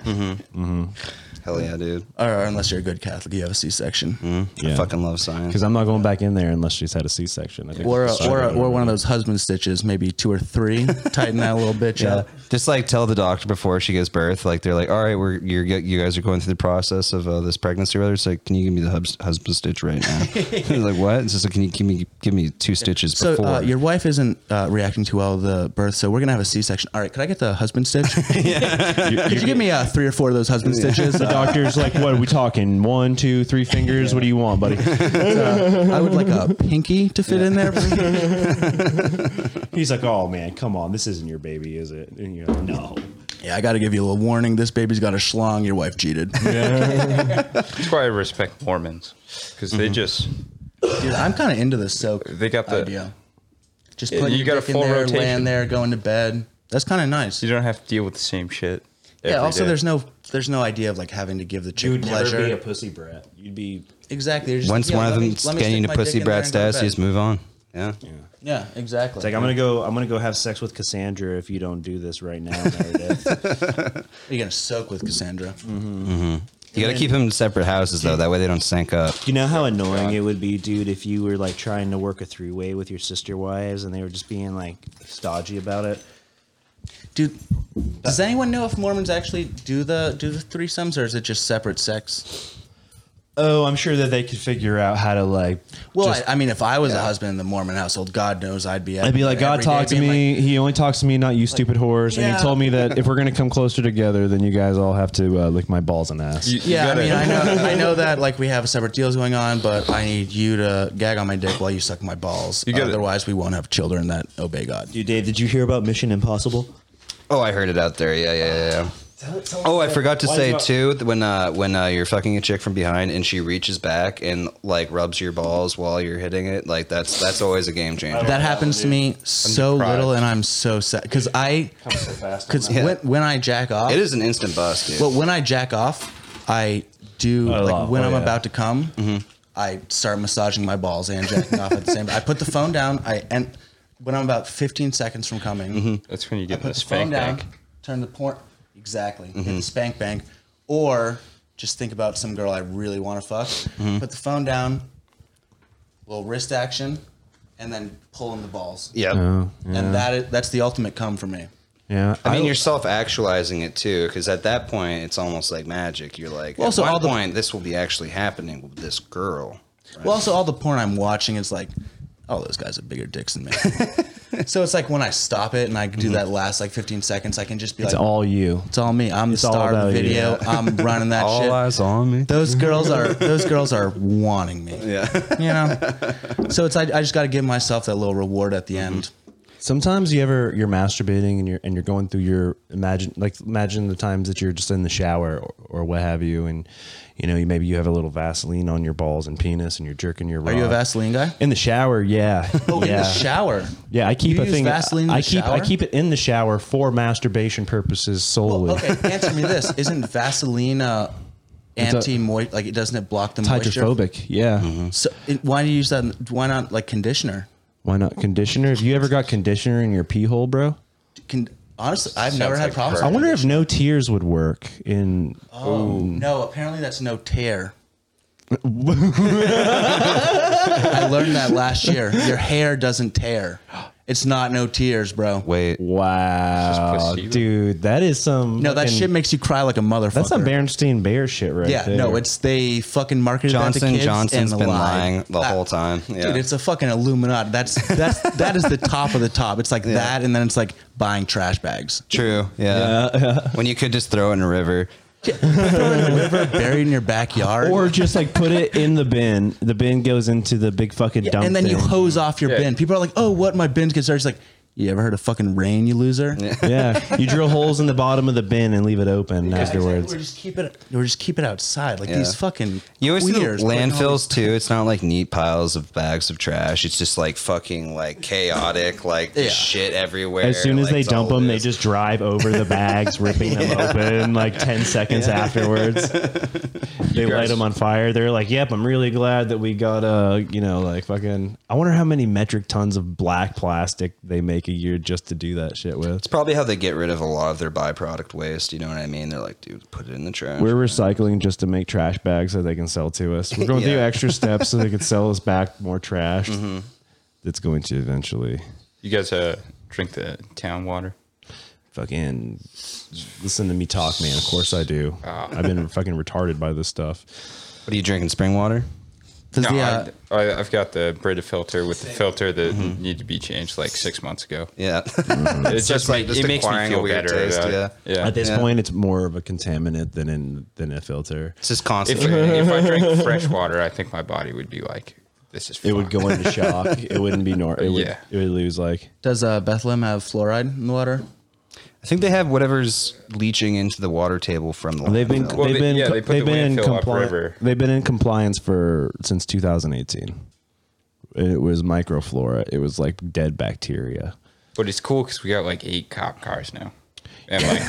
S2: Hell yeah, dude.
S1: Or unless you're a good Catholic, you have a C-section,
S3: Yeah.
S2: I fucking love science.
S3: Because I'm not going back in there unless she's had a C-section. I think
S1: or a,
S3: it's
S1: or a,
S3: separate.
S1: or one of those husband stitches, maybe two or three. Tighten that little bitch
S2: Yeah.
S1: up.
S2: Just like tell the doctor before she gives birth, like they're like, all right, we're you're get- you guys are going through the process of uh, this pregnancy, rather. It's like, can you give me the hubs, husband stitch right now? He's like, what? It's just like, can you give me give me two stitches
S1: So
S2: before?
S1: uh, your wife isn't uh, reacting too well to the birth, so we're gonna have a C-section. All right, could I get the husband stitch? Could you give me uh, three or four of those husband stitches?
S3: The doctor's like, what are we talking? One, two, three fingers? What do you want, buddy?
S1: I would like a pinky to fit in there.
S3: He's like, oh man, come on, this isn't your baby, is it? And you're like, no.
S1: yeah, I got to give you a little warning. This baby's got a schlong. Your wife cheated.
S5: That's why I respect Mormons because
S3: Mm-hmm.
S5: they just
S1: Dude, I'm kind of into this soak.
S5: They got the-
S1: idea. Just
S5: Yeah,
S1: putting
S5: you
S1: your
S5: got a
S1: dick in
S5: full
S1: there,
S5: rotation.
S1: laying there, going to bed. That's kind of nice.
S5: you don't have to deal with the same shit.
S1: yeah.
S5: every
S1: Also,
S5: day.
S1: there's no there's no idea of like having to give the chick pleasure.
S3: pussy brat. You'd be.
S1: exactly. You're just,
S2: Once
S1: yeah,
S2: one of
S1: let me-
S2: them
S1: let me
S2: getting
S1: stick
S2: to
S1: my
S2: pussy
S1: dick in there
S2: brat
S1: and go to
S2: status, you just
S1: bed.
S2: move on. Yeah.
S1: Yeah, exactly.
S3: Like I'm gonna go. I'm gonna go have sex with Cassandra if you don't do this right now. Meredith.
S1: You're gonna soak with Cassandra.
S3: Mm.
S2: You got to keep them in separate houses though. That way they don't sync up.
S3: you know how annoying it would be, dude, if you were like trying to work a three way with your sister wives and they were just being like stodgy about it.
S1: Dude, does anyone know if Mormons actually do the do the threesomes or is it just separate sex?
S3: Oh, I'm sure that they could figure out how to like.
S1: Well,
S3: just-
S1: I, I mean, if I was a husband in the Mormon household, God knows I'd be.
S3: I'd be like, God talked to me. he only talks to me, not you, stupid whores. And
S1: yeah.
S3: he told me that if we're gonna come closer together, then you guys all have to uh, lick my balls and ass.
S5: You- you
S1: Yeah, I
S5: gotta-
S1: mean, I know, I know that like we have separate deals going on, but I need you to gag on my dick while you suck my balls.
S5: You gotta-
S1: Otherwise, we won't have children that obey God.
S11: Dude, Dave, did you hear about Mission Impossible?
S2: Oh, I heard it out there. Yeah, yeah, yeah. yeah. Oh, I forgot to say too that when uh, when uh, you're fucking a chick from behind and she reaches back and like rubs your balls while you're hitting it, like that's that's always a game changer.
S1: That happens to me so little, and I'm so sad because I, because
S2: that.
S1: when, when I jack off,
S2: It is an instant bust, dude.
S1: Well, when I jack off, I do
S3: A
S1: like
S3: lot.
S1: when
S3: Oh,
S1: I'm
S3: yeah.
S1: about to come, I start massaging my balls and jacking off at the same. I put the phone down. I and when I'm about 15 seconds from coming,
S5: that's when you
S1: I
S5: get
S1: put the
S5: the
S1: phone
S5: spank
S1: down,
S5: bank.
S1: turn the porn exactly, hit
S3: Mm-hmm.
S1: the spank bank, or just think about some girl I really want to fuck.
S3: Mm-hmm.
S1: Put the phone down, little wrist action, and then pull in the balls.
S2: yep.
S3: Oh,
S1: And that is, that's the ultimate come for me.
S3: yeah.
S2: I mean, you're self actualizing it too, because at that point it's almost like magic. You're like, at
S1: Also,
S2: one
S1: all the-
S2: point this will be actually happening with this girl.
S1: Well, also all the porn I'm watching is like, oh, those guys have bigger dicks than me. so it's like when I stop it and I do that last like 15 seconds, I can just be
S3: Mm-hmm. It's
S1: like,
S3: all you.
S1: it's all me. I'm the
S3: it's all
S1: star of the
S3: about you,
S1: video. I'm running that shit.
S2: on me.
S1: those girls are those girls are
S3: Mm-hmm.
S1: wanting me. Yeah, you know. So it's I, I just got to give myself that little reward at the end.
S3: Sometimes you ever you're masturbating and you're and you're going through your imagine like imagine the times that you're just in the shower or, or what have you and you know you maybe you have a little Vaseline on your balls and penis and you're jerking your.
S1: Are you a
S3: rod.
S1: Vaseline guy?
S3: Uh, In the shower, yeah.
S1: Oh,
S3: yeah.
S1: in the shower.
S3: Yeah, I keep
S1: You
S3: a
S1: use
S3: thing.
S1: Vaseline in
S3: I
S1: the
S3: keep I
S1: shower?
S3: keep it in the shower for masturbation purposes solely.
S1: Okay, answer me this: Isn't Vaseline uh,
S3: a-
S1: anti-moist? Like, it doesn't it block the
S3: It's
S1: moisture? Mm-hmm.
S3: hydrophobic. Yeah.
S1: So, it, why do you use that? Why not like conditioner?
S3: Why not conditioner? Have you ever got conditioner in your pee hole, bro?
S1: Can, honestly, I've never
S5: Sounds
S1: had
S5: like
S1: problems.
S3: I
S1: with
S3: wonder if no tears would work in.
S1: it. No, apparently that's no tear. I learned that last year. Your hair doesn't tear. It's not no tears, bro.
S2: Wait,
S3: Wow,
S5: placebo.
S3: dude, that is some.
S1: No, that
S3: fucking-
S1: shit makes you cry like a motherfucker.
S3: That's some Bernstein Bear shit, right
S1: Yeah,
S3: there.
S1: no, it's they fucking marketed that to
S2: Johnson
S1: kids
S2: Johnson's
S1: and
S2: been
S1: lied.
S2: lying the
S1: That-
S2: whole time. Yeah.
S1: Dude, it's a fucking Illuminati. That's that's that is the top of the top. It's like that, and then it's like buying trash bags,
S2: True. Yeah. when you could just throw it in a river.
S1: buried in your backyard,
S3: or just like put it in the bin. The bin goes into the big fucking dump.
S1: and then you
S3: thing.
S1: hose off your
S5: Yeah.
S1: bin. People are like, "Oh, what? My bin's getting started." It's like, you ever heard of fucking rain, you loser?
S3: yeah, you drill holes in the bottom of the bin and leave it open afterwards.
S1: Or just keep it. Or just keep it outside, like
S2: Yeah.
S1: these fucking.
S2: You always see the
S1: queers putting all
S2: landfills too. It's not like neat piles of bags of trash. It's just like fucking like chaotic, like
S1: Yeah.
S2: shit everywhere.
S3: As soon as
S2: like,
S3: they
S2: it's
S3: dump
S2: all
S3: them, they
S2: loose.
S3: just drive over the bags, ripping them open like 10 seconds afterwards. they light them on fire. They're like, yep, I'm really glad that we got, uh, you know, like fucking. I wonder how many metric tons of black plastic they make a year just to do that shit with.
S2: It's probably how they get rid of a lot of their byproduct waste. You know what I mean? They're like, dude, put it in the trash.
S3: We're recycling just to make trash bags so they can sell to us. We're going through
S2: Yeah.
S3: extra steps so they can sell us back more trash that's going to eventually
S5: You guys uh, drink the town water?
S3: fucking listen to me talk, man. Of course I do. I've been fucking retarded by this stuff.
S2: what are you drinking? Spring water?
S1: Does
S5: No,
S1: the, uh,
S5: I, I, I've got the Brita filter with the filter that
S3: Mm-hmm.
S5: needed to be changed like six months ago.
S2: Yeah.
S5: It's just like
S2: just
S5: it makes me
S2: acquiring a
S5: feel
S2: weird
S5: better.
S2: taste,
S5: about it.
S2: yeah.
S5: yeah.
S3: At this
S2: Yeah.
S3: point, it's more of a contaminant than in than a filter.
S2: it's just
S5: If,
S2: constantly.
S5: if I drank fresh water, I think my body would be like, "This is."
S3: It would
S5: fucked.
S3: go into shock. it wouldn't be normal. It, would-
S5: Yeah.
S3: it would lose like
S1: does uh, Bethlehem have fluoride in the water?
S2: I think they have whatever's leaching into the water table from the.
S3: they've been
S2: landfill.
S5: Well,
S3: they've
S5: they-
S3: been
S5: yeah,
S3: co-
S5: they
S3: they've
S5: put the
S3: been in
S5: landfill up
S3: compliance.
S5: river.
S3: They've been in compliance for since 2018. It was microflora. It was like dead bacteria.
S5: But it's cool because we got like eight cop cars now, and like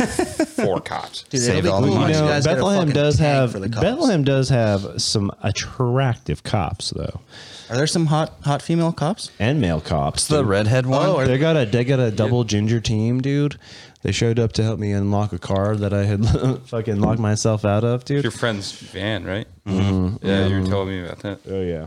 S5: four cops.
S1: Dude,
S2: Saved
S1: it'll be
S2: all the
S1: cool
S2: money.
S1: once
S2: You
S1: you
S2: know,
S1: guys get a
S3: Bethlehem
S1: fucking
S3: does
S1: tank
S3: have
S1: for the cops.
S3: Bethlehem does have some attractive cops though,
S1: Are there some hot hot female cops?
S3: and male cops.
S2: the
S3: dude.
S2: redhead one.
S1: Oh, are-
S3: They got a they got a double ginger team, dude. They showed up to help me unlock a car that I had fucking locked myself out of, dude.
S5: Your friend's van, right?
S1: Mm-hmm.
S5: Yeah, you were telling me about that.
S3: Oh yeah,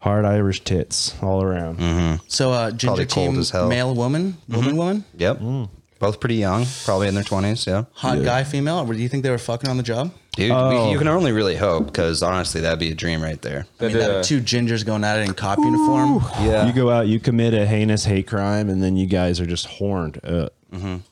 S3: hard Irish tits all around.
S1: So uh, ginger
S2: Probably cold
S1: team,
S2: as hell. Mm-hmm.
S1: male woman, woman woman,
S2: Yep.
S3: Hmm.
S2: Both pretty young, probably in their twenties. Yeah.
S1: hot guy female. Or do you think they were fucking on the job?
S2: Dude,
S3: Oh.
S2: we, you can only really hope because honestly, that'd be a dream right there.
S1: I mean, that
S5: uh,
S1: two gingers going at it in cop uniform.
S2: Yeah.
S3: You go out, you commit a heinous hate crime, and then you guys are just horned up.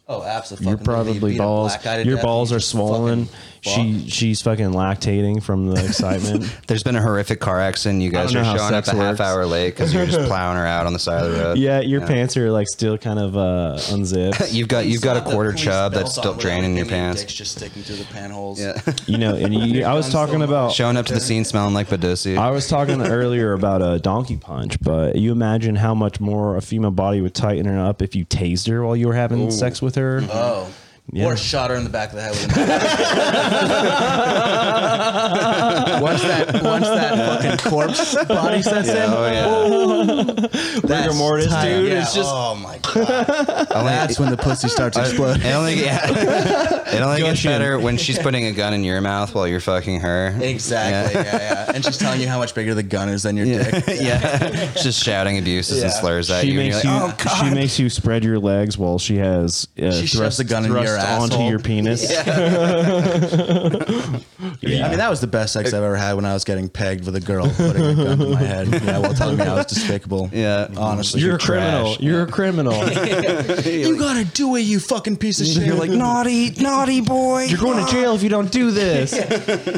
S1: Oh, absolutely.
S3: You're probably balls. Your balls are swollen. She she's fucking lactating from the excitement.
S2: There's been a horrific car accident. You guys
S3: don't
S2: are
S3: know how
S2: showing up
S3: sex
S2: a half
S3: works.
S2: hour late because you're just plowing her out on the side of the road.
S3: yeah, your pants are like still kind of uh, unzipped.
S2: You've got you've got a quarter chub that's still draining your pants.
S1: just sticking through the panholes.
S2: Yeah.
S3: you know, and you, I was talking about
S2: Showing up to the scene smelling like Badosi.
S3: I was talking earlier about a donkey punch, but you imagine how much more a female body would tighten her up if you tased her while you were having sex with her.
S1: Oh.
S3: Yeah.
S1: Or shot her in the back of the head with a knife. once that once that fucking corpse body sets in,
S2: Oh yeah.
S1: rigor
S3: mortis, dude,
S1: Yeah.
S3: it's just-
S1: oh my god. That's when the pussy starts exploding.
S2: It only, yeah. it only gets
S3: Gushing.
S2: better when she's putting a gun in your mouth while you're fucking her.
S1: Exactly. Yeah. yeah, And she's telling you how much bigger the gun is than your dick.
S2: yeah. Just shouting abuses and
S1: Yeah.
S2: slurs at
S3: She
S2: you. and
S3: makes you.
S2: you're like, "Oh, God."
S3: she makes you spread your legs while she has uh,
S1: She shoves
S3: thrust,
S1: the gun in your
S3: thrust onto
S1: asshole.
S3: your penis.
S1: I mean, that was the best sex I've ever had when I was getting pegged with a girl putting a gun to my head. Yeah, while telling me I was despicable.
S2: Yeah.
S1: honestly,
S12: You're a criminal. You're a criminal.
S1: You gotta do it, you fucking piece of shit. You're like, naughty, naughty boy.
S12: You're going to jail if you don't do this.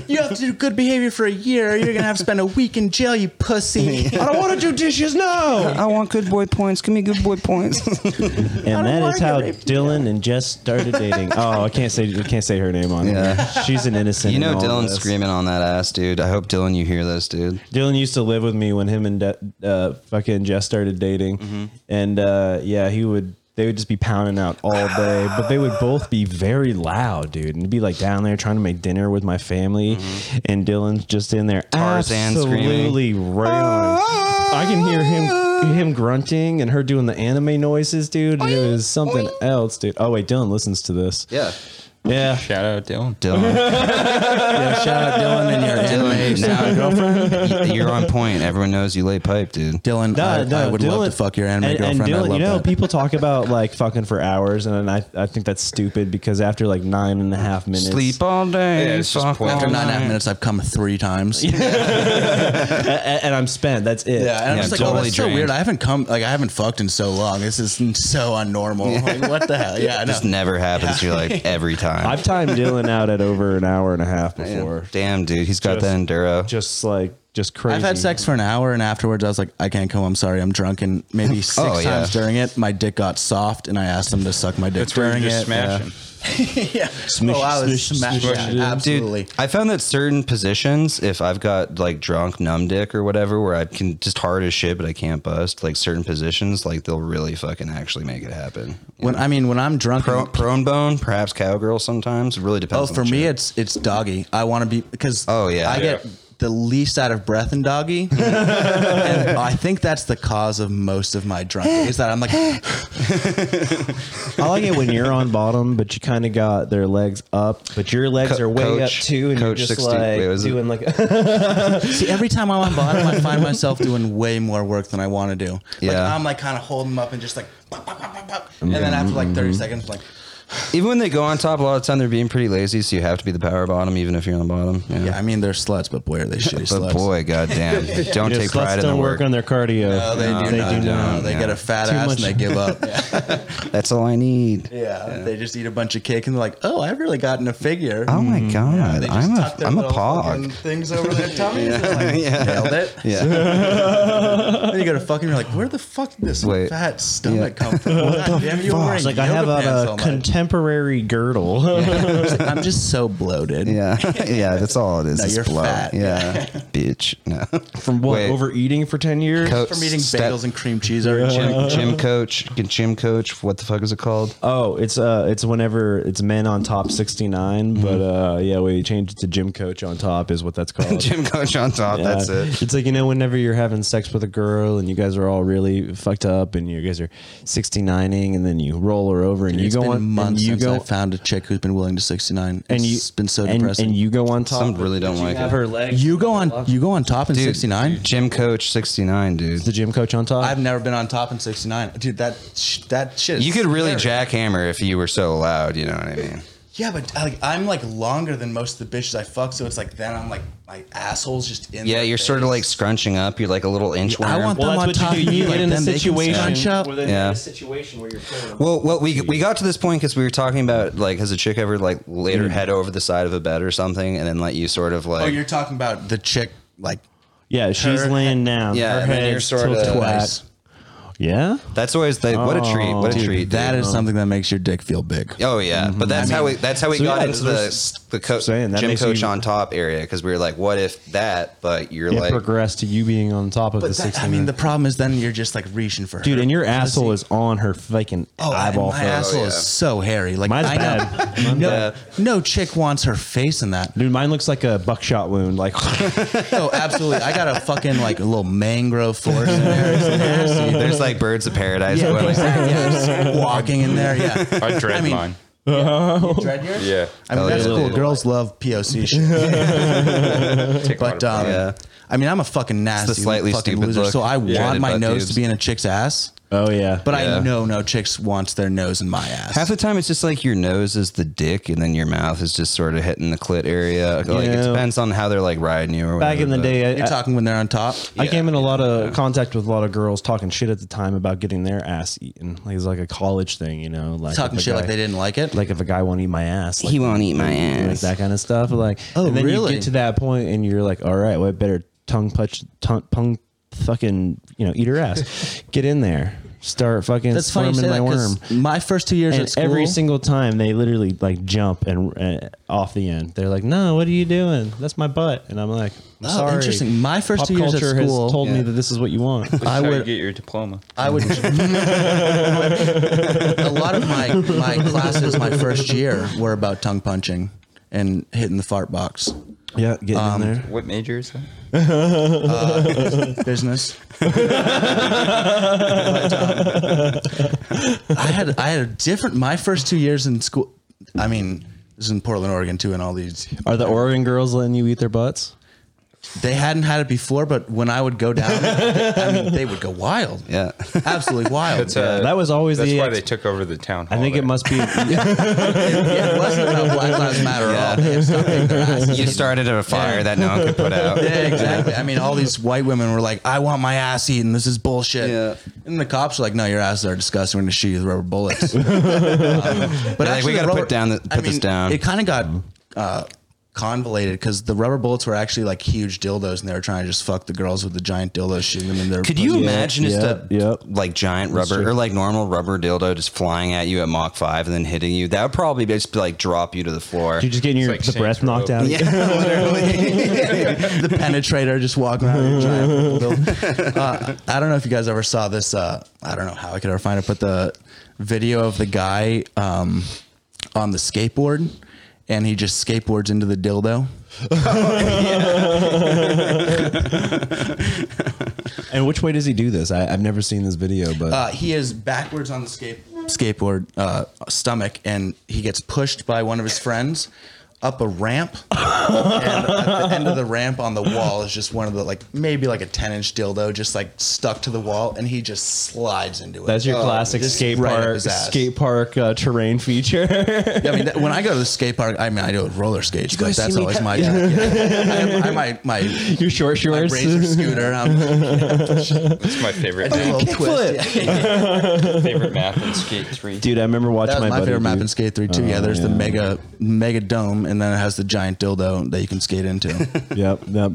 S1: You have to do good behavior for a year. You're gonna have to spend a week in jail, you pussy.
S12: I don't want to do dishes. No.
S2: I want good boy points. Give me good boy points.
S3: And that is how Dylan and Jess started dating. Oh, I can't say I can't say her name on
S2: Yeah.
S3: here. She's an innocent.
S2: you
S3: in
S2: know
S3: all
S2: Dylan's
S3: this.
S2: screaming on that ass, dude. I hope Dylan, you hear this, dude.
S3: Dylan used to live with me when him and De- uh, fucking Jess started dating,
S2: Mm-hmm.
S3: and uh, yeah, he would. They would just be pounding out all day, but they would both be very loud, dude, and be like down there trying to make dinner with my family, and Dylan's just in there
S2: Mm-hmm. Tarzan screaming.
S3: absolutely railing. I can hear him him grunting and her doing the anime noises, dude. and it was something else, dude. Oh wait, Dylan listens to this.
S2: Yeah.
S3: Yeah,
S5: Shout out Dylan.
S2: Dylan,
S1: Shout out Dylan and your
S2: Dylan, now girlfriend, you're on point. Everyone knows you lay pipe, dude.
S1: Dylan,
S3: No,
S1: I,
S3: no,
S1: I would
S3: Dylan,
S1: love to fuck your anime
S3: and,
S1: girlfriend.
S3: And Dylan,
S1: I love
S3: you know,
S1: that.
S3: people talk about like fucking for hours, and I, I think that's stupid because after like nine and a half minutes,
S2: Sleep all day.
S5: Yeah, it's just
S2: fuck
S5: point-
S2: all
S1: After nine and a half
S2: night.
S1: minutes, I've come three times. Yeah,
S3: a- a- and I'm spent. That's it.
S1: and I'm
S2: Yeah,
S1: just like,
S2: totally
S1: oh, that's so
S2: drained.
S1: weird. I haven't come, like, I haven't fucked in so long. This is so unnormal. Like, what the hell? Yeah, I know.
S2: This never happens. You're like every time.
S3: I've timed Dylan out at over an hour and a half before,
S2: Damn, dude, he's got
S3: Just-
S2: that enduro.
S3: just like just crazy.
S1: I've had sex for an hour, and afterwards, I was like, I can't come. I'm sorry, I'm drunk. And maybe six
S2: Oh, yeah.
S1: times during it, my dick got soft, and I asked him to suck my dick
S5: That's where
S1: during
S5: you're just
S1: it.
S5: smashing.
S1: Yeah, oh, I was smashing.
S5: smush it
S1: yeah,
S5: in.
S1: absolutely.
S2: Dude, I found that certain positions, if I've got like drunk, numb dick or whatever, where I can just hard as shit, but I can't bust, like certain positions, like they'll really fucking actually make it happen.
S1: When I mean, when I'm drunk,
S2: Pro-
S1: and-
S2: prone bone, perhaps cowgirl sometimes. It really
S1: Oh,
S2: depends. on
S1: for
S2: the
S1: me,
S2: chick.
S1: it's it's doggy. I want to be because
S2: Oh, yeah.
S1: I get the least out of breath in doggy, and I think that's the cause of most of my drunk is that I'm like
S3: I like it when you're on bottom, but you kind of got their legs up, but your legs
S2: Co-
S3: are way up
S2: coach-
S3: too, and
S2: coach
S3: you're just
S2: 60
S3: like
S2: wait, was it-
S3: doing like.
S1: see every time I'm on bottom, I find myself doing way more work than I want to do. like,
S2: Yeah.
S1: I'm like kind of holding them up and just like, pop, pop, pop, pop, pop. and then after like
S2: Mm-hmm.
S1: 30 seconds, like
S2: even when they go on top, a lot of time they're being pretty lazy, so you have to be the power bottom, even if you're on the bottom. Yeah.
S1: yeah, I mean they're sluts, but boy are they shitty
S2: but
S1: sluts.
S2: boy, goddamn, don't
S3: Dude,
S2: take
S3: sluts
S2: pride in
S3: don't
S2: the
S3: work
S2: work.
S3: on their cardio.
S1: No, they do
S3: they
S1: not.
S3: do not.
S1: They
S2: yeah.
S1: get a fat ass
S3: much-
S1: and they give up. Yeah.
S2: That's all I need.
S1: Yeah, they just eat a bunch of cake and they're like, "Oh, I've really gotten a figure."
S2: Oh my god,
S1: Mm, They just
S2: I'm a
S1: tuck their
S2: I'm a
S1: little
S2: pog.
S1: fucking Things over their tummies. and like,
S2: Yeah.
S1: Nailed it.
S2: Yeah,
S1: Then you go to fucking. You're like, where the fuck did this
S2: Wait.
S1: fat stomach come from? God damn, you were wearing
S12: It's like I have
S1: yoga pants
S12: a,
S1: all night.
S12: contemporary girdle.
S1: I'm just so bloated.
S2: yeah, yeah. That's all it is.
S1: No,
S2: it's
S1: you're
S2: blow.
S1: fat.
S2: Yeah, bitch. No.
S3: From what
S2: Wait.
S3: overeating for ten years.
S2: Co-
S1: From eating
S2: step-
S1: bagels and cream cheese every day.
S2: Gym, gym coach, gym coach. What the fuck is it called?
S3: Oh, it's uh, it's whenever it's men on top sixty but uh, yeah, we changed it to gym coach on top is what that's called.
S2: Gym coach on top.
S3: Yeah.
S2: That's it.
S3: It's like you know, whenever you're having sex with a girl and you guys are all really fucked up and you guys are 69ing and then you roll her over and you
S1: It's
S3: go
S1: been
S3: on
S1: months
S3: and you
S1: since
S3: go
S1: I found a chick who's been willing to 69.
S3: and you
S1: it's been so
S3: and-
S1: depressing.
S3: and, you go on top.
S2: Some really don't
S3: You
S2: like
S3: have
S2: it.
S3: her legs.
S1: you go on you go on top in
S2: Dude,
S1: 69.
S2: Gym coach, sixty nine, dude.
S3: the gym coach on top.
S1: I've never been on top in 69, dude. That sh- that shit. is
S2: You could really
S1: scary.
S2: jackhammer if you were so loud. You know what I mean?
S1: Yeah, but like I'm like longer than most of the bitches I fuck, so it's like then I'm like my asshole's just in.
S2: Yeah,
S1: their
S2: you're sort of
S1: face.
S2: like scrunching up. You're like a little inchworm.
S1: I want
S3: well,
S1: them
S3: that's
S1: on
S3: what
S1: top
S3: you
S1: of
S3: do. You
S1: me,
S3: get
S1: like,
S3: in a
S1: then they can
S3: situation.
S1: scrunch up.
S3: well, then
S2: Yeah.
S3: you're in a situation where you're pulling them
S2: Well,
S3: up.
S2: well, we we got to this point because we were talking about like, has a chick ever like laid her head over the side of a bed or something, and then let you sort of like,
S1: Mm. Oh, you're talking about the chick like
S3: yeah, she's
S1: her-
S3: laying down.
S2: Yeah,
S3: her
S2: and then you're
S3: head's
S2: sorta-
S3: tilted
S1: twice.
S3: back. Yeah.
S2: that's always like, what a treat, what a treat. dude.
S1: Oh, That
S3: um,
S1: is something that makes your dick feel big.
S2: Oh yeah, but that's how we that's how we
S3: Mm-hmm. So,
S2: got
S3: yeah,
S2: into
S3: that's
S2: the the co-
S3: saying. That
S2: gym
S3: makes you-
S2: coach on top area because we were like, what if that? But you're
S3: It
S2: like,
S3: progressed to you being on top of the
S1: But that,
S3: 69.
S1: I mean, the problem is then you're just like reaching for
S3: dude,
S1: her.
S3: and your asshole is on her fucking
S1: oh,
S3: eyeball.
S1: My
S3: for-
S1: asshole is
S2: yeah.
S1: so hairy. Like
S3: Mine's
S1: I
S3: bad.
S1: know, no, no chick wants her face in that.
S3: Dude, mine looks like a buckshot wound. Like,
S1: No, absolutely. I got a fucking like a little mangrove forest in there. It's nasty.
S2: there's like birds of paradise.
S1: Yeah,
S2: going like,
S1: exactly. Yeah, just walking in there. Yeah,
S5: I dread
S1: I mean-
S5: mine.
S1: dread yours.
S5: Yeah.
S1: Oh. I mean,
S2: Oh,
S1: that's
S2: yeah.
S1: cool. Girls love POC shit.
S5: Take a lot
S1: but,
S5: of pride.
S1: um,
S2: Yeah.
S1: I mean, I'm a fucking nasty
S2: slightly
S1: fucking
S2: stupid
S1: loser,
S2: look.
S1: so I
S2: Yeah.
S1: want my
S2: Butt
S1: nose
S2: boobs.
S1: to be in a chick's ass.
S3: Oh yeah.
S1: But
S2: Yeah.
S1: I know no chicks wants their nose in my ass.
S2: Half the time, it's just like your nose is the dick, and then your mouth is just sort of hitting the clit area. Like it
S3: Yeah.
S2: depends on how they're like riding you. Or
S3: back
S2: whatever,
S3: in the
S2: but-
S3: day, I,
S1: You're
S3: I,
S1: talking when they're on top.
S3: I came in a lot of contact with a lot of girls talking shit at the time about getting their ass eaten. Like it was like a college thing, you know, like
S1: Talking
S3: if a
S1: shit like
S3: guy-
S1: they didn't like it.
S3: Like if a guy won't eat my ass, like,
S2: he won't eat my
S3: like
S2: ass.
S3: that kind of stuff. Like,
S1: Oh,
S3: and then
S1: really?
S3: you get to that point and you're like, all right, what better tongue punch, tongue, tongue fucking, you know, eat her ass. get in there, start fucking
S1: That's funny
S3: squirming
S1: you say
S3: my
S1: that 'cause
S3: worm.
S1: my first two years at
S3: And
S1: school,
S3: every single time they literally like jump and uh, off the end. They're like, "No, what are you doing? That's my butt." And I'm like, I'm
S1: Oh,
S3: "Sorry."
S1: interesting. My first
S3: Pop
S1: two years at
S3: culture has
S1: school-
S3: told me
S2: Yeah.
S3: that this is what you want.
S5: I would
S1: would-
S5: get your diploma.
S1: I would. a lot of my my classes my first year were about tongue punching and hitting the fart box
S3: yeah, getting
S1: Um,
S3: in there.
S5: What major is that?
S1: business. But, um, I had I had a different my first two years in school. I mean, this is in Portland, Oregon, too, and all these
S3: Are the Oregon girls letting you eat their butts?
S1: They hadn't had it before, but when I would go down, I mean, they would go wild.
S2: Yeah.
S1: Absolutely wild.
S5: That's, uh,
S3: that was always
S5: that's
S3: the
S5: why
S3: ex-
S5: they took over the town.
S3: I
S5: hall
S3: think it
S5: there.
S3: must be.
S1: Yeah, it wasn't about Black Lives Matter at all. They had stopped being their asses.
S2: you started a fire that no one could put out.
S1: Yeah, exactly. I mean, all these white women were like, I want my ass eaten. This is bullshit.
S2: Yeah.
S1: And the cops were like, no, your asses are disgusting. We're going to shoot you with rubber bullets. Um, but
S2: like, "We gotta
S1: rubber-
S2: put down the- put this down.
S1: It kind of got uh, convoluted because the rubber bullets were actually like huge dildos and they were trying to just fuck the girls with the giant dildos, shooting them in their
S2: Could you
S1: pussy.
S2: imagine just a
S3: yeah, yeah.
S2: like giant rubber or like normal rubber dildo just flying at you at Mach five and then hitting you? That would probably just like drop you to the floor.
S3: You're just getting your
S5: like
S3: the breath
S5: Saints Row.
S3: knocked out. of you.
S2: yeah, literally.
S1: the penetrator just walking around with a giant rubber dildo. Uh, I don't know if you guys ever saw this. Uh, I don't know how I could ever find it, but the video of the guy um, on the skateboard and he just skateboards into the dildo.
S3: And which way does he do this? I, I've never seen this video, but
S1: Uh, he is backwards on the skate skateboard uh, stomach, and he gets pushed by one of his friends up a ramp. and at the end of the ramp on the wall is just one of the like maybe like a ten inch dildo just like stuck to the wall, and he just slides into it. Oh,
S3: that's your classic
S1: just
S3: skate
S1: uh, right up
S3: park
S1: his ass.
S3: skate park uh, terrain feature.
S1: Yeah, I mean, that, when I go to the skate park, I mean, I do it with roller skates, but
S3: guys see
S1: that's
S3: me
S1: always
S3: cut-
S1: my. Yeah. I, I, my my
S3: your short
S1: my
S3: shorts.
S1: razor scooter. I'm,
S5: It's my favorite.
S1: I do a little twist. Yeah.
S5: favorite map in Skate Three.
S3: Dude, I remember watching
S1: That's
S3: my,
S1: my,
S3: buddy,
S1: favorite map
S3: dude. Oh,
S1: in Skate Three too. yeah, there's the
S3: yeah.
S1: mega mega dome, and then it has the giant dildo that you can skate into.
S3: yep, yep.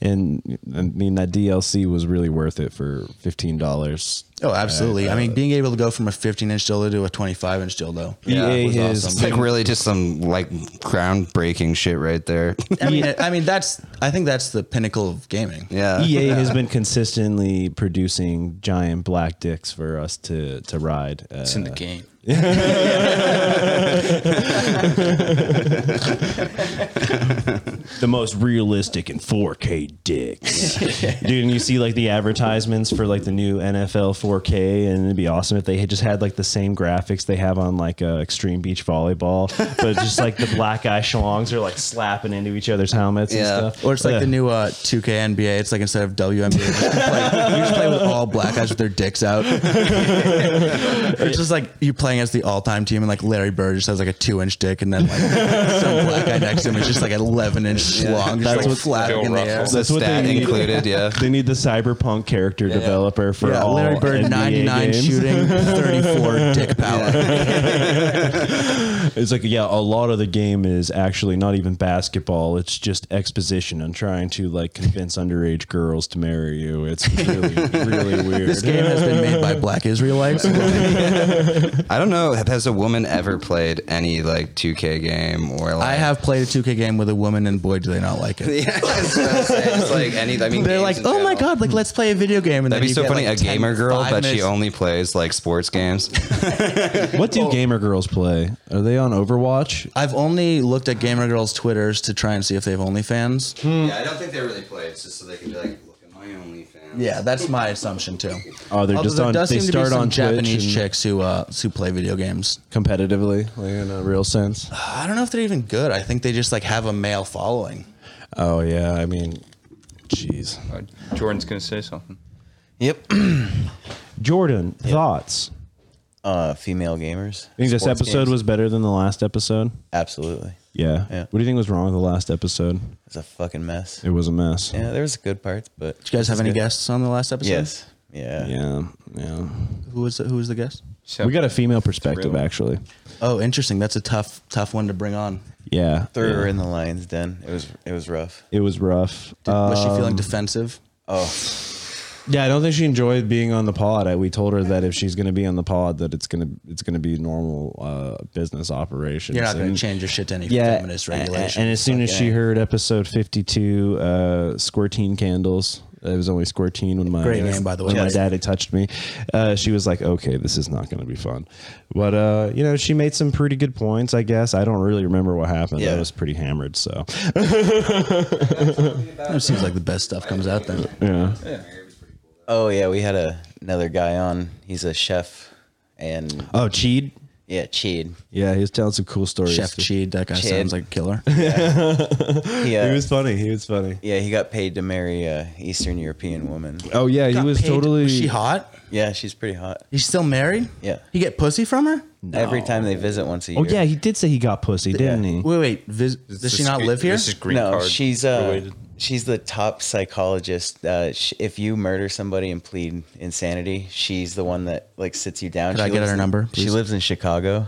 S3: And I mean that DLC was really worth it for fifteen dollars.
S1: Oh, absolutely. I
S3: uh,
S1: mean, being able to go from a 15 inch dildo to a 25 inch dildo.
S3: EA
S2: it was
S3: E has
S2: awesome. It's like really just some like groundbreaking shit right there.
S1: I mean, I mean, that's, I think that's the pinnacle of gaming.
S2: yeah.
S3: EA has been consistently producing giant black dicks for us to to ride. Uh,
S5: It's in the game.
S3: the most realistic and 4K dicks, dude. And you see like the advertisements for like the new NFL 4K, and it'd be awesome if they had just had like the same graphics they have on like uh, extreme beach volleyball, but just like the black eye schlongs are like slapping into each other's helmets
S2: Yeah.
S3: and stuff.
S1: Or it's like
S3: Yeah.
S1: the new uh, 2K NBA. It's like instead of WNBA, you just play, you just play with all black guys with their dicks out. it's just like you playing as the all time team, and like Larry Bird just has like a two inch dick, and then like some black guy next to him is just like an 11 inch schlong. just,
S3: That's
S1: like,
S3: what-
S1: flapping
S5: Bill
S1: in the air.
S5: Russell.
S2: The
S3: That's what
S2: stat
S3: they need.
S2: included, yeah.
S3: They need the cyberpunk character developer for
S1: Yeah,
S3: all
S1: Larry Bird,
S3: NBA
S1: 99
S3: games.
S1: shooting, 34 dick power.
S3: It's like yeah, a lot of the game is actually not even basketball. It's just exposition and trying to like convince underage girls to marry you. It's really really weird.
S1: This game has been made by black Israelites.
S2: I don't know. Has a woman ever played any like 2K game or like?
S1: I have played a 2K game with a woman, and boy, do they not like it.
S2: Yeah, that's what I'm saying. It's like any. I mean,
S1: They're
S2: games
S1: like,
S2: in
S1: oh my
S2: general."
S1: god, like let's play a video game. And then
S2: That'd be
S1: you
S2: so
S1: get,
S2: funny.
S1: like,
S2: a
S1: 10
S2: gamer girl,
S1: five
S2: but she
S1: minutes-
S2: only plays like sports games.
S8: Mm.
S3: What do gamer girls play? Are they on Overwatch?
S1: I've only looked at gamer girls' twitters to try and see if they have OnlyFans.
S2: yeah, I don't think they really play. It's just so they can be like, look at my OnlyFans.
S1: Yeah, that's my assumption too.
S3: Oh, they're
S1: Although
S3: just
S1: there
S3: on.
S1: does
S3: They
S1: seem to be
S3: start
S1: some
S3: on
S1: Japanese
S3: Twitch and
S1: chicks who uh, who play video games.
S3: competitively, like in a real sense.
S1: I don't know if they're even good. I think they just like have a male following.
S3: Oh yeah, I mean, jeez.
S5: Uh, Jordan's gonna say something.
S8: Yep.
S3: Jordan, thoughts?
S8: Uh, female gamers.
S3: I think this episode was better than the last episode.
S8: absolutely.
S3: Yeah.
S8: Yeah.
S3: What do you think was wrong with the last episode?
S8: It's a fucking mess.
S3: It was a mess.
S8: Yeah, there was good parts, but
S1: Did you guys have any guests on the last episode?
S8: yes, yeah.
S3: Yeah. yeah.
S1: Who was who was the guest?
S5: So
S3: We got a female perspective, actually.
S1: Oh, interesting. That's a tough tough one to bring on.
S3: Yeah.
S8: Threw her
S3: yeah.
S8: in the lion's den. It was it was rough.
S3: It was rough.
S1: Did,
S3: Uh,
S1: was she feeling defensive?
S3: Yeah, I don't think she enjoyed being on the pod. I, we told her that if she's going to be on the pod, that it's gonna it's gonna be normal uh, business operations.
S1: You're not going
S3: And-
S1: to change your shit to any
S3: yeah,
S1: feminist
S3: a- a-
S1: regulation.
S3: And as soon as she heard episode fifty-two, uh, squirteen candles. It was only squirteen when my uh,
S1: Great name, by the way.
S3: When my
S1: Yes.
S3: dad had touched me, uh, she was like, "Okay, this is not going to be fun." But uh, you know, she made some pretty good points. I guess I don't really remember what happened. I
S8: Yeah.
S3: was pretty hammered, so
S1: it seems like the best stuff comes out then.
S3: yeah.
S8: Oh yeah, we had a, another guy on. He's a chef, and
S3: Oh, Cheed.
S8: yeah, Cheed.
S3: Yeah, he was telling some cool stories.
S1: Chef Cheed, that guy
S8: Cheed.
S1: sounds like a killer.
S8: He, uh,
S3: He was funny. He was funny.
S8: yeah, he got paid to marry a Eastern European woman.
S3: Oh yeah, he was
S1: Paid-
S3: totally.
S1: Was she hot?
S8: Yeah, she's pretty hot.
S1: He's still married?
S8: Yeah.
S1: He get pussy from her?
S3: Mm-hmm.
S8: Every time they visit once a year.
S13: Oh yeah, he did say he got pussy, didn't he?
S1: Wait, wait. Vis- does she not live here?
S5: This is green
S8: no,
S5: card
S8: she's uh,
S5: related.
S8: she's the top psychologist. Uh, sh- if you murder somebody and plead insanity, she's the one that like sits you down.
S1: Could I get
S8: lives
S1: her
S8: in-
S1: number,
S8: She
S1: please?
S8: lives in Chicago,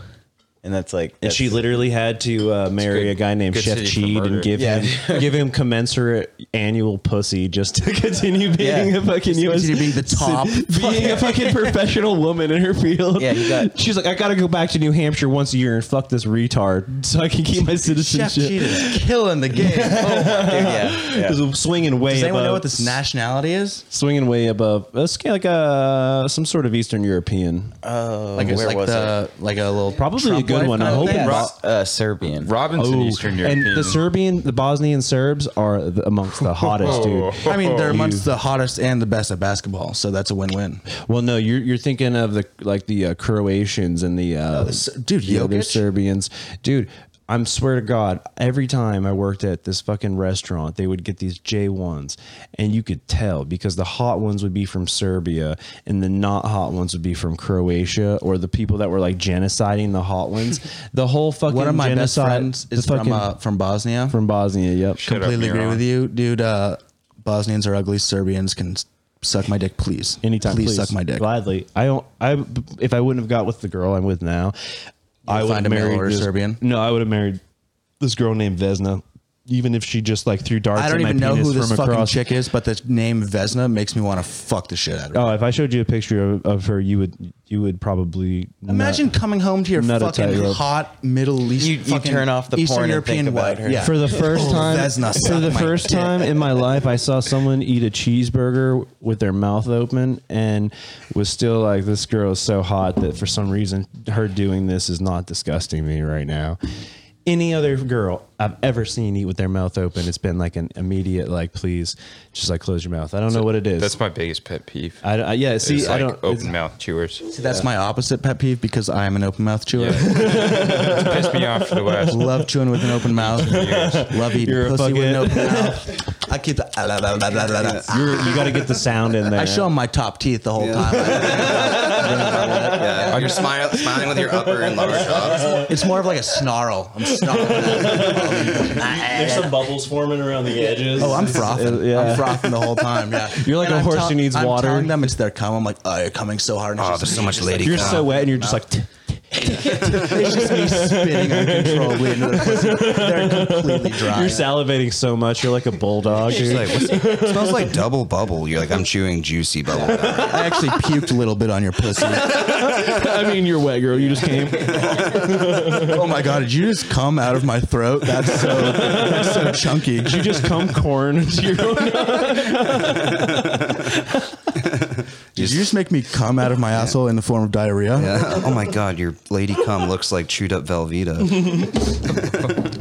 S8: and that's like
S3: And
S8: that's-
S3: she literally had to uh, marry
S5: good-
S3: a guy named
S5: good
S3: Chef
S5: city for
S3: Cheed
S5: murder.
S3: and give
S8: Yeah.
S3: him give him commensurate annual pussy just to continue being
S8: Yeah.
S3: a fucking US,
S1: continue being the top.
S3: being a fucking professional woman in her field.
S8: Yeah, you got-
S3: She's like, I gotta go back to New Hampshire once a year and fuck this retard so I can keep my
S1: Chef Cheed
S3: citizenship.
S1: is killing the game.
S8: yeah, yeah.
S3: Because swinging way
S1: Does
S3: above,
S1: anyone know what this nationality is?
S3: swinging way above, uh, sc- like uh, some sort of Eastern European,
S1: Like it's
S8: where
S1: like
S8: was
S1: the like a little
S3: Uh, probably
S1: Trump
S3: a good
S1: wife
S3: one. I
S1: kind of
S3: hope
S1: thing?
S3: it
S8: Ro- uh, Serbian.
S5: Robin's an Eastern European.
S3: Oh, And the Serbian, the Bosnian Serbs are the, amongst the hottest, dude.
S1: I mean, they're amongst the hottest and the best at basketball, so that's a win-win.
S3: Well, no, you're you're thinking of the like the uh, Croatians and the uh,
S1: Oh, dude,
S3: the other
S1: Jokic?
S3: Serbians, dude. I'm swear to God, every time I worked at this fucking restaurant, they would get these J ones, and you could tell because the hot ones would be from Serbia, and the not hot ones would be from Croatia, or the people that were like genociding the hot ones. the whole fucking
S1: One of my best
S3: genocide,
S1: friends
S3: the
S1: is from
S3: fucking-
S1: uh, from Bosnia.
S3: from Bosnia. Yep.
S1: Completely agree with you, dude. Uh, Bosnians are ugly. Serbians can s- suck my dick, please.
S3: anytime.
S1: please, suck my dick.
S3: Gladly. I don't. I if I wouldn't have got with the girl I'm with now, I would
S1: find
S3: have
S1: a male
S3: married
S1: or a
S3: this,
S1: Serbian?
S3: No, I would have married this girl named Vesna. Even if she just like threw darts,
S1: I don't
S3: at
S1: even
S3: my
S1: know
S3: penis
S1: who this
S3: from
S1: fucking
S3: across.
S1: chick is, but the name Vesna makes me want to fuck the shit out of her.
S3: Oh, if I showed you a picture of, of her, you would you would probably not-
S1: Imagine coming home to your
S3: Not a
S1: fucking
S3: tightrope.
S1: hot Middle East.
S8: You- you
S1: fucking
S8: turn off the
S1: Eastern
S8: porn and
S1: European
S8: think about
S1: wife.
S8: her.
S1: Yeah.
S3: For the first time,
S1: Vesna,
S3: for
S1: suck
S3: the
S1: my
S3: first
S1: dick.
S3: time in my life, I saw someone eat a cheeseburger with their mouth open and was still like, "This girl is so hot that for some reason, her doing this is not disgusting me right now." Any other girl I've ever seen eat with their mouth open, it's been like an immediate like, "Please, just like close your mouth." I don't know what it is.
S5: That's my biggest pet peeve.
S3: I, don't- I- yeah. See,
S5: It's
S3: I
S5: like
S3: don't. it's-
S5: open mouth chewers.
S1: See, that's my opposite pet peeve because I am an open mouth chewer.
S5: Piss me off for the last.
S1: Love chewing with an open mouth. Love eating
S3: You're a
S1: pussy with an
S3: fucking-
S1: open mouth. I keep the.
S3: you're, you got to get the sound in there.
S1: I show 'em my top teeth the whole time.
S2: Yeah, you're smile, smiling with your upper and lower jaws.
S1: It's more of like a snarl. I'm snarling.
S3: There's some bubbles forming around the edges.
S1: Oh, I'm frothing.
S3: Yeah.
S1: I'm frothing the whole time. Yeah.
S3: You're like a
S1: I'm
S3: horse who needs
S1: I'm
S3: water.
S1: telling them it's their cum. I'm like, oh, you're coming so hard. Oh, there's so much lady.
S3: You're so wet, and you're just like.
S1: It's just me spitting uncontrollably into their pussy. They're completely dry.
S3: You're salivating so much. You're like a bulldog. dude.
S2: it smells like double bubble. You're like, I'm chewing juicy bubble.
S1: I actually puked a little bit on your pussy.
S3: I mean, you're wet, girl. You just came.
S1: oh my god, did you just come out of my throat? That's so that's so chunky.
S3: You just come corn into your own.
S1: Did you just make me come out of my asshole in the form of diarrhea?
S2: Yeah. Oh my god, your lady cum looks like chewed up Velveeta.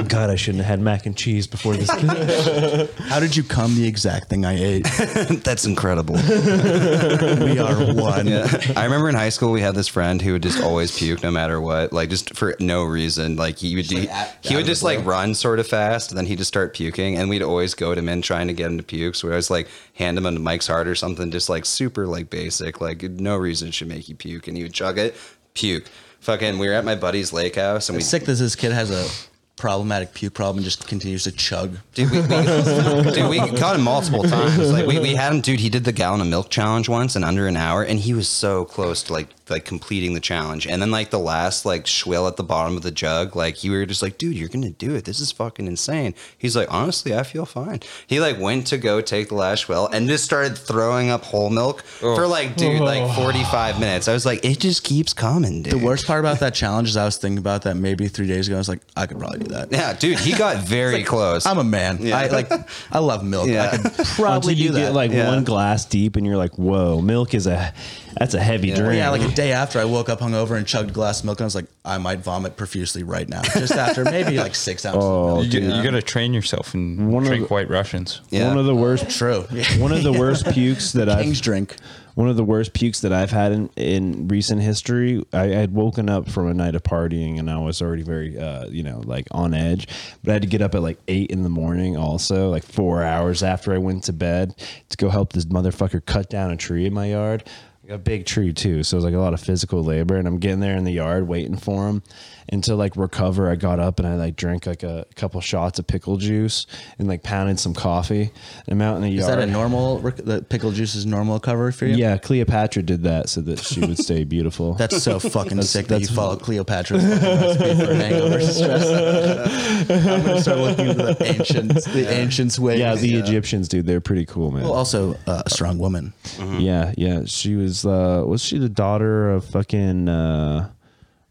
S3: God, I shouldn't have had mac and cheese before this.
S14: How did you come the exact thing I ate?
S2: That's incredible.
S14: we are one.
S2: I remember in high school we had this friend who would just always puke no matter what, like just for no reason. Like he would do,
S1: out- out
S2: he would
S1: of the
S2: just
S1: blue.
S2: like run sort of fast, and then he'd just start puking, and we'd always go to him in trying to get him to puke. So we always like hand him a Mike's Hard or something, just like super like basic, like no reason should make you puke, and he would chug it, puke. Fucking, we were at my buddy's lake house, and we
S1: It's sick that this kid has a problematic puke problem and just continues to chug.
S2: Dude, we, we, dude, we caught him multiple times. Like we, we had him, dude. He did the gallon of milk challenge once in under an hour, and he was so close to like like completing the challenge. And then like the last like swill at the bottom of the jug, like you were just like, dude, you're gonna do it. This is fucking insane. He's like, honestly, I feel fine. He like went to go take the last swill and just started throwing up whole milk for like, dude, like 45 minutes. I was like, it just keeps coming, dude.
S1: The worst part about that challenge is I was thinking about that maybe three days ago. I was like, I could probably do that.
S2: Yeah, dude, he got very close.
S1: I'm a man.
S2: Yeah.
S1: I like. I love milk.
S2: Yeah.
S1: I could
S3: Probably you
S1: do
S3: get
S1: that.
S3: like
S2: Yeah.
S3: one glass deep, and you're like, "Whoa, milk is a that's a heavy drink."
S1: Yeah, like a day after I woke up hungover and chugged a glass of milk, and I was like, I might vomit profusely right now. Just after maybe like six ounces. of milk.
S5: You, get- you got to train yourself and
S3: One of
S5: drink
S3: the-
S5: White Russians.
S2: Yeah.
S3: One of the worst.
S1: True.
S3: One of the worst pukes that I've
S1: King's drink.
S3: one of the worst pukes that I've had in, in recent history. I I had woken up from a night of partying and I was already very, uh, you know, like on edge. But I had to get up at like eight in the morning, also like four hours after I went to bed to go help this motherfucker cut down a tree in my yard. Like, A big tree too, so it was like a lot of physical labor, and I'm getting there in the yard waiting for him, and to like recover, I got up and I like drank like a couple shots of pickle juice and like pounded some coffee. And I'm out in the
S1: Is
S3: yard.
S1: that a normal? rec- The pickle juice is normal recovery for you.
S3: Yeah, Cleopatra did that so that she would stay beautiful.
S1: That's so fucking sick that you follow Cleopatra's fucking recipe for an hangover stress. I'm gonna start looking into the ancients, the ancients' ways.
S3: yeah, the Egyptians, dude, they're pretty cool, man.
S1: Well, also uh, a strong woman.
S2: Mm-hmm.
S3: yeah, yeah. She was uh was she the daughter of fucking uh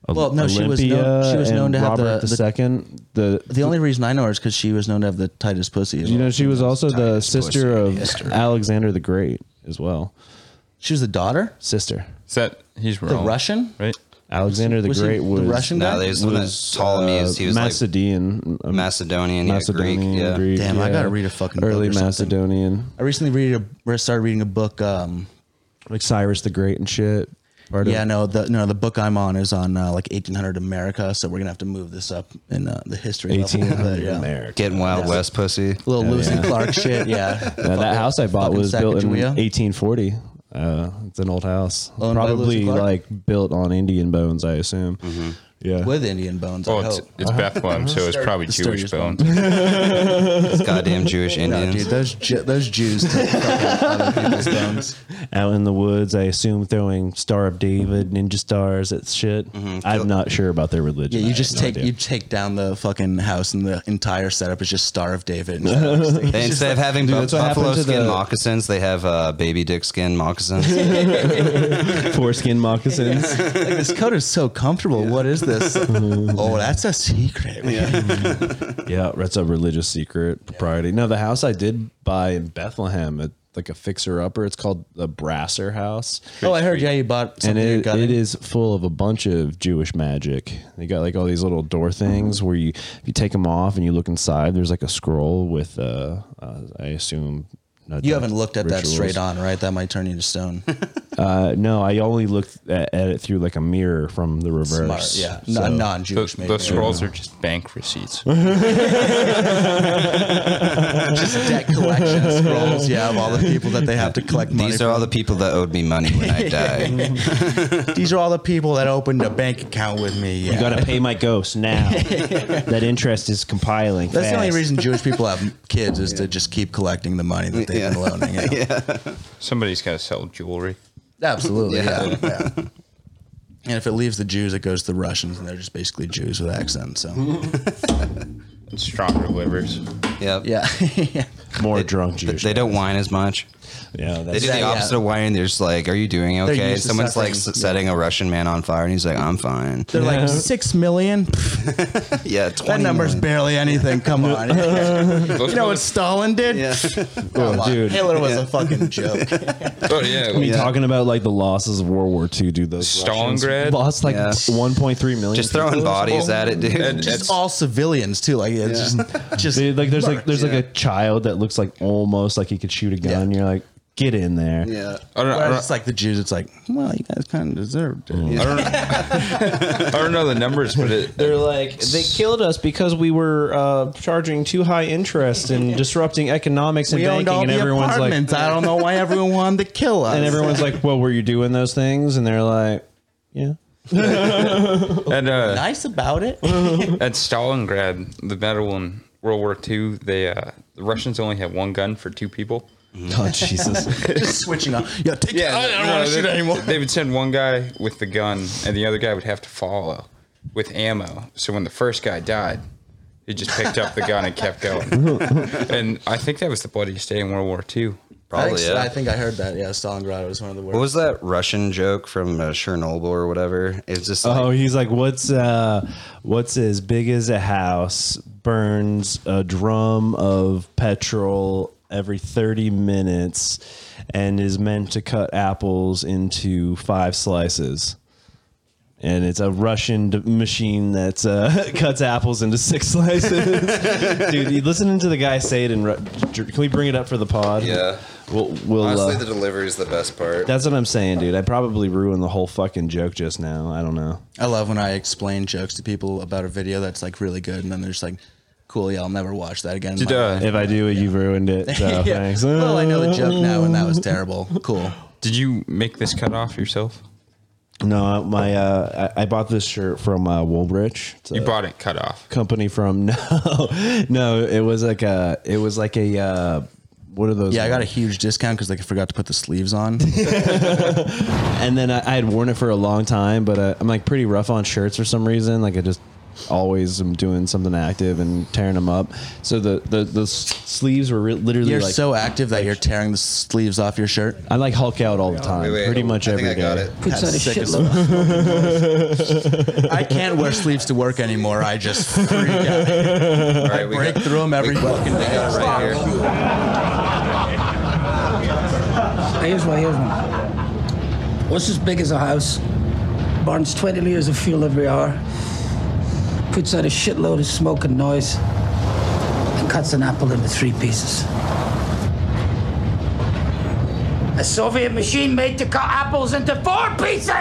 S3: Ol-
S1: Well, no, she was
S3: Olympia
S1: known- she was
S3: and
S1: known to have the-
S3: Robert the,
S1: the-
S3: second the
S1: The only reason I know her is because she was known to have the tightest pussy. as
S3: you
S1: well.
S3: know she was also the sister
S2: pussy in
S3: of Alexander the Great as well.
S1: she was the daughter,
S3: Sister.
S5: Is that he's
S1: the
S3: Oh.
S5: wrong?
S1: Russian.
S5: right?
S3: Alexander the
S1: Was he
S3: Great was
S1: the Russian
S2: no,
S1: guy?
S2: there's one that Ptolemies.
S3: uh,
S2: he was like
S3: Macedonian, uh,
S2: Macedonian, yeah,
S3: Macedonian,
S2: Greek, yeah.
S3: Greek,
S1: Damn, I
S3: yeah.
S1: gotta read a fucking book
S3: early
S1: or something.
S3: Macedonian,
S1: I recently read a, started reading a book. Um,
S3: like Cyrus the Great and shit. Part of-
S1: yeah, no, the no, the book I'm on is on uh, like 1800 America, so we're gonna have to move this up in uh, the history. level, but,
S3: 1800
S1: yeah.
S3: America.
S2: Getting Wild West pussy.
S1: Little Lucy
S3: yeah.
S1: Clark shit, yeah.
S3: Now, that house I bought
S1: fucking
S3: was built in
S1: Sacagawea.
S3: 1840. Uh, it's an old house,
S1: Owned by
S3: probably
S1: Lucy Clark?
S3: like built on Indian bones, I assume. Yeah,
S1: with Indian bones.
S5: Oh,
S1: I
S5: it's,
S1: hope.
S5: it's Bethlehem, so it's probably
S1: the story
S5: Jewish
S1: is
S5: bones.
S2: It's goddamn Jewish
S1: No,
S2: Indians.
S1: dude, those Ju- those Jews take fucking other people's bones.
S3: out in the woods, I assume throwing Star of David, ninja stars, that shit. I'm not sure about their religion.
S1: Yeah,
S3: I
S1: you
S3: have
S1: just
S3: no
S1: take
S3: idea.
S1: you take down the fucking house, and the entire setup is just Star of David. And
S2: They, instead of having bu-
S3: that's what happened
S2: buffalo
S3: to
S2: skin
S3: the-
S2: moccasins, they have uh, baby dick skin moccasins.
S3: foreskin moccasins.
S1: like, this coat is so comfortable. What is this? oh, that's a secret.
S3: Yeah, that's a religious secret propriety. No, the house I did buy in Bethlehem, it, like a fixer upper, it's called the Brasser House.
S1: Oh, I heard. Yeah, you bought
S3: and
S1: something.
S3: it,
S1: you got
S3: it
S1: in.
S3: is full of a bunch of Jewish magic. They got like all these little door
S1: Mm-hmm.
S3: things where you if you take them off and you look inside, there's like a scroll with uh, uh I assume uh,
S1: You haven't looked at that
S3: rituals.
S1: straight on, right? That might turn you to stone.
S3: Uh, no, I only looked at, at it through like a mirror from the
S1: Smart,
S3: reverse.
S1: yeah.
S3: So-
S1: Non non-Jewish,
S5: Those,
S1: maybe.
S5: those scrolls are just bank
S1: just
S5: receipts.
S1: debt collection scrolls. Yeah, of all the people that they have to collect money.
S2: These are all the people that owed me money when I died.
S1: from. These are all the people that opened a bank account with me. Yeah.
S3: You gotta pay my ghost now. that interest is compiling.
S1: That's the only
S3: fast.
S1: reason Jewish people have kids is to just keep collecting the money that they've been loaning. out.
S5: Somebody's got to sell jewelry.
S1: Absolutely. Yeah. yeah. And if it leaves the Jews, it goes to the Russians, and they're just basically Jews with accents. So
S5: Stronger livers.
S2: yep.
S1: yeah,
S3: more drunk
S2: But
S3: Jewish.
S2: they don't whine as much.
S3: Yeah,
S2: They
S3: that's
S2: do the opposite of wine. They're just like, "Are you doing okay?"
S1: used to
S2: Someone's like
S1: suffering.
S2: s- setting a Russian man on fire, and he's like, "I'm fine."
S1: They're like six million. Pff,
S2: yeah,
S1: That number's barely anything. Come on. you know what Stalin did?
S3: oh, dude.
S4: Hitler was a fucking joke.
S5: Oh yeah,
S3: I mean,
S5: like
S3: talking about like the losses of World War II, dude. Those Russians
S5: Stalingrad?
S3: lost like
S2: Yeah.
S3: 1.3 million.
S2: just throwing
S3: people or
S2: bodies at it, dude.
S5: and
S1: Just
S5: it's-
S1: all civilians too. Like it's just just
S3: Dude, like there's like there's like
S2: yeah.
S3: a child that looks like almost like he could shoot a gun. You're like, get in there.
S2: yeah,
S5: I don't, know,
S1: Whereas
S5: I, don't, Mm.
S1: it's like the Jews, it's like, well, you guys kind of deserved it.
S5: I, don't, I don't know the numbers, but it,
S9: They're like, they killed us because we were uh, charging too high interest and disrupting economics and
S1: We owned
S9: banking.
S1: all
S9: And
S1: the
S9: everyone's like,
S1: apartments. I don't know why everyone wanted to kill us.
S9: and everyone's like, well, were you doing those things? And they're like, yeah.
S5: and uh,
S1: nice about it.
S5: At Stalingrad, the battle in World War II, they uh, the Russians only had one gun for two people.
S3: Oh Jesus!
S1: just switching on. Yeah, take yeah, I don't
S5: no,
S1: want to shoot
S5: they,
S1: anymore.
S5: They would send one guy with the gun, and the other guy would have to follow with ammo. So when the first guy died, he just picked up the gun and kept going. and I think that was the bloodiest day in World War II.
S4: I
S2: probably.
S4: think,
S2: yeah.
S4: I think I heard that. Yeah, Stalingrad was one of the worst.
S2: what was that Russian joke from uh, Chernobyl or whatever? It's just like,
S3: oh, he's like, what's uh, what's as big as a house burns a drum of petrol every 30 minutes and is meant to cut apples into five slices. And it's a Russian d- machine that uh, cuts apples into six slices. Dude, you listening to the guy say it in Ru- Can we bring it up for the pod?
S2: Yeah.
S3: We'll, we'll
S2: honestly,
S3: uh,
S2: the delivery is the best part.
S3: That's what I'm saying, dude. I probably ruined the whole fucking joke just now. I don't know.
S1: I love when I explain jokes to people about a video that's like really good, and then they're just like, "Cool, yeah, I'll never watch that again." in
S5: Did,
S1: my
S5: uh,
S1: life."
S3: If I do, you've ruined it. So
S1: Yeah.
S3: thanks.
S1: Well, I know the joke now, and that was terrible. Cool.
S5: did you make this cut off yourself?
S3: No, my uh, I, I bought this shirt from uh, Woolrich. It's
S5: You
S3: a
S5: bought it cut off.
S3: company from no, no. It was like a. It was like a. Uh, what are those?
S1: Yeah, I got a
S3: it.
S1: huge discount because like I forgot to put the sleeves on.
S3: And then I, I had worn it for a long time, but uh, I'm like pretty rough on shirts for some reason. Like I just always am doing something active and tearing them up. So the the, the s- sleeves were re- literally
S1: You're
S3: like
S1: so active that you're tearing the sleeves off your shirt.
S3: I like Hulk out all the time,
S2: Wait, wait,
S3: pretty much
S2: I
S3: every
S2: think
S3: day.
S2: I got it.
S1: That's sick as fuck. I can't wear sleeves to work anymore. I just freak out.
S2: All right, we
S1: break
S2: got-
S1: through them every
S2: we-
S1: fucking
S2: we got it
S1: day.
S2: right here.
S7: Here's one, here's one. What's as big as a house? Burns 20 liters of fuel every hour, puts out a shitload of smoke and noise, and cuts an apple into three pieces. A Soviet machine made to cut apples into four pieces!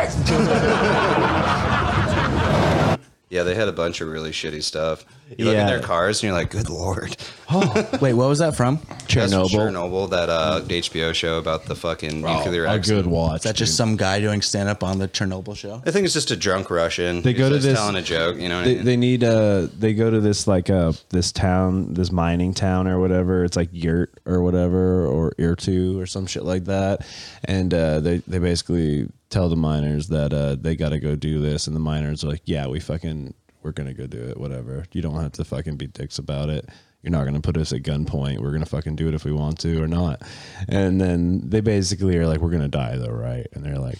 S2: Yeah, they had a bunch of really shitty stuff. You look
S3: Yeah.
S2: at their cars and you're like, "Good lord!"
S1: Wait, what was that from?
S2: That's from
S3: Chernobyl.
S2: Chernobyl, that uh, HBO show about the fucking
S3: Oh,
S2: nuclear
S3: a
S2: accident.
S3: good watch.
S1: Is that just some guy doing stand up on the Chernobyl show?
S2: I think it's just a drunk Russian.
S3: They
S2: who's
S3: go to
S2: just
S3: this-
S2: telling a joke, you know. what I
S3: they,
S2: mean?
S3: they need uh they go to this like uh this town this mining town or whatever it's like yurt or whatever or irtu or some shit like that and uh they they basically tell the miners that uh they gotta go do this and the miners are like yeah we fucking we're gonna go do it whatever you don't have to fucking be dicks about it you're not gonna put us at gunpoint we're gonna fucking do it if we want to or not and then they basically are like we're gonna die though right and they're like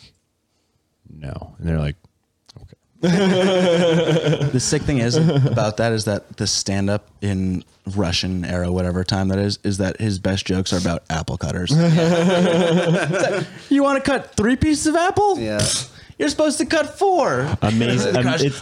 S3: no and they're like okay
S1: The sick thing is about that is that the stand up in Russian era, whatever time that is, is that his best jokes are about apple cutters. you want to cut three pieces of apple?
S2: yeah,
S1: You're supposed to cut four.
S3: amazing. Um,
S1: Gosh.
S3: it's,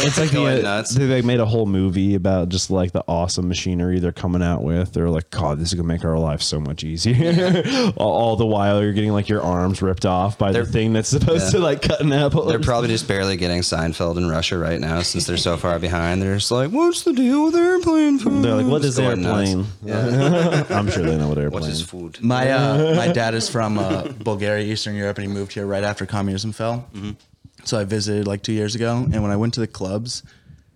S3: it's like
S2: Going
S3: the,
S2: nuts.
S3: they like made a whole movie about just like the awesome machinery they're coming out with. They're like, God, this is gonna make our life so much easier. all, all the while, you're getting like your arms ripped off by the thing that's supposed to like cut an apple.
S2: they're probably just barely getting Seinfeld in Russia right now since they're so far behind. They're just like, "What's the deal with airplane food?"
S3: They're like, what is
S2: Just going nuts.
S3: airplane? I'm sure they know what
S2: What
S3: airplane.
S2: is food?
S1: My uh, my dad is from uh, Bulgaria, Eastern Europe, and he moved here right after communism fell. So I visited like two years ago, and when I went to the clubs,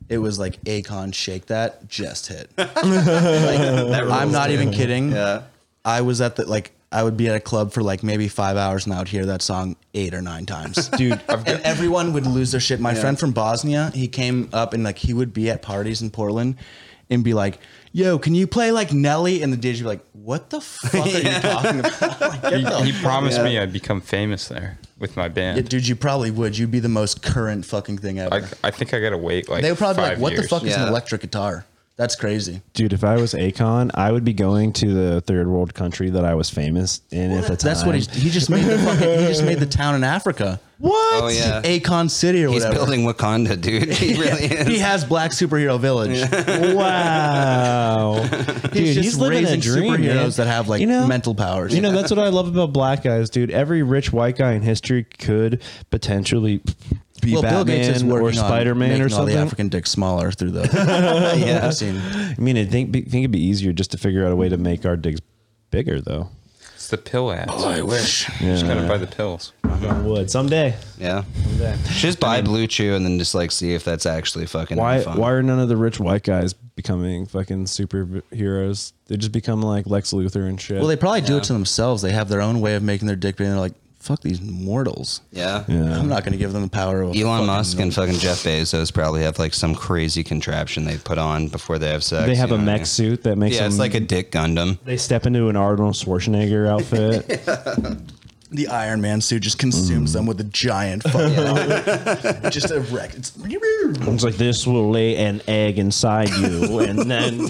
S1: it was like Akon Shake That just hit. Like, I'm not even kidding.
S2: Yeah.
S1: I was at the like I would be at a club for like maybe five hours, and I would hear that song eight or nine times,
S3: Dude,
S1: and everyone would lose their shit. My friend from Bosnia, he came up and like he would be at parties in Portland, and be like, "Yo, can you play like Nelly?" And the DJ be like, "What the fuck are you talking about?" Like, get the
S5: He, he promised me I'd become famous there with my band.
S1: Yeah, dude, you probably would. You'd be the most current fucking thing ever.
S5: I, I think I gotta wait like
S1: they would probably be
S5: five
S1: like, "What
S5: years.
S1: the fuck is an
S2: Yeah.
S1: electric guitar?" That's crazy.
S3: Dude, if I was Akon, I would be going to the third world country that I was famous in at the time.
S1: That's what he's, he just made. The fucking, he just made the town in Africa,
S2: Oh yeah.
S1: Akon City or
S2: He's
S1: whatever.
S2: building Wakanda, dude. He really is.
S1: He has Black Superhero Village.
S15: Wow. Dude,
S1: He's
S15: he's,
S1: just
S15: living a
S1: raising
S15: dream.
S1: superheroes
S15: man.
S1: that have, like, mental powers.
S15: You know, that's what I love about black guys, dude. Every rich white guy in history could potentially be
S1: Well, Bill Gates is
S15: Batman
S1: working
S15: or
S1: on
S15: Spider Man
S1: making
S15: or
S1: all the
S15: something.
S1: African dick smaller through the. yeah, I've seen.
S15: I mean, I think think it'd be easier just to figure out a way to make our digs bigger, though.
S5: It's the pill ads.
S1: I wish.
S5: Just gotta buy the pills.
S15: Would someday.
S2: Yeah. Just buy Blue Chew and then just like see if that's actually fucking
S3: why
S2: fun.
S3: why are none of the rich white guys becoming fucking superheroes? They just become like Lex Luthor and shit.
S1: Well, they probably do it to themselves. They have their own way of making their dick big. And they're like, "Fuck these mortals.
S2: yeah.
S1: I'm not going to give them the power of a
S2: Elon
S1: fucking
S2: Musk and fucking Jeff Bezos probably have like some crazy contraption they put on before they have sex.
S3: They have
S2: you
S3: a
S2: know what I
S3: mech
S2: mean?
S3: suit that makes
S2: Yeah, it's
S3: them-
S2: like a dick Gundam.
S3: they step into an Arnold Schwarzenegger outfit.
S1: the Iron Man suit just consumes them with a giant fucking it just erect. It's
S15: It's like this will lay an egg inside you, and then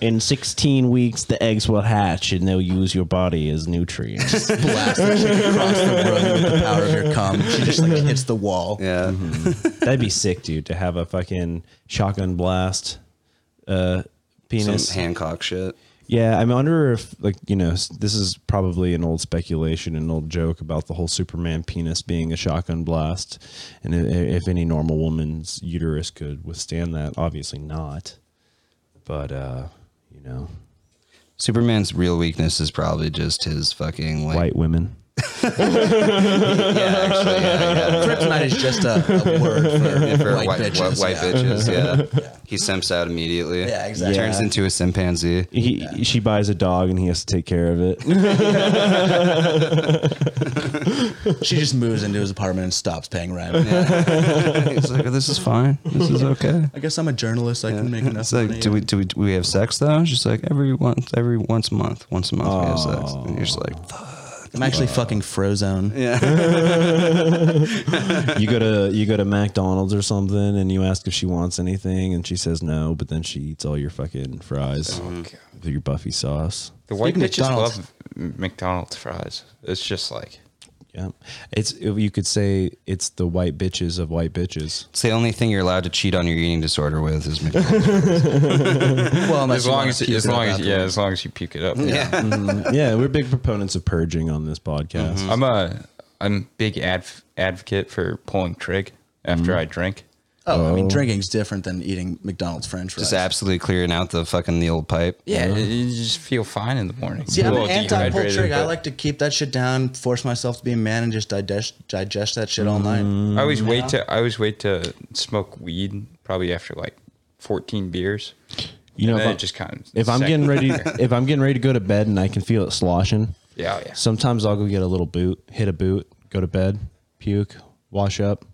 S15: in 16 weeks the eggs will hatch, and they'll use your body as nutrients.
S1: blast the chick across the room with the power of your cum. She just like hits the wall.
S2: Yeah.
S15: That'd be sick, dude, to have a fucking shotgun blast uh,
S2: Some
S15: penis.
S2: Hancock shit.
S3: yeah, I'm under if like you know s- this is probably an old speculation, an old joke about the whole Superman penis being a shotgun blast, and i- if any normal woman's uterus could withstand that, obviously not. But uh, you know,
S2: Superman's real weakness is probably just his fucking like,
S3: white women.
S2: Yeah, actually, yeah,
S1: Kryptonite is just a, a word
S2: yeah.
S1: for,
S2: For
S1: white,
S2: white, white,
S1: bitches.
S2: white
S1: yeah.
S2: bitches, yeah. He simps out immediately.
S1: Yeah, exactly.
S2: Turns into a chimpanzee.
S3: He, She buys a dog and he has to take care of it.
S1: She just moves into his apartment and stops paying rent.
S2: He's like, this is fine. This is okay.
S1: I guess I'm a journalist. I can make enough
S2: It's like,
S1: money.
S2: do we do we, do we have sex though? It's just like every once every once a month, once a month we have sex, and you're just like, fuck.
S1: I'm actually fucking Frozone.
S3: you go to you go to McDonald's or something and you ask if she wants anything and she says no, but then she eats all your fucking fries with your Buffy sauce.
S5: The white
S1: Speaking of
S5: bitches
S1: McDonald's-
S5: love M- McDonald's fries. It's just like
S3: Yeah, it's you could say it's the white bitches of white bitches.
S2: It's the only thing you're allowed to cheat on your eating disorder with is McDonald's.
S1: Well, unless
S5: as
S1: you
S5: long
S1: wanna
S5: as
S1: puke
S5: as
S1: it up
S5: long as yeah,
S1: afterwards.
S5: as long as you puke it up.
S3: Mm, yeah, we're big proponents of purging on this podcast.
S5: I'm a I'm big adv- advocate for pulling trig after
S1: Mm-hmm.
S5: I drink.
S1: Oh, I mean, drinking's different than eating McDonald's French fries.
S2: just absolutely clearing out the fucking the old pipe.
S5: Yeah, you just feel fine in the morning.
S1: See,
S5: A
S1: I'm
S5: little
S1: an anti pull
S5: dehydrated,
S1: trick. I
S5: but
S1: like to keep that shit down, force myself to be a man, and just digest digest that shit all night.
S5: I always wait to I always wait to smoke weed probably after like 14 beers.
S3: You know, if,
S5: And then
S3: I'm,
S5: it just kind of
S3: if I'm getting ready, if I'm getting ready to go to bed and I can feel it sloshing,
S5: Yeah, yeah.
S3: Sometimes I'll go get a little boot, hit a boot, go to bed, puke, wash up.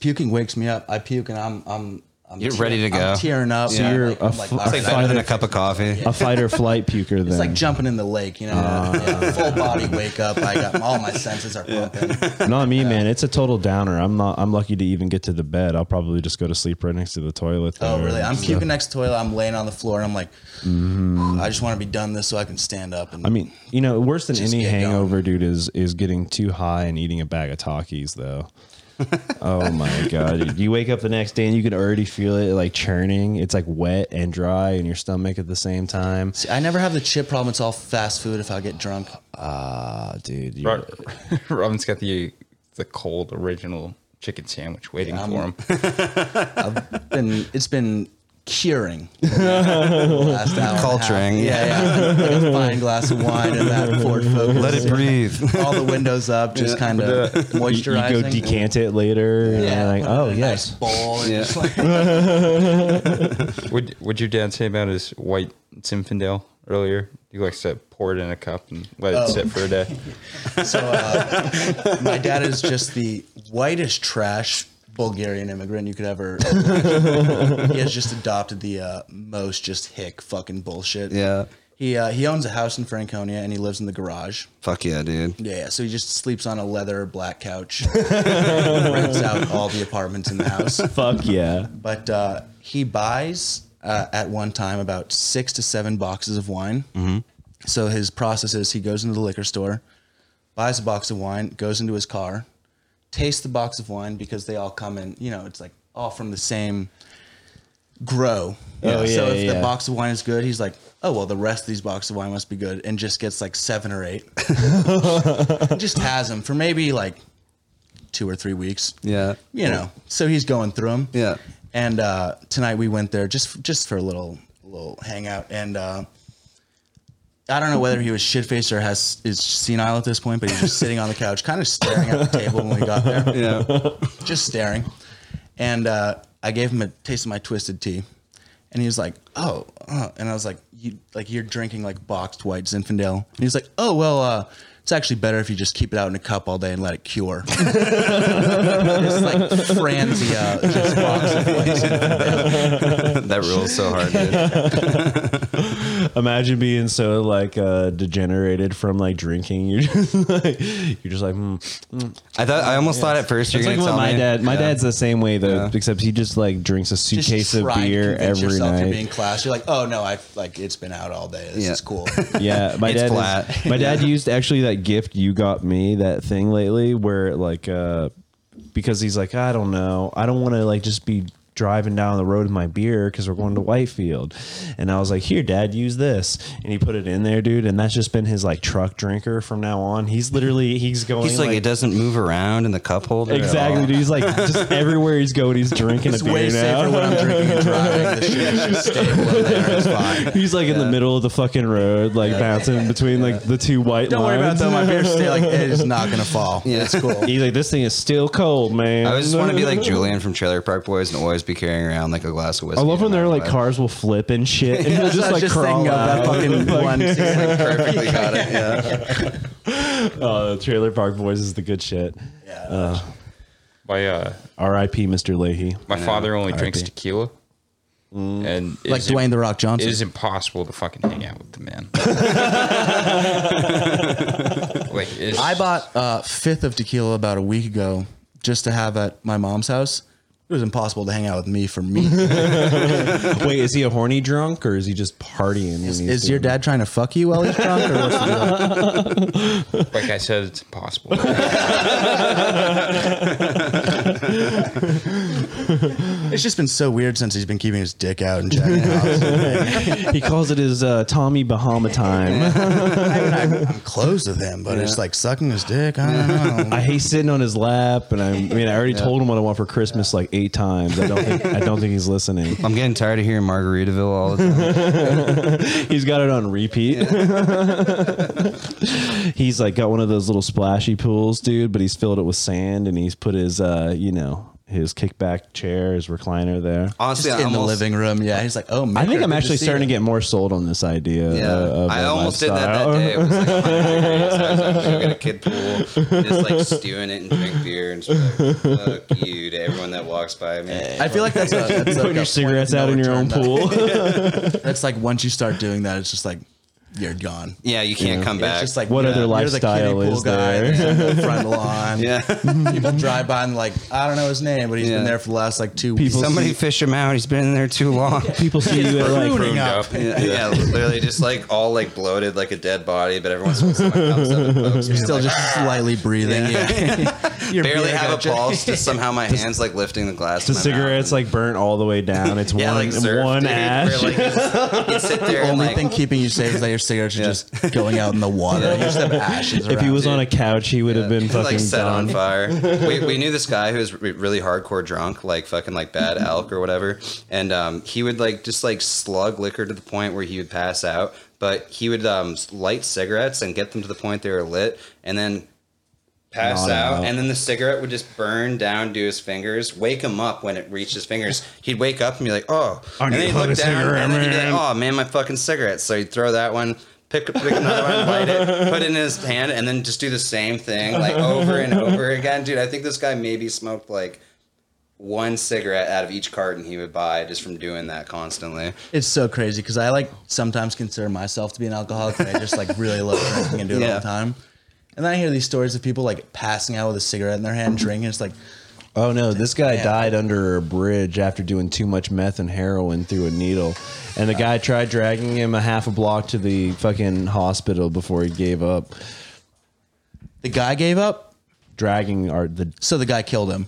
S1: Puking wakes me up. I puke and I'm I'm. I'm
S2: You're ready to
S1: I'm
S2: go.
S1: tearing up.
S2: So
S1: I'm
S3: you're
S1: like,
S3: a
S1: I'm like,
S3: fu-
S1: all
S2: It's
S1: right,
S2: like
S1: I-
S2: better than a cup of coffee.
S3: A fight or flight puker. Then
S1: it's like jumping in the lake, you know. Yeah, full body wake up. I got all my senses are pumping.
S3: Not me, man. It's a total downer. I'm not. I'm lucky to even get to the bed. I'll probably just go to sleep right next to the toilet.
S1: Oh,
S3: there.
S1: really? I'm puking next to the toilet. I'm laying on the floor and I'm like, I just want to be done this so I can stand up. And
S3: Mm-hmm. I mean, you know, worse than
S1: Just
S3: any
S1: get going.
S3: hangover, dude, is is getting too high and eating a bag of Takis, though. oh my god! dude. You wake up the next day and you can already feel it like churning. It's like wet and dry in your stomach at the same time.
S1: See, I never have the chip problem. It's all fast food. If I get drunk,
S3: Ah, dude, you-
S5: Ro- Robin's got the the cold original chicken sandwich waiting for him.
S1: been it's been curing the last hour. and a half.
S2: Culturing.
S1: Yeah, yeah. Like a fine glass of wine and that Ford Focus.
S2: Let it breathe.
S1: All the windows up, just kind of
S3: you, you
S1: moisturizing.
S3: go decant it later. and
S1: Yeah.
S3: you're like, oh
S1: Nice
S3: yes,
S1: bowl. and just like-
S5: Would would your dad say about his white Zinfandel earlier? He likes to pour it in a cup and let
S1: Oh.
S5: it sit for a day.
S1: so uh, my dad is just the whitest trash Bulgarian immigrant you could ever. he has just adopted the uh, most just hick fucking bullshit.
S2: Yeah.
S1: He uh, he owns a house in Franconia and he lives in the garage.
S2: Fuck yeah, dude.
S1: Yeah, yeah, so he just sleeps on a leather black couch, rents out all the apartments in the house.
S3: Fuck yeah.
S1: But uh, he buys uh, at one time about six to seven boxes of wine.
S3: Mm-hmm.
S1: So his process is he goes into the liquor store, buys a box of wine, goes into his car, tastes the box of wine because they all come in, you know, it's like all from the same grow.
S3: Oh,
S1: so
S3: yeah,
S1: if
S3: yeah.
S1: the box of wine is good, he's like, oh, well, the rest of these boxes of wine must be good and just gets like seven or eight. just has them for maybe like two or three weeks
S2: Yeah.
S1: you know. So he's going through them.
S2: Yeah.
S1: And uh, tonight we went there just just for a little little hangout, and uh, I don't know whether he was shit faced or has is senile at this point, but he's just sitting on the couch, kind of staring at the table when we got there,
S2: Yeah.
S1: just staring. And uh, I gave him a taste of my twisted tea, and he was like, "Oh," uh," and I was like, "You like you're drinking like boxed white Zinfandel?" And he was like, "Oh well." Uh, it's actually better if you just keep it out in a cup all day and let it cure. It's like Franzia just walks in place.
S2: that rules so hard, dude.
S3: Imagine being so like uh, degenerated from like drinking. You're just like, you're just like hmm.
S2: I thought I almost thought at first you're
S3: It's
S2: gonna
S3: like
S2: tell
S3: what my
S2: me.
S3: dad. My
S2: Yeah.
S3: dad's the same way though,
S2: Yeah.
S3: except he just like drinks a
S1: Just
S3: suitcase of
S1: try to
S3: beer
S1: convince
S3: every
S1: yourself You're being
S3: night.
S1: class. You're like, oh no, I like it's been out all day. This
S2: Yeah.
S1: is cool.
S3: Yeah, my
S2: It's
S3: dad. is-
S2: flat.
S3: my dad used actually that gift you got me that thing lately where like uh because he's like I don't know I don't want to like just be driving down the road with my beer because we're going to Whitefield and I was like here dad use this and he put it in there dude and that's just been his like truck drinker from now on he's literally he's going
S2: He's like,
S3: like
S2: it doesn't move around in the cup holder. at
S3: Exactly,
S2: all.
S3: dude. He's like just everywhere he's going, he's drinking
S1: it's
S3: a beer
S1: way safer
S3: now.
S1: when I'm drinking and driving. The shit is just stable in there. It's fine.
S3: He's like in the middle of the fucking road, like bouncing between like the two white
S1: Don't worry about
S3: lines.
S1: that. My beer's still like it is not gonna fall. Yeah, it's cool.
S3: He's like, this thing is still cold, man.
S2: I just want to be like Julian from Trailer Park Boys and always be carrying around like a glass of
S3: I
S2: whiskey.
S3: love when
S2: no
S3: they're
S2: matter
S3: like
S2: what.
S3: cars will flip and shit, and he'll just
S1: I was
S3: like crawl
S1: thinking of
S3: out.
S1: that fucking one.
S2: Perfectly got it. Yeah.
S3: Oh, Trailer Park Boys is the good shit.
S5: My uh,
S3: R.I.P. Mr. Leahy.
S5: my father only drinks
S3: RIP.
S5: tequila, and
S1: Mm.
S5: it
S1: Like
S5: is-
S1: Dwayne the Rock
S5: It
S1: Johnson.
S5: is impossible to fucking hang out with the man. like it's,
S1: I bought a fifth of tequila about a week ago just to have at my mom's house. It was impossible to hang out with me for me.
S3: Wait, is he a horny drunk or is he just partying? when he's
S1: is your
S3: doing
S1: dad trying to fuck you while he's drunk, or what's the deal?
S5: like I said, it's impossible.
S1: It's just been so weird since he's been keeping his dick out and jacking it off.
S3: it? He calls it his uh, Tommy Bahama time.
S1: I'm close with him, but it's like sucking his dick. I don't know.
S3: I hate sitting on his lap, and I, I mean, I already told him what I want for Christmas like eight times. I don't think I don't think he's listening.
S2: I'm getting tired of hearing Margaritaville all the time.
S3: He's got it on repeat. he's like got one of those little splashy pools, dude, but he's filled it with sand, and he's put his, uh, you know, his kickback chair, his recliner there.
S2: Honestly,
S1: Just
S2: I
S1: in the
S2: almost-
S1: living room, yeah. He's like, oh,
S3: I think
S1: Maker,
S3: I'm
S1: good
S3: actually
S1: see
S3: starting to
S1: you.
S3: get more sold on this idea.
S2: Yeah,
S3: uh, of
S2: I
S3: a
S2: almost did that
S3: lifestyle.
S2: that day. It was like, on my days, I was like, "Go get a kid pool, and just like stewing it and drink beer and just be like, fuck you to everyone that walks by me.
S1: I feel like that's, a, that's like
S3: Putting
S1: a
S3: your cigarettes out in your own pool.
S1: That's like once you start doing that, it's just like you're gone.
S2: yeah, you can't come
S1: It's
S2: back.
S1: just like
S3: What other
S1: you're the kiddie
S3: lifestyle
S1: pool
S3: is
S1: guy
S3: there?
S1: that's on the front lawn.
S2: yeah,
S1: People drive by and like I don't know his name, but he's
S2: Yeah.
S1: been there for the last like two
S3: People-
S1: weeks.
S2: somebody fish him out. He's been in there too long.
S3: People see you at like
S1: Pruning up.
S2: Yeah, yeah, literally just like all like bloated, like a dead body, but everyone's someone comes up and pokes me.
S1: Still just
S3: "Ah."
S1: slightly breathing. Yeah. Your
S2: barely
S1: beer
S2: have a
S1: got you.
S2: pulse. Just somehow my hands like lifting the glass. to
S3: the
S2: my mouth.
S3: cigarettes like burnt all the way down. It's
S2: yeah,
S3: one
S2: like Zerf,
S3: one
S2: dude,
S3: ash.
S2: Where, like, you, you sit there and
S1: Only
S2: like
S1: thing keeping you safe is that your cigarettes are just going out in the water. You just have ashes.
S3: If he was
S1: around
S3: on a couch, he would have been fucking
S2: like set
S3: gone.
S2: on fire. We, we knew this guy who was re- really hardcore drunk, like fucking like bad alk or whatever, and um, he would like just like slug liquor to the point where he would pass out. But he would um, s- light cigarettes and get them to the point they were lit, and then pass
S3: Not
S2: out,
S3: out.
S2: and then the cigarette would just burn down to his fingers. Wake him up when it reached his fingers. He'd wake up and be like, "Oh,"
S3: I
S2: and
S3: need
S2: then
S3: to
S2: he'd
S3: plug
S2: look
S3: a
S2: down,
S3: cigarette,
S2: and then he'd be
S3: man.
S2: like, "Oh man, my fucking cigarette." So he'd throw that one. Pick, pick another one, light it, put it in his hand, and then just do the same thing like over and over again, dude. I think this guy maybe smoked like one cigarette out of each carton he would buy just from doing that constantly.
S1: It's so crazy because I like sometimes consider myself to be an alcoholic, but I just like really love drinking and do it all
S2: Yeah.
S1: the time. And then I hear these stories of people like passing out with a cigarette in their hand, drinking. It's like,
S3: Oh no, this guy
S1: Yeah.
S3: died under a bridge after doing too much meth and heroin through a needle. And the guy tried dragging him a half a block to the fucking hospital before he gave up.
S1: the guy gave up,
S3: Dragging our the
S1: so the guy killed him.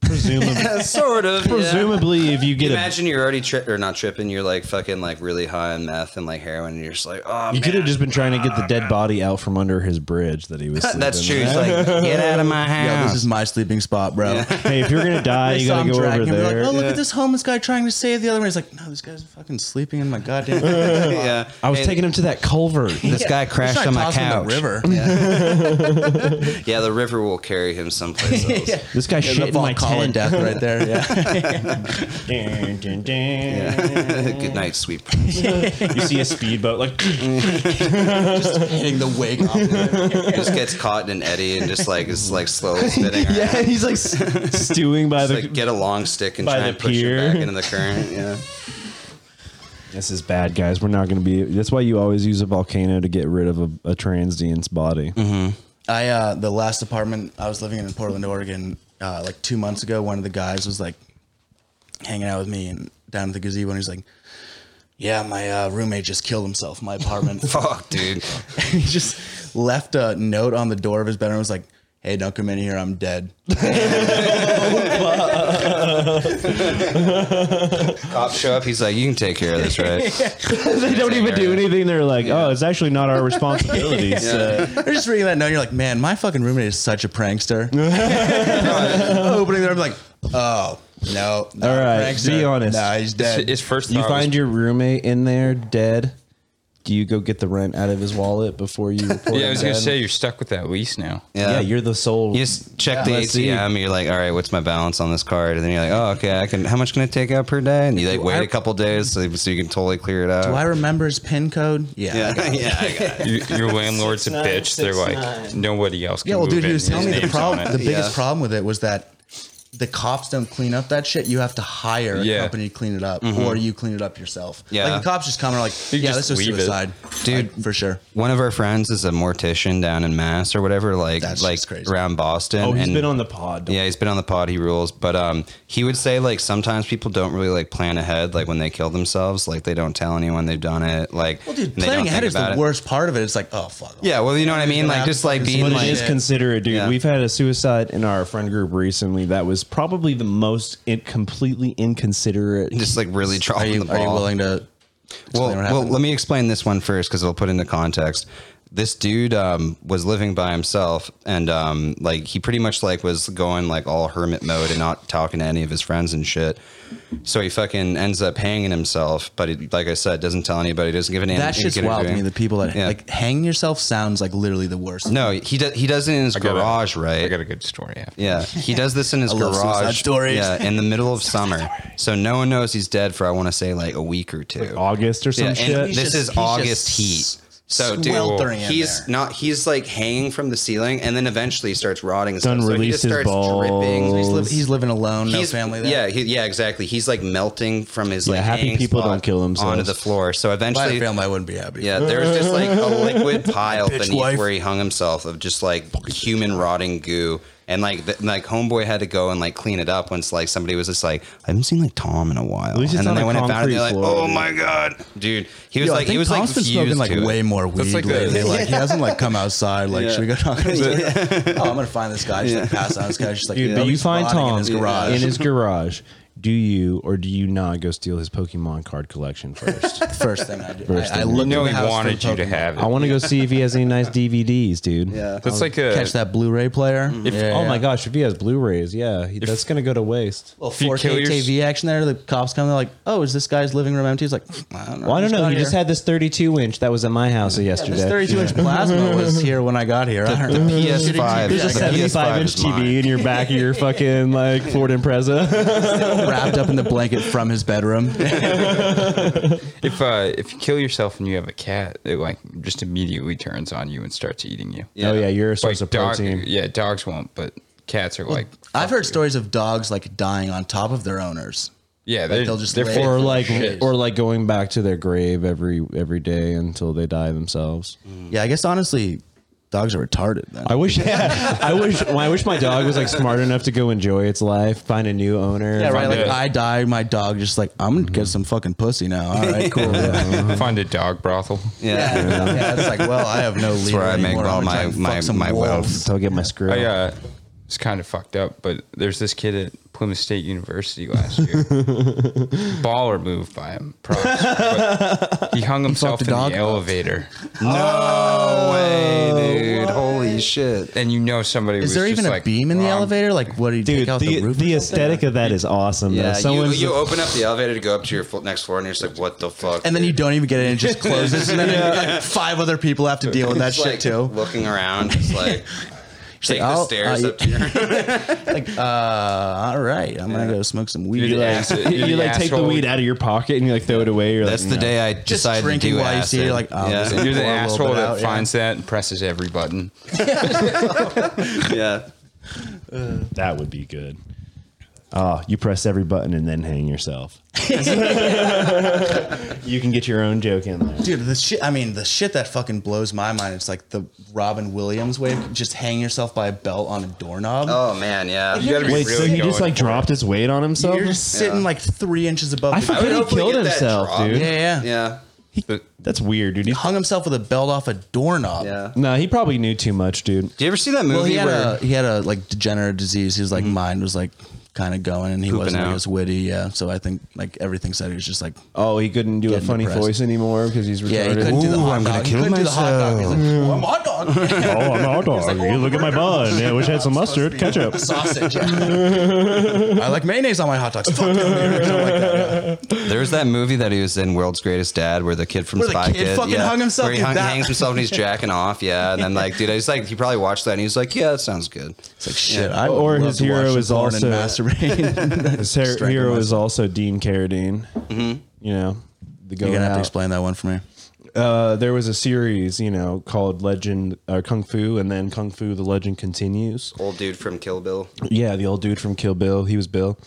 S3: presumably
S2: sort of.
S3: presumably if you get a
S2: Imagine you're already tri- or not tripping. You're like fucking like really high on meth and like heroin, and you're just like, oh,
S3: you
S2: man.
S3: could have just been trying to get the dead body out from under his bridge that he was.
S2: Ah, That's true.
S3: sleeping
S2: He's
S3: in.
S2: like, get out of my house.
S1: Yeah, this is my sleeping spot, bro.
S3: hey, if you're gonna die,
S1: They
S3: you
S1: saw
S3: gotta
S1: him
S3: go over
S1: dragging him, they're
S3: there.
S1: Like, oh, look at this homeless guy trying to save the other one. He's like, no, this guy's fucking sleeping in my goddamn.
S2: yeah.
S3: I was
S2: Hey,
S3: taking him to that culvert.
S2: This guy
S1: He's
S2: crashed
S1: trying
S2: on
S1: to
S2: my
S1: toss him in
S2: couch.
S1: The river.
S2: Yeah, the river will carry him someplace else.
S3: This guy
S1: There's a
S3: shit in my
S1: Valhalla
S3: tent.
S1: death right there. Yeah.
S2: Good night, sweet.
S3: You see a speedboat like
S1: Hitting the wake up.
S2: just gets caught in an eddy and just like is like slowly spinning. Around.
S3: yeah, he's like s- stewing by
S2: Just,
S3: the.
S2: like get a long stick and
S3: by
S2: try
S3: the
S2: and push
S3: pier.
S2: it back into the current. Yeah.
S3: this is bad, guys. We're not going to be. That's why you always use a volcano to get rid of a, a transient's body.
S1: I uh, the last apartment I was living in in Portland, Oregon, uh, like two months ago, one of the guys was like hanging out with me and down at the gazebo, and he's like, "Yeah, my uh, roommate just killed himself in my apartment."
S2: Fuck, dude.
S1: he just left a note on the door of his bedroom. It was like, "Hey, don't come in here. I'm dead."
S2: Cops show up. He's like, you can take care of this, right?
S3: they don't even do
S2: area.
S3: anything. They're like, oh, it's actually not our responsibility. so.
S1: You're just reading that note. And you're like, "Man, my fucking roommate is such a prankster." Opening there, I'm like, "Oh no, not a
S3: All right,
S1: prankster.
S3: be honest.
S1: Nah, he's dead."
S5: His first
S3: you
S5: thought was-
S3: find your roommate in there dead. Do you go get the rent out of his wallet before you report?
S5: yeah, I
S3: him
S5: was gonna
S3: dead?
S5: say you're stuck with that lease now.
S3: Yeah, you're the sole.
S2: You just check the
S3: Let's see.
S2: ATM. You're like, all right, what's my balance on this card? And then you're like, oh, okay, I can. How much can I take out per day? And you like wait a couple days so, so you can totally clear it out.
S1: Do I remember his pin code? Yeah. I got it.
S2: yeah, I got it.
S5: You, your landlord's a bitch. They're like nobody else. Can
S1: Yeah, well,
S5: move
S1: dude, he
S5: in.
S1: was telling
S5: His
S1: me the
S5: name's on
S1: problem.
S5: it.
S1: The biggest problem with it was that the cops don't clean up that shit. You have to hire a
S5: Yeah.
S1: company to clean it up, or you clean it up yourself.
S2: Mm-hmm. Yeah.
S1: like the cops just come and are like, "Yeah,
S5: just
S1: this was
S5: leave it."
S1: suicide,
S2: Dude.
S1: Like, for sure."
S2: One of our friends is a mortician down in Mass or whatever, like
S1: That's
S2: like
S1: just crazy.
S2: around Boston.
S3: oh, he's
S2: and-
S3: been on the pod.
S2: Yeah, he's been on the pod. He rules. But um, he would say like sometimes people don't really like plan ahead. Like when they kill themselves, like they don't tell anyone they've done it. Like
S1: Well,
S2: and
S1: dude,
S2: they
S1: planning
S2: don't
S1: ahead
S2: think
S1: is the
S2: about it.
S1: worst part of it. It's like, oh fuck.
S2: Yeah, well, you know what I mean. Like
S1: Yeah.
S2: just like being
S1: But it
S3: It
S2: like
S3: is considerate, dude.
S2: Yeah.
S3: We've had a suicide in our friend group recently that was probably the most in- completely inconsiderate.
S2: just like really
S1: Are
S2: dropping
S1: you
S2: the
S1: are
S2: ball.
S1: you willing to?
S2: well,
S1: explain what
S2: well,
S1: happened?
S2: let me explain this one first because it'll put into context. This dude um, was living by himself, and um, like he pretty much like was going like all hermit mode and not talking to any of his friends and shit. So he fucking ends up hanging himself, but he, like I said, doesn't tell anybody, doesn't give an
S1: That's
S2: indicator
S1: just wild to
S2: doing-
S1: me. The people that
S2: Yeah.
S1: like hang yourself sounds like literally the worst.
S2: No, he does. He does it in his
S5: got a-
S2: garage, right?
S5: I got a good story. After.
S2: yeah, he does this in his
S1: I love
S2: garage.
S1: suicide stories.
S2: Yeah, in the middle of summer, so no one knows he's dead for I want to say like a week or two.
S3: August or some
S2: yeah,
S3: shit.
S2: and this
S1: just-
S2: is
S1: he's
S2: August
S1: just
S2: heat. So dude,
S1: sweltering in
S2: he's
S1: there.
S2: not. He's like hanging from the ceiling, and then eventually starts rotting. and
S3: Done
S2: stuff. So he just
S3: released his
S2: starts dripping.
S1: He's,
S3: balls.
S1: li- he's living alone, no
S2: He's-
S1: family there.
S2: Yeah, he, yeah, exactly. He's like melting from his
S3: Yeah,
S2: like
S3: happy
S2: hanging
S3: people
S2: spot
S3: don't kill themselves.
S2: onto the floor. So
S1: if I had
S2: eventually,
S1: a family, I wouldn't be happy.
S2: yeah, there was just like a liquid pile
S1: Bitch
S2: beneath
S1: wife.
S2: where he hung himself of just like human rotting goo. And like, th- like homeboy had to go and like clean it up once like somebody was just like, I haven't seen like Tom in a while.
S3: least it's
S2: and then
S3: on
S2: they
S3: a
S2: went and found it. They're like,
S3: concrete floor,
S2: oh
S3: dude.
S2: my god, dude. He was
S1: Yo,
S2: like,
S1: I think
S2: he was like
S1: Tom's been smoking
S2: fused
S1: like
S2: to it.
S1: way more weed
S5: like the-
S1: lately. like he hasn't like come outside. Like
S2: Yeah.
S1: should we go talk? to him? oh, I'm gonna find this guy. Just like pass on this guy. Just like
S3: Dude, but you
S1: he's
S3: find
S1: rotting
S3: Tom
S1: in his garage.
S3: In his garage. Do you or do you not go steal his Pokemon card collection first?
S1: First thing I do.
S3: First
S1: I, I
S3: thing.
S5: You
S1: look
S5: know
S1: in the
S5: he
S1: house for
S5: wanted you to
S1: Pokemon.
S5: have
S3: I
S5: it.
S3: want to go see if he has any nice DVDs, dude. Yeah.
S5: That's like a
S1: Catch that Blu-ray player. Yeah,
S3: oh
S1: yeah.
S3: my gosh, if he has Blu-rays, yeah, he, that's gonna go to waste.
S1: Well,
S5: you kill
S1: 4K
S5: your-
S1: TV action there. The cops come. They're like, "Oh, is this guy's living room empty?" He's like, "I don't know.
S3: Well, I don't know.
S1: got
S3: He just
S1: here."
S3: had this 32 inch that was at my house yesterday.
S1: this 32 inch plasma was here when I got here. I don't know.
S2: PS5.
S3: There's
S2: Yeah,
S3: a
S2: I got-
S3: 75 inch
S2: PS5 is mine.
S3: TV in your back of your fucking like Ford Impreza.
S1: wrapped up in the blanket from his bedroom.
S5: if uh, if you kill yourself and you have a cat, it like just immediately turns on you and starts eating you.
S3: Oh yeah, you're a source
S5: like
S3: of
S5: dog-
S3: protein.
S5: Yeah, dogs won't, but Cats are like,
S1: I've heard stories of dogs like dying on top of their owners.
S5: yeah, they're,
S1: they'll just
S5: they're
S1: lay-
S5: fit
S3: or
S5: for
S3: like
S5: shit.
S3: or like going back to their grave every every day until they die themselves.
S1: Yeah, I guess honestly, dogs are retarded then.
S3: I wish I wish I wish my dog was like smart enough to go enjoy its life, find a new owner.
S1: yeah, right.
S5: find
S1: Like
S5: a-
S1: I die, my dog just like I'm gonna get some fucking pussy now. All right, cool. yeah.
S3: uh,
S5: find a dog brothel.
S2: Yeah.
S1: yeah, it's like well, I have no.
S2: That's where I make all my my, my wealth.
S3: So I'll get my screw.
S5: I uh, it's kind of fucked up, but there's this kid at Plymouth State University last year. Baller moved by him. Props. But he hung himself
S1: fucked a
S5: in the
S1: dog up.
S5: elevator,
S2: No way, dude. Holy shit.
S5: and you know somebody.
S1: Is
S5: was
S1: there
S5: just
S1: even a
S5: like,
S1: beam in the
S5: wrong.
S1: elevator? Like, what do you
S3: Dude,
S1: take
S3: the,
S1: out the,
S3: the,
S1: roof? or something?
S3: aesthetic of that is awesome.
S2: Yeah,
S3: though.
S2: you,
S3: Someone's
S2: you open up the elevator to go up to your fl- next floor, and you're just like, "What the fuck?"
S1: and then you don't even get it; it just closes, and then like five other people have to deal with that
S2: Just,
S1: shit
S2: like,
S1: too.
S2: Looking around, just like take
S1: like,
S2: the
S1: "Oh,
S2: stairs
S1: uh,
S2: up to your
S1: All right, I'm gonna go smoke some weed.
S5: You're the
S1: Like,
S5: ass- you're
S3: you
S5: the
S3: like take the
S5: asshole.
S3: weed out of your pocket and you like throw it away. You're
S2: That's
S3: like,
S2: the
S3: no.
S2: day I
S1: Just
S2: decided to
S1: drinking
S2: do
S1: while you
S2: acid.
S1: see it, like, oh, this
S2: yeah,
S5: You're the
S1: Pour a little
S5: asshole
S1: bit
S5: that
S1: out, yeah.
S5: finds that and presses every button.
S2: yeah.
S3: That would be good. Oh, you press every button and then hang yourself. you can get your own joke in there.
S1: dude, the shit. I mean, the shit that fucking blows my mind. It's like the Robin Williams way of just hanging yourself by a belt on a doorknob.
S2: Oh man, yeah.
S5: You gotta be
S3: Wait, so
S5: really
S3: he
S5: going
S3: just like
S5: for it.
S3: dropped his weight on himself?
S1: You're just sitting like three inches above.
S3: I
S1: the ground.
S3: forgot he
S2: hopefully
S3: killed
S2: get that
S3: himself,
S2: drop.
S3: dude.
S1: Yeah, yeah.
S2: Yeah,
S3: That's weird, dude. He's-
S1: Hung himself with a belt off a doorknob.
S2: yeah.
S3: No, he probably knew too much, dude.
S2: Do you ever see that movie
S1: Well, he had
S2: where
S1: a he had a like degenerative disease. His
S3: Mm-hmm.
S1: like mind was like kind of going, and he wasn't
S2: out.
S1: like, as witty. Yeah, so I think like everything said he was just like,
S3: Oh, he couldn't do a
S1: Getting
S3: funny
S1: depressed.
S3: voice anymore because he's retarded.
S1: yeah, he couldn't do the
S2: Ooh,
S1: hot
S2: I'm
S1: dog.
S2: gonna
S1: He
S2: kill
S1: couldn't do the hot dog. He was like, "Oh, I'm hot dog.
S3: Oh, I'm a hot dog. you look at my bun. Yeah, I wish I had some mustard, ketchup.
S1: sausage. I like mayonnaise on my hot dogs. Fuck them, dude. I don't like that.
S2: There was that movie that he was in, World's Greatest Dad, where the kid from
S1: Where the
S2: Spy
S1: kid fucking
S2: yeah,
S1: hung himself,
S2: where he
S1: dude,
S2: hung,
S1: that-
S2: hangs himself and he's jacking off, yeah. And then like, dude, I was like, he probably watched that and he was like, yeah, that sounds good.
S1: It's like shit. I would
S3: Or
S1: love
S3: his
S1: to watch
S3: hero
S1: some
S3: is
S1: porn
S3: also-
S1: and masturbating.
S3: His her-
S1: Strangle
S3: hero
S1: myself.
S3: is also Dean Carradine. You know, the
S1: Mm-hmm. You're
S3: going
S1: gonna have
S3: out.
S1: to explain that one for me.
S3: uh, there was a series, you know, called Legend uh, Kung Fu, and then Kung Fu: The Legend Continues.
S2: Old dude from Kill Bill.
S3: Yeah, the old dude from Kill Bill. He was Bill,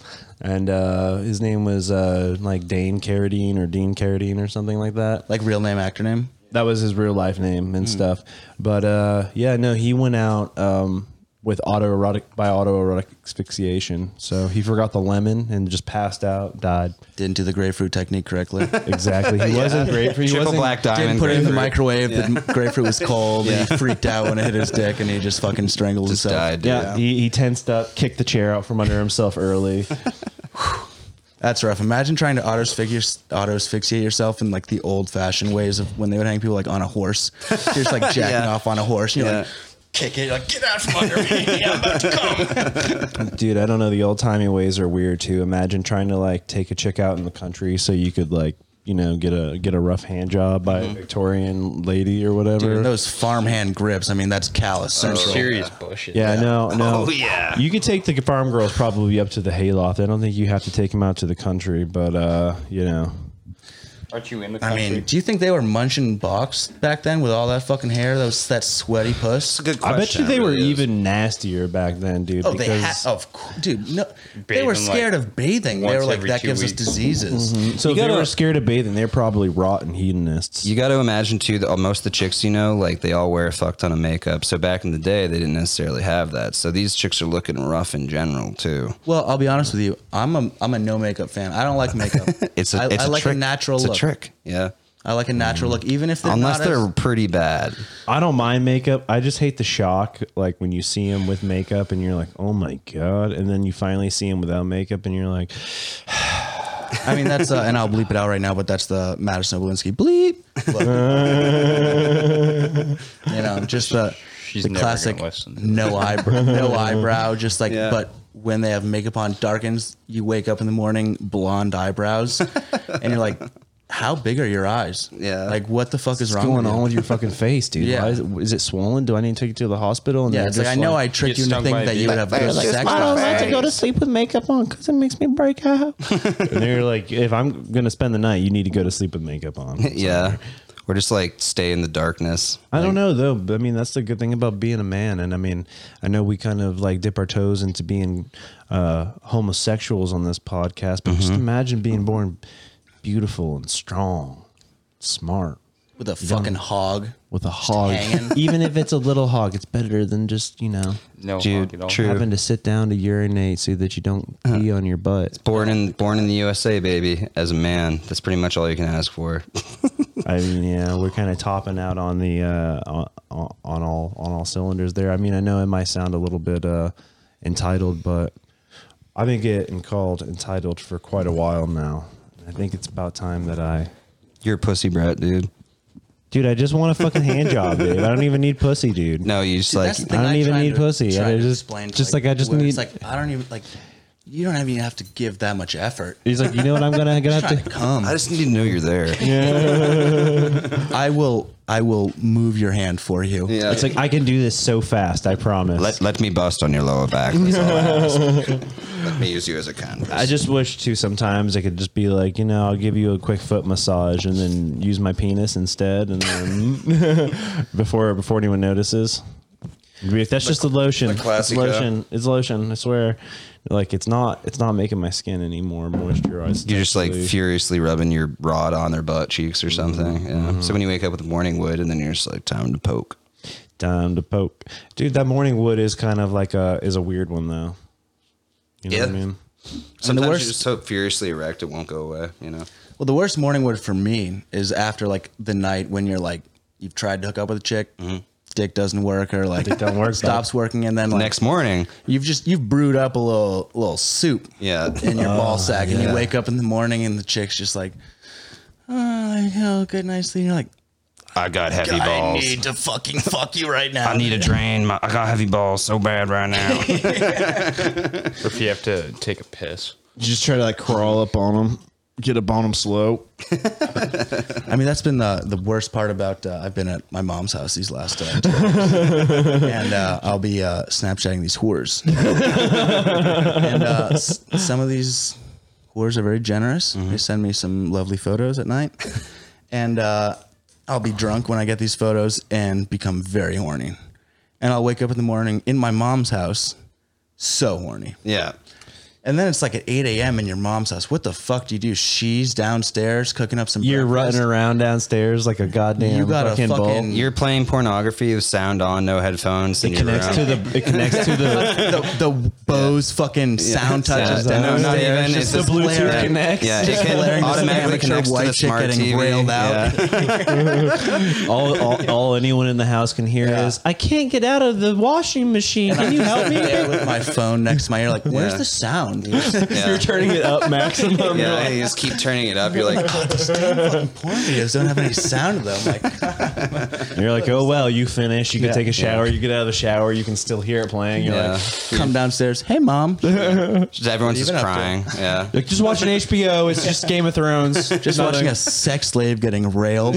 S3: and uh, his name was uh, like Dane Carradine or Dean Carradine or something like that.
S1: Like real name, actor name.
S3: that was his real life name
S2: Hmm.
S3: and stuff. But uh, yeah, no, he went out um, with autoerotic by autoerotic asphyxiation. So he forgot the lemon and just passed out, died.
S1: Didn't do the grapefruit technique correctly.
S3: Exactly. He wasn't great for you.
S2: Triple
S3: wasn't,
S2: Black Diamond.
S1: Didn't put it in the microwave.
S2: grapefruit.
S1: The grapefruit was cold. And he freaked out when it hit his dick, and he just fucking strangled
S2: Just
S1: himself.
S2: died.
S3: Yeah,
S2: Yeah.
S3: He, he tensed up, kicked the chair out from under himself early.
S1: That's rough. Imagine trying to autos asphyxiate yourself in like the old fashioned ways of when they would hang people like on a horse. You're just like jacking off on a horse. And you're like, kick it. You're like, get out from under me. I'm about to come.
S3: Dude, I don't know. The old timey ways are weird too. Imagine trying to like take a chick out in the country so you could like you know get a get a rough hand job
S2: Mm-hmm.
S3: by a Victorian lady or whatever.
S1: And those farmhand grips. I mean, that's callous central.
S5: Serious bullshit.
S3: Yeah, no, no.
S2: Oh, yeah.
S3: You could take the farm girls probably up to the hayloft. I don't think you have to take them out to the country, but uh, you know,
S5: Aren't you in the
S1: I
S5: country?
S1: mean, do you think they were munching box back then with all that fucking hair? Those that sweaty puss.
S2: Good
S3: I bet you
S2: question,
S3: they
S2: it
S3: were
S2: really is.
S3: even nastier back then, dude.
S1: Oh, they
S3: because
S1: had. Of cou- dude, no, they were
S5: Bathing, like,
S1: scared of bathing. They
S5: once
S1: were like,
S5: every
S1: that
S5: two
S1: gives us
S5: weeks.
S1: diseases.
S2: Mm-hmm.
S3: so if they
S2: gotta-
S3: were scared of bathing. They're probably rotten hedonists.
S2: You got to imagine too that most of the chicks you know, like they all wear a fuck ton of makeup. So back in the day, they didn't necessarily have that. So these chicks are looking rough in general too.
S1: Well, I'll be honest with you. I'm a I'm a no makeup fan. I don't like makeup.
S2: It's a
S1: I-
S2: it's
S1: I
S2: a
S1: like
S2: trick.
S1: a natural
S2: it's
S1: look.
S2: a trick. Yeah,
S1: I like a natural look, even if they're
S2: unless
S1: not
S2: they're
S1: as-
S2: pretty bad.
S3: I don't mind makeup. I just hate the shock, like when you see them with makeup and you're like, oh my god, and then you finally see them without makeup and you're like,
S1: I mean, that's uh, and I'll bleep it out right now, but that's the Madison Oblinski bleep. Look. you know, just the
S5: She's
S1: the
S5: never
S1: classic
S5: gonna listen.
S1: no eyebrow, no eyebrow, just like
S2: Yeah.
S1: but. When they have makeup on, darkens. You wake up in the morning, blonde eyebrows, and you're like, "How big are your eyes?
S2: Yeah.
S1: like what the fuck is
S3: what's
S1: wrong
S3: going
S1: with you?
S3: on with your fucking face, dude?
S1: Yeah.
S3: Why is, it, is it swollen? Do I need to take you to the hospital? And
S1: Yeah,
S3: they're
S1: it's like I
S3: just
S1: know I tricked
S5: Get
S1: you into
S5: stung
S1: thinking
S5: by a
S1: that you
S5: bee.
S1: would have good
S5: Like,
S1: sex.
S5: I don't like to go to
S3: sleep with makeup on because it makes me break out. and they're like, if I'm gonna spend the night, you need to go to sleep with makeup on.
S2: Yeah. Or just like stay in the darkness.
S3: I don't know though. but, I mean, that's the good thing about being a man. And I mean, I know we kind of like dip our toes into being uh, homosexuals on this podcast, but just imagine being born beautiful and strong, smart
S1: with a fucking hog.
S3: with a hog.
S1: hanging.
S3: Even if it's a little hog, it's better than just you know
S5: No,
S2: Dude,
S5: honk at all.
S2: true.
S3: having to sit down to urinate so that you don't pee on your butt.
S2: Born in born in the USA, baby, as a man. That's pretty much all you can ask for.
S3: I mean, yeah, we're kind of topping out on the uh, on, on all on all cylinders there. I mean, I know it might sound a little bit uh, entitled, but I've been getting called entitled for quite a while now. I think it's about time that I,
S2: You're a pussy brat, dude.
S3: dude, I just want a fucking hand job, dude. I don't even need pussy, dude.
S2: No, you just like
S1: That's the
S3: I
S1: thing
S3: don't even
S1: tried
S3: need pussy.
S1: tried
S3: I
S1: to
S3: just-
S1: explain to,
S3: just like I just
S1: women. It's
S3: need-
S1: like I don't even like. You don't even have to give that much effort.
S3: He's like, you know what? I'm gonna gonna
S1: Trying
S3: have
S1: to
S3: to.
S1: come.
S2: I just need to know you're there. Yeah.
S1: I will. I will move your hand for you.
S3: It's like I can do this so fast. I promise.
S2: let let me bust on your lower back. That's all I ask. let me use you as a canvas.
S3: I just wish too sometimes I could just be like, you know, I'll give you a quick foot massage and then use my penis instead and then before before anyone notices. If that's just a lotion.
S2: the
S3: It's
S2: classic,
S3: lotion. It's lotion, I swear. Like it's not it's not making my skin any more moisturized.
S2: You're just like
S3: actually.
S2: furiously rubbing your rod on their butt cheeks or something. Yeah. So when you wake up with morning wood, and then you're just like, time to poke.
S3: time to poke. Dude, that morning wood is kind of like a is a weird one though. You know what I
S2: Yeah.
S3: mean?
S2: Sometimes
S1: worst-
S2: you're just so furiously erect it won't go away. You know.
S1: Well, the worst morning wood for me is after like the night when you're like you've tried to hook up with a chick, dick doesn't work, or like
S3: Mm-hmm. don't work,
S1: stops working, and then like
S2: Next morning,
S1: you've just you've brewed up a little little soup
S2: yeah.
S1: in your ball sack, and you wake up in the morning and the chick's just like, oh, you know, good night sleep. And You're like,
S2: I got heavy
S1: I
S2: balls.
S1: need to fucking fuck you right now.
S2: I need to drain my. I got heavy balls so bad right now.
S5: Or if you have to take a piss.
S3: You just try to like crawl up on them, get up on them slow.
S1: I mean, that's been the the worst part about uh, I've been at my mom's house these last uh, two days. and uh, I'll be uh, Snapchatting these whores. and uh, s- some of these whores are very generous.
S2: Mm-hmm.
S1: They send me some lovely photos at night, and uh, I'll be drunk when I get these photos and become very horny. And I'll wake up in the morning in my mom's house, so horny.
S2: yeah.
S1: And then it's like at 8 a.m. in your mom's house. What the fuck do you do? She's downstairs cooking up some.
S3: You're
S1: breakfast.
S3: running around downstairs like a goddamn
S1: You got a
S3: fucking,
S1: fucking-
S3: bull.
S2: You're playing pornography with sound on, no headphones. in
S3: It
S2: your
S3: connects
S2: room.
S3: to the it connects to the
S1: the, the Bose fucking sound touches
S2: Yeah, no,
S1: down
S2: not
S1: there.
S2: even.
S1: It's
S2: It's
S1: just
S2: the Bluetooth
S1: blaring.
S3: connects.
S2: Yeah, it
S1: Just blaring
S2: can
S1: this
S2: automatically
S1: amateur
S2: connects
S1: white
S2: to the
S1: chick
S2: smart
S1: getting
S2: TV.
S1: railed out.
S2: Yeah.
S3: all, all all anyone in the house can hear
S1: Yeah.
S3: is I can't get out of the washing machine. Can you help me?
S1: Yeah, with my phone next to my ear, like, where's
S2: Yeah.
S1: the sound?
S2: yeah.
S3: Turning it up maximum.
S2: Yeah, you just keep turning it up. You're like,
S1: Porn videos don't have any sound to them. Like,
S3: You're like, oh well, you finish. You can
S1: Yeah.
S3: take a shower. You get out of the shower. You can still hear it playing. You're
S2: yeah.
S3: like,
S1: come downstairs. Hey, mom.
S2: Just everyone's just
S1: been up to?
S2: crying. Yeah.
S3: like just watching HBO. It's just Game of Thrones.
S1: Just watching a sex slave getting railed.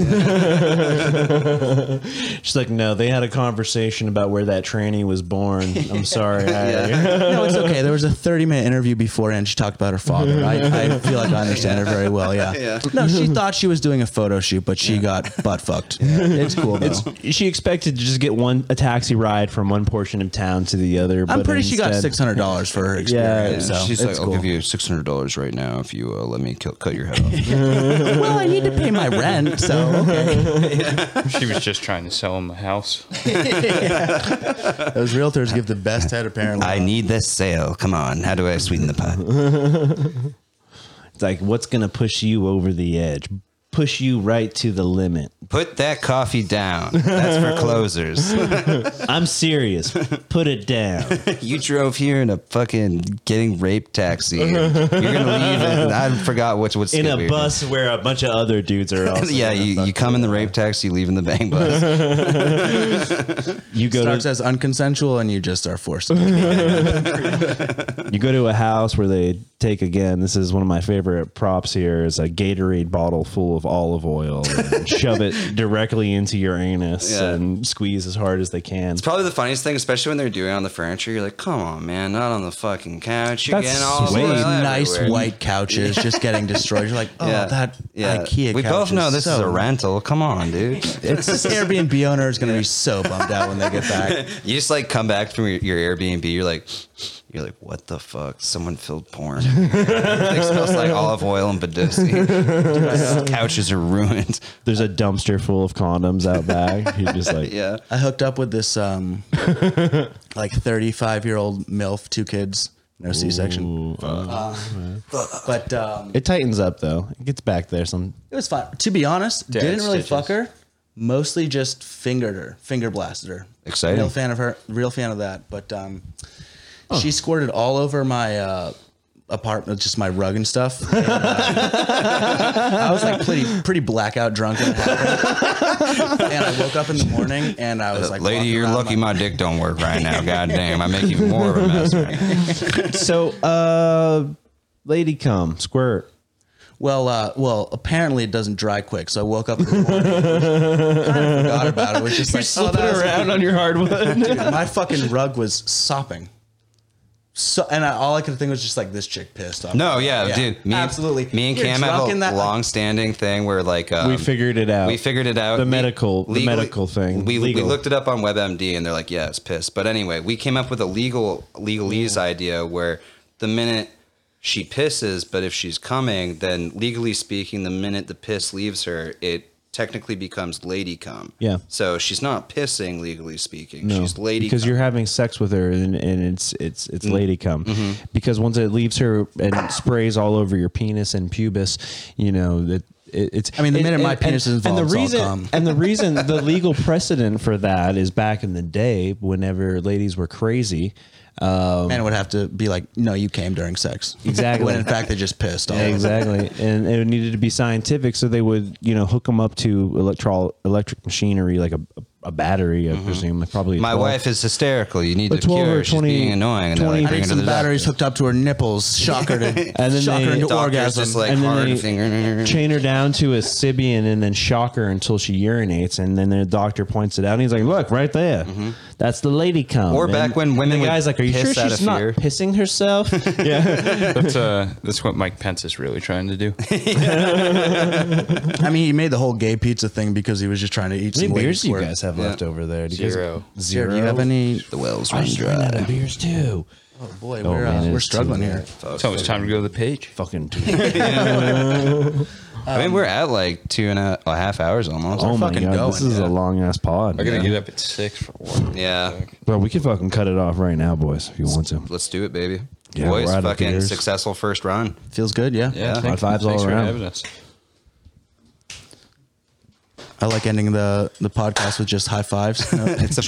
S3: She's like, no, they had a conversation about where that tranny was born. I'm sorry. I,
S1: No, it's okay. There was a 30 minute interview beforehand. She talked about her father. I, I feel like I understand her very well. Yeah. No, she thought she was doing a photo shoot, but she got butt fucked. It's cool. Though.
S3: She expected to just get one a taxi ride from one portion of town to the other.
S1: I'm
S3: but
S1: pretty she got
S3: instead-
S1: $600 for her
S3: Yeah,
S1: experience.
S2: And
S1: so
S2: she's
S1: it's
S2: like, I'll
S1: cool.
S2: give you six hundred dollars right now if you uh, let me kill, cut your head off.
S1: well, I need to pay my rent, so okay.
S5: She was just trying to sell him a house.
S1: Those realtors give the best head apparently.
S2: I need this sale. Come on, how do I sweeten the pot?
S3: It's like, what's going to push you over the edge? Push you right to the limit.
S2: Put that coffee down. That's for closers.
S3: I'm serious. Put it down.
S2: you drove here in a fucking getting raped taxi. You're gonna leave. and I forgot which what's
S3: In a bus where a bunch of other dudes are also.
S2: Yeah, you, you come in the rape taxi, you leave in the bang bus.
S3: You go
S1: Starts
S3: to
S1: as unconsensual, and you just are forced. to
S3: you go to a house where they take again. This is one of my favorite props here is a Gatorade bottle full of olive oil and shove it directly into your anus
S2: Yeah.
S3: and squeeze as hard as they can.
S2: Probably the funniest thing, especially when they're doing it on the furniture. You're like, come on, man, not on the fucking couch. You're
S3: That's
S2: getting all
S3: sweet.
S2: the oil
S1: nice
S2: everywhere."
S1: white couches just getting destroyed. You're like, oh,
S2: Yeah.
S1: that
S2: yeah.
S1: IKEA.
S2: We
S1: couch
S2: both know this is
S1: so-
S2: a rental. Come on, dude.
S1: It's this Airbnb owner is going to be so bummed out when they get back.
S2: you just like come back from your, your Airbnb. You're like, you're like, what the fuck? Someone filled porn. it smells like olive oil and Bedosi. Couches are ruined.
S3: There's a dumpster full of condoms out back. You're just like,
S2: Yeah.
S1: I hooked up with this um, like 35 year old milf, two kids, no C section. But um,
S3: It tightens up though. It gets back there some.
S1: It was fun. To be honest, didn't really
S5: stitches.
S1: fuck her. Mostly just fingered her, finger blasted her.
S2: Exciting.
S1: Real fan of her. Real fan of that. But um, she squirted all over my uh, apartment, just my rug and stuff. And, uh, I was like pretty pretty blackout drunk when it happened. and I woke up in the morning and I was like,
S2: Lady,
S1: walking
S2: you're
S1: around
S2: lucky
S1: my-
S2: my dick don't work right now. God damn, I make even more of a mess. man.
S3: So, uh, lady, come squirt.
S1: Well, uh, well, apparently it doesn't dry quick. So I woke up in the morning, kind of forgot about it. it. Was just like oh, that was-
S3: on your hardwood.
S1: Dude, my fucking rug was sopping. So, and I, all I could think was just like this chick pissed off.
S2: No, yeah, dude. Me,
S1: absolutely.
S2: Me and
S1: You're
S2: Cam
S1: drunk
S2: have a
S1: in that-
S2: long-standing thing where like um,
S3: we figured it out.
S2: We figured it out.
S3: The
S2: We-
S3: medical- the medical thing.
S2: We, we
S3: Legal.
S2: looked it up on WebMD and they're like, yeah, it's piss. But anyway, we came up with a legal legalese idea where the minute she pisses, but if she's coming, then legally speaking, the minute the piss leaves her, it technically becomes lady cum.
S3: Yeah.
S2: So she's not pissing legally speaking.
S3: No,
S2: she's lady Mm-hmm.
S3: because
S2: cum.
S3: you're having sex with her and, and it's it's it's lady cum because once it leaves her and sprays all over your penis and pubis you know that it, it's
S1: I mean, the
S3: and-
S1: minute my
S3: and-
S1: penis is involved,
S3: and
S1: it's
S3: the
S1: all
S3: reason
S1: cum.
S3: and the reason the legal precedent for that is back in the day whenever ladies were crazy
S1: Man would have to be like, no, you came during sex.
S3: Exactly.
S1: When in fact they just pissed. All exactly.
S3: exactly and it needed to be scientific so they would you know hook them up to electro electric machinery like a, a battery i presume like probably a
S2: Mm-hmm. my
S3: 12.
S2: wife is hysterical. You need
S3: A
S2: to
S3: 12
S2: cure
S3: or
S2: her. She's
S3: 20
S2: being annoying. And they're like,
S3: I
S1: I
S2: bring
S1: need
S2: her to the
S1: some batteries
S2: doctor.
S1: hooked up to her nipples. Shock her to,
S3: And then
S1: shock her
S3: they-
S1: into
S2: Doctor's
S1: orgasm.
S2: just like
S3: And then
S2: hard
S3: they-
S2: finger.
S3: chain her down to a Sibian and then shock her until she urinates. And then the doctor points it out. And he's like, look, right there. That's the lady cum.
S2: Mm-hmm. Or back
S3: And-
S2: when
S3: and
S2: women
S3: The
S2: would
S3: guy's like, are you
S2: piss
S3: sure
S2: out
S3: she's
S2: of
S3: not
S2: fear?"
S3: pissing herself? yeah.
S5: That's uh, that's what Mike Pence is really trying to do.
S1: I mean, he made the whole gay pizza thing because he was just trying to eat
S3: How
S1: some
S3: many
S1: weird
S3: beers do you
S1: squirt.
S3: guys have left over there? Do you
S5: Zero.
S3: Guys,
S1: Sarah,
S3: zero.
S1: do you have any?
S2: The wells
S3: I
S2: run
S3: just ran out
S2: dry.
S3: of beers too.
S1: Boy,
S3: Oh,
S1: we're,
S3: man,
S1: uh,
S3: it's
S1: we're
S3: too
S1: struggling here.
S3: late.
S5: It's almost time to go to the page.
S3: Fucking.
S2: I mean, we're at like two and a, a half hours almost.
S3: oh my
S1: fucking
S3: god,
S1: going,
S3: this is
S1: yeah.
S3: a long ass pod.
S5: I gotta
S3: man.
S5: get up at six for work.
S2: Yeah.
S3: Bro, we can fucking cut it off right now, boys, if you want to.
S2: Let's do it, baby.
S3: Yeah,
S2: Boys,
S3: we're out of
S2: fucking
S3: beers.
S2: successful first run.
S1: Feels good, yeah.
S5: Yeah,
S3: High fives all
S5: thanks for
S3: around.
S5: having us.
S1: I like ending the the podcast with just high fives. No,
S2: It's such a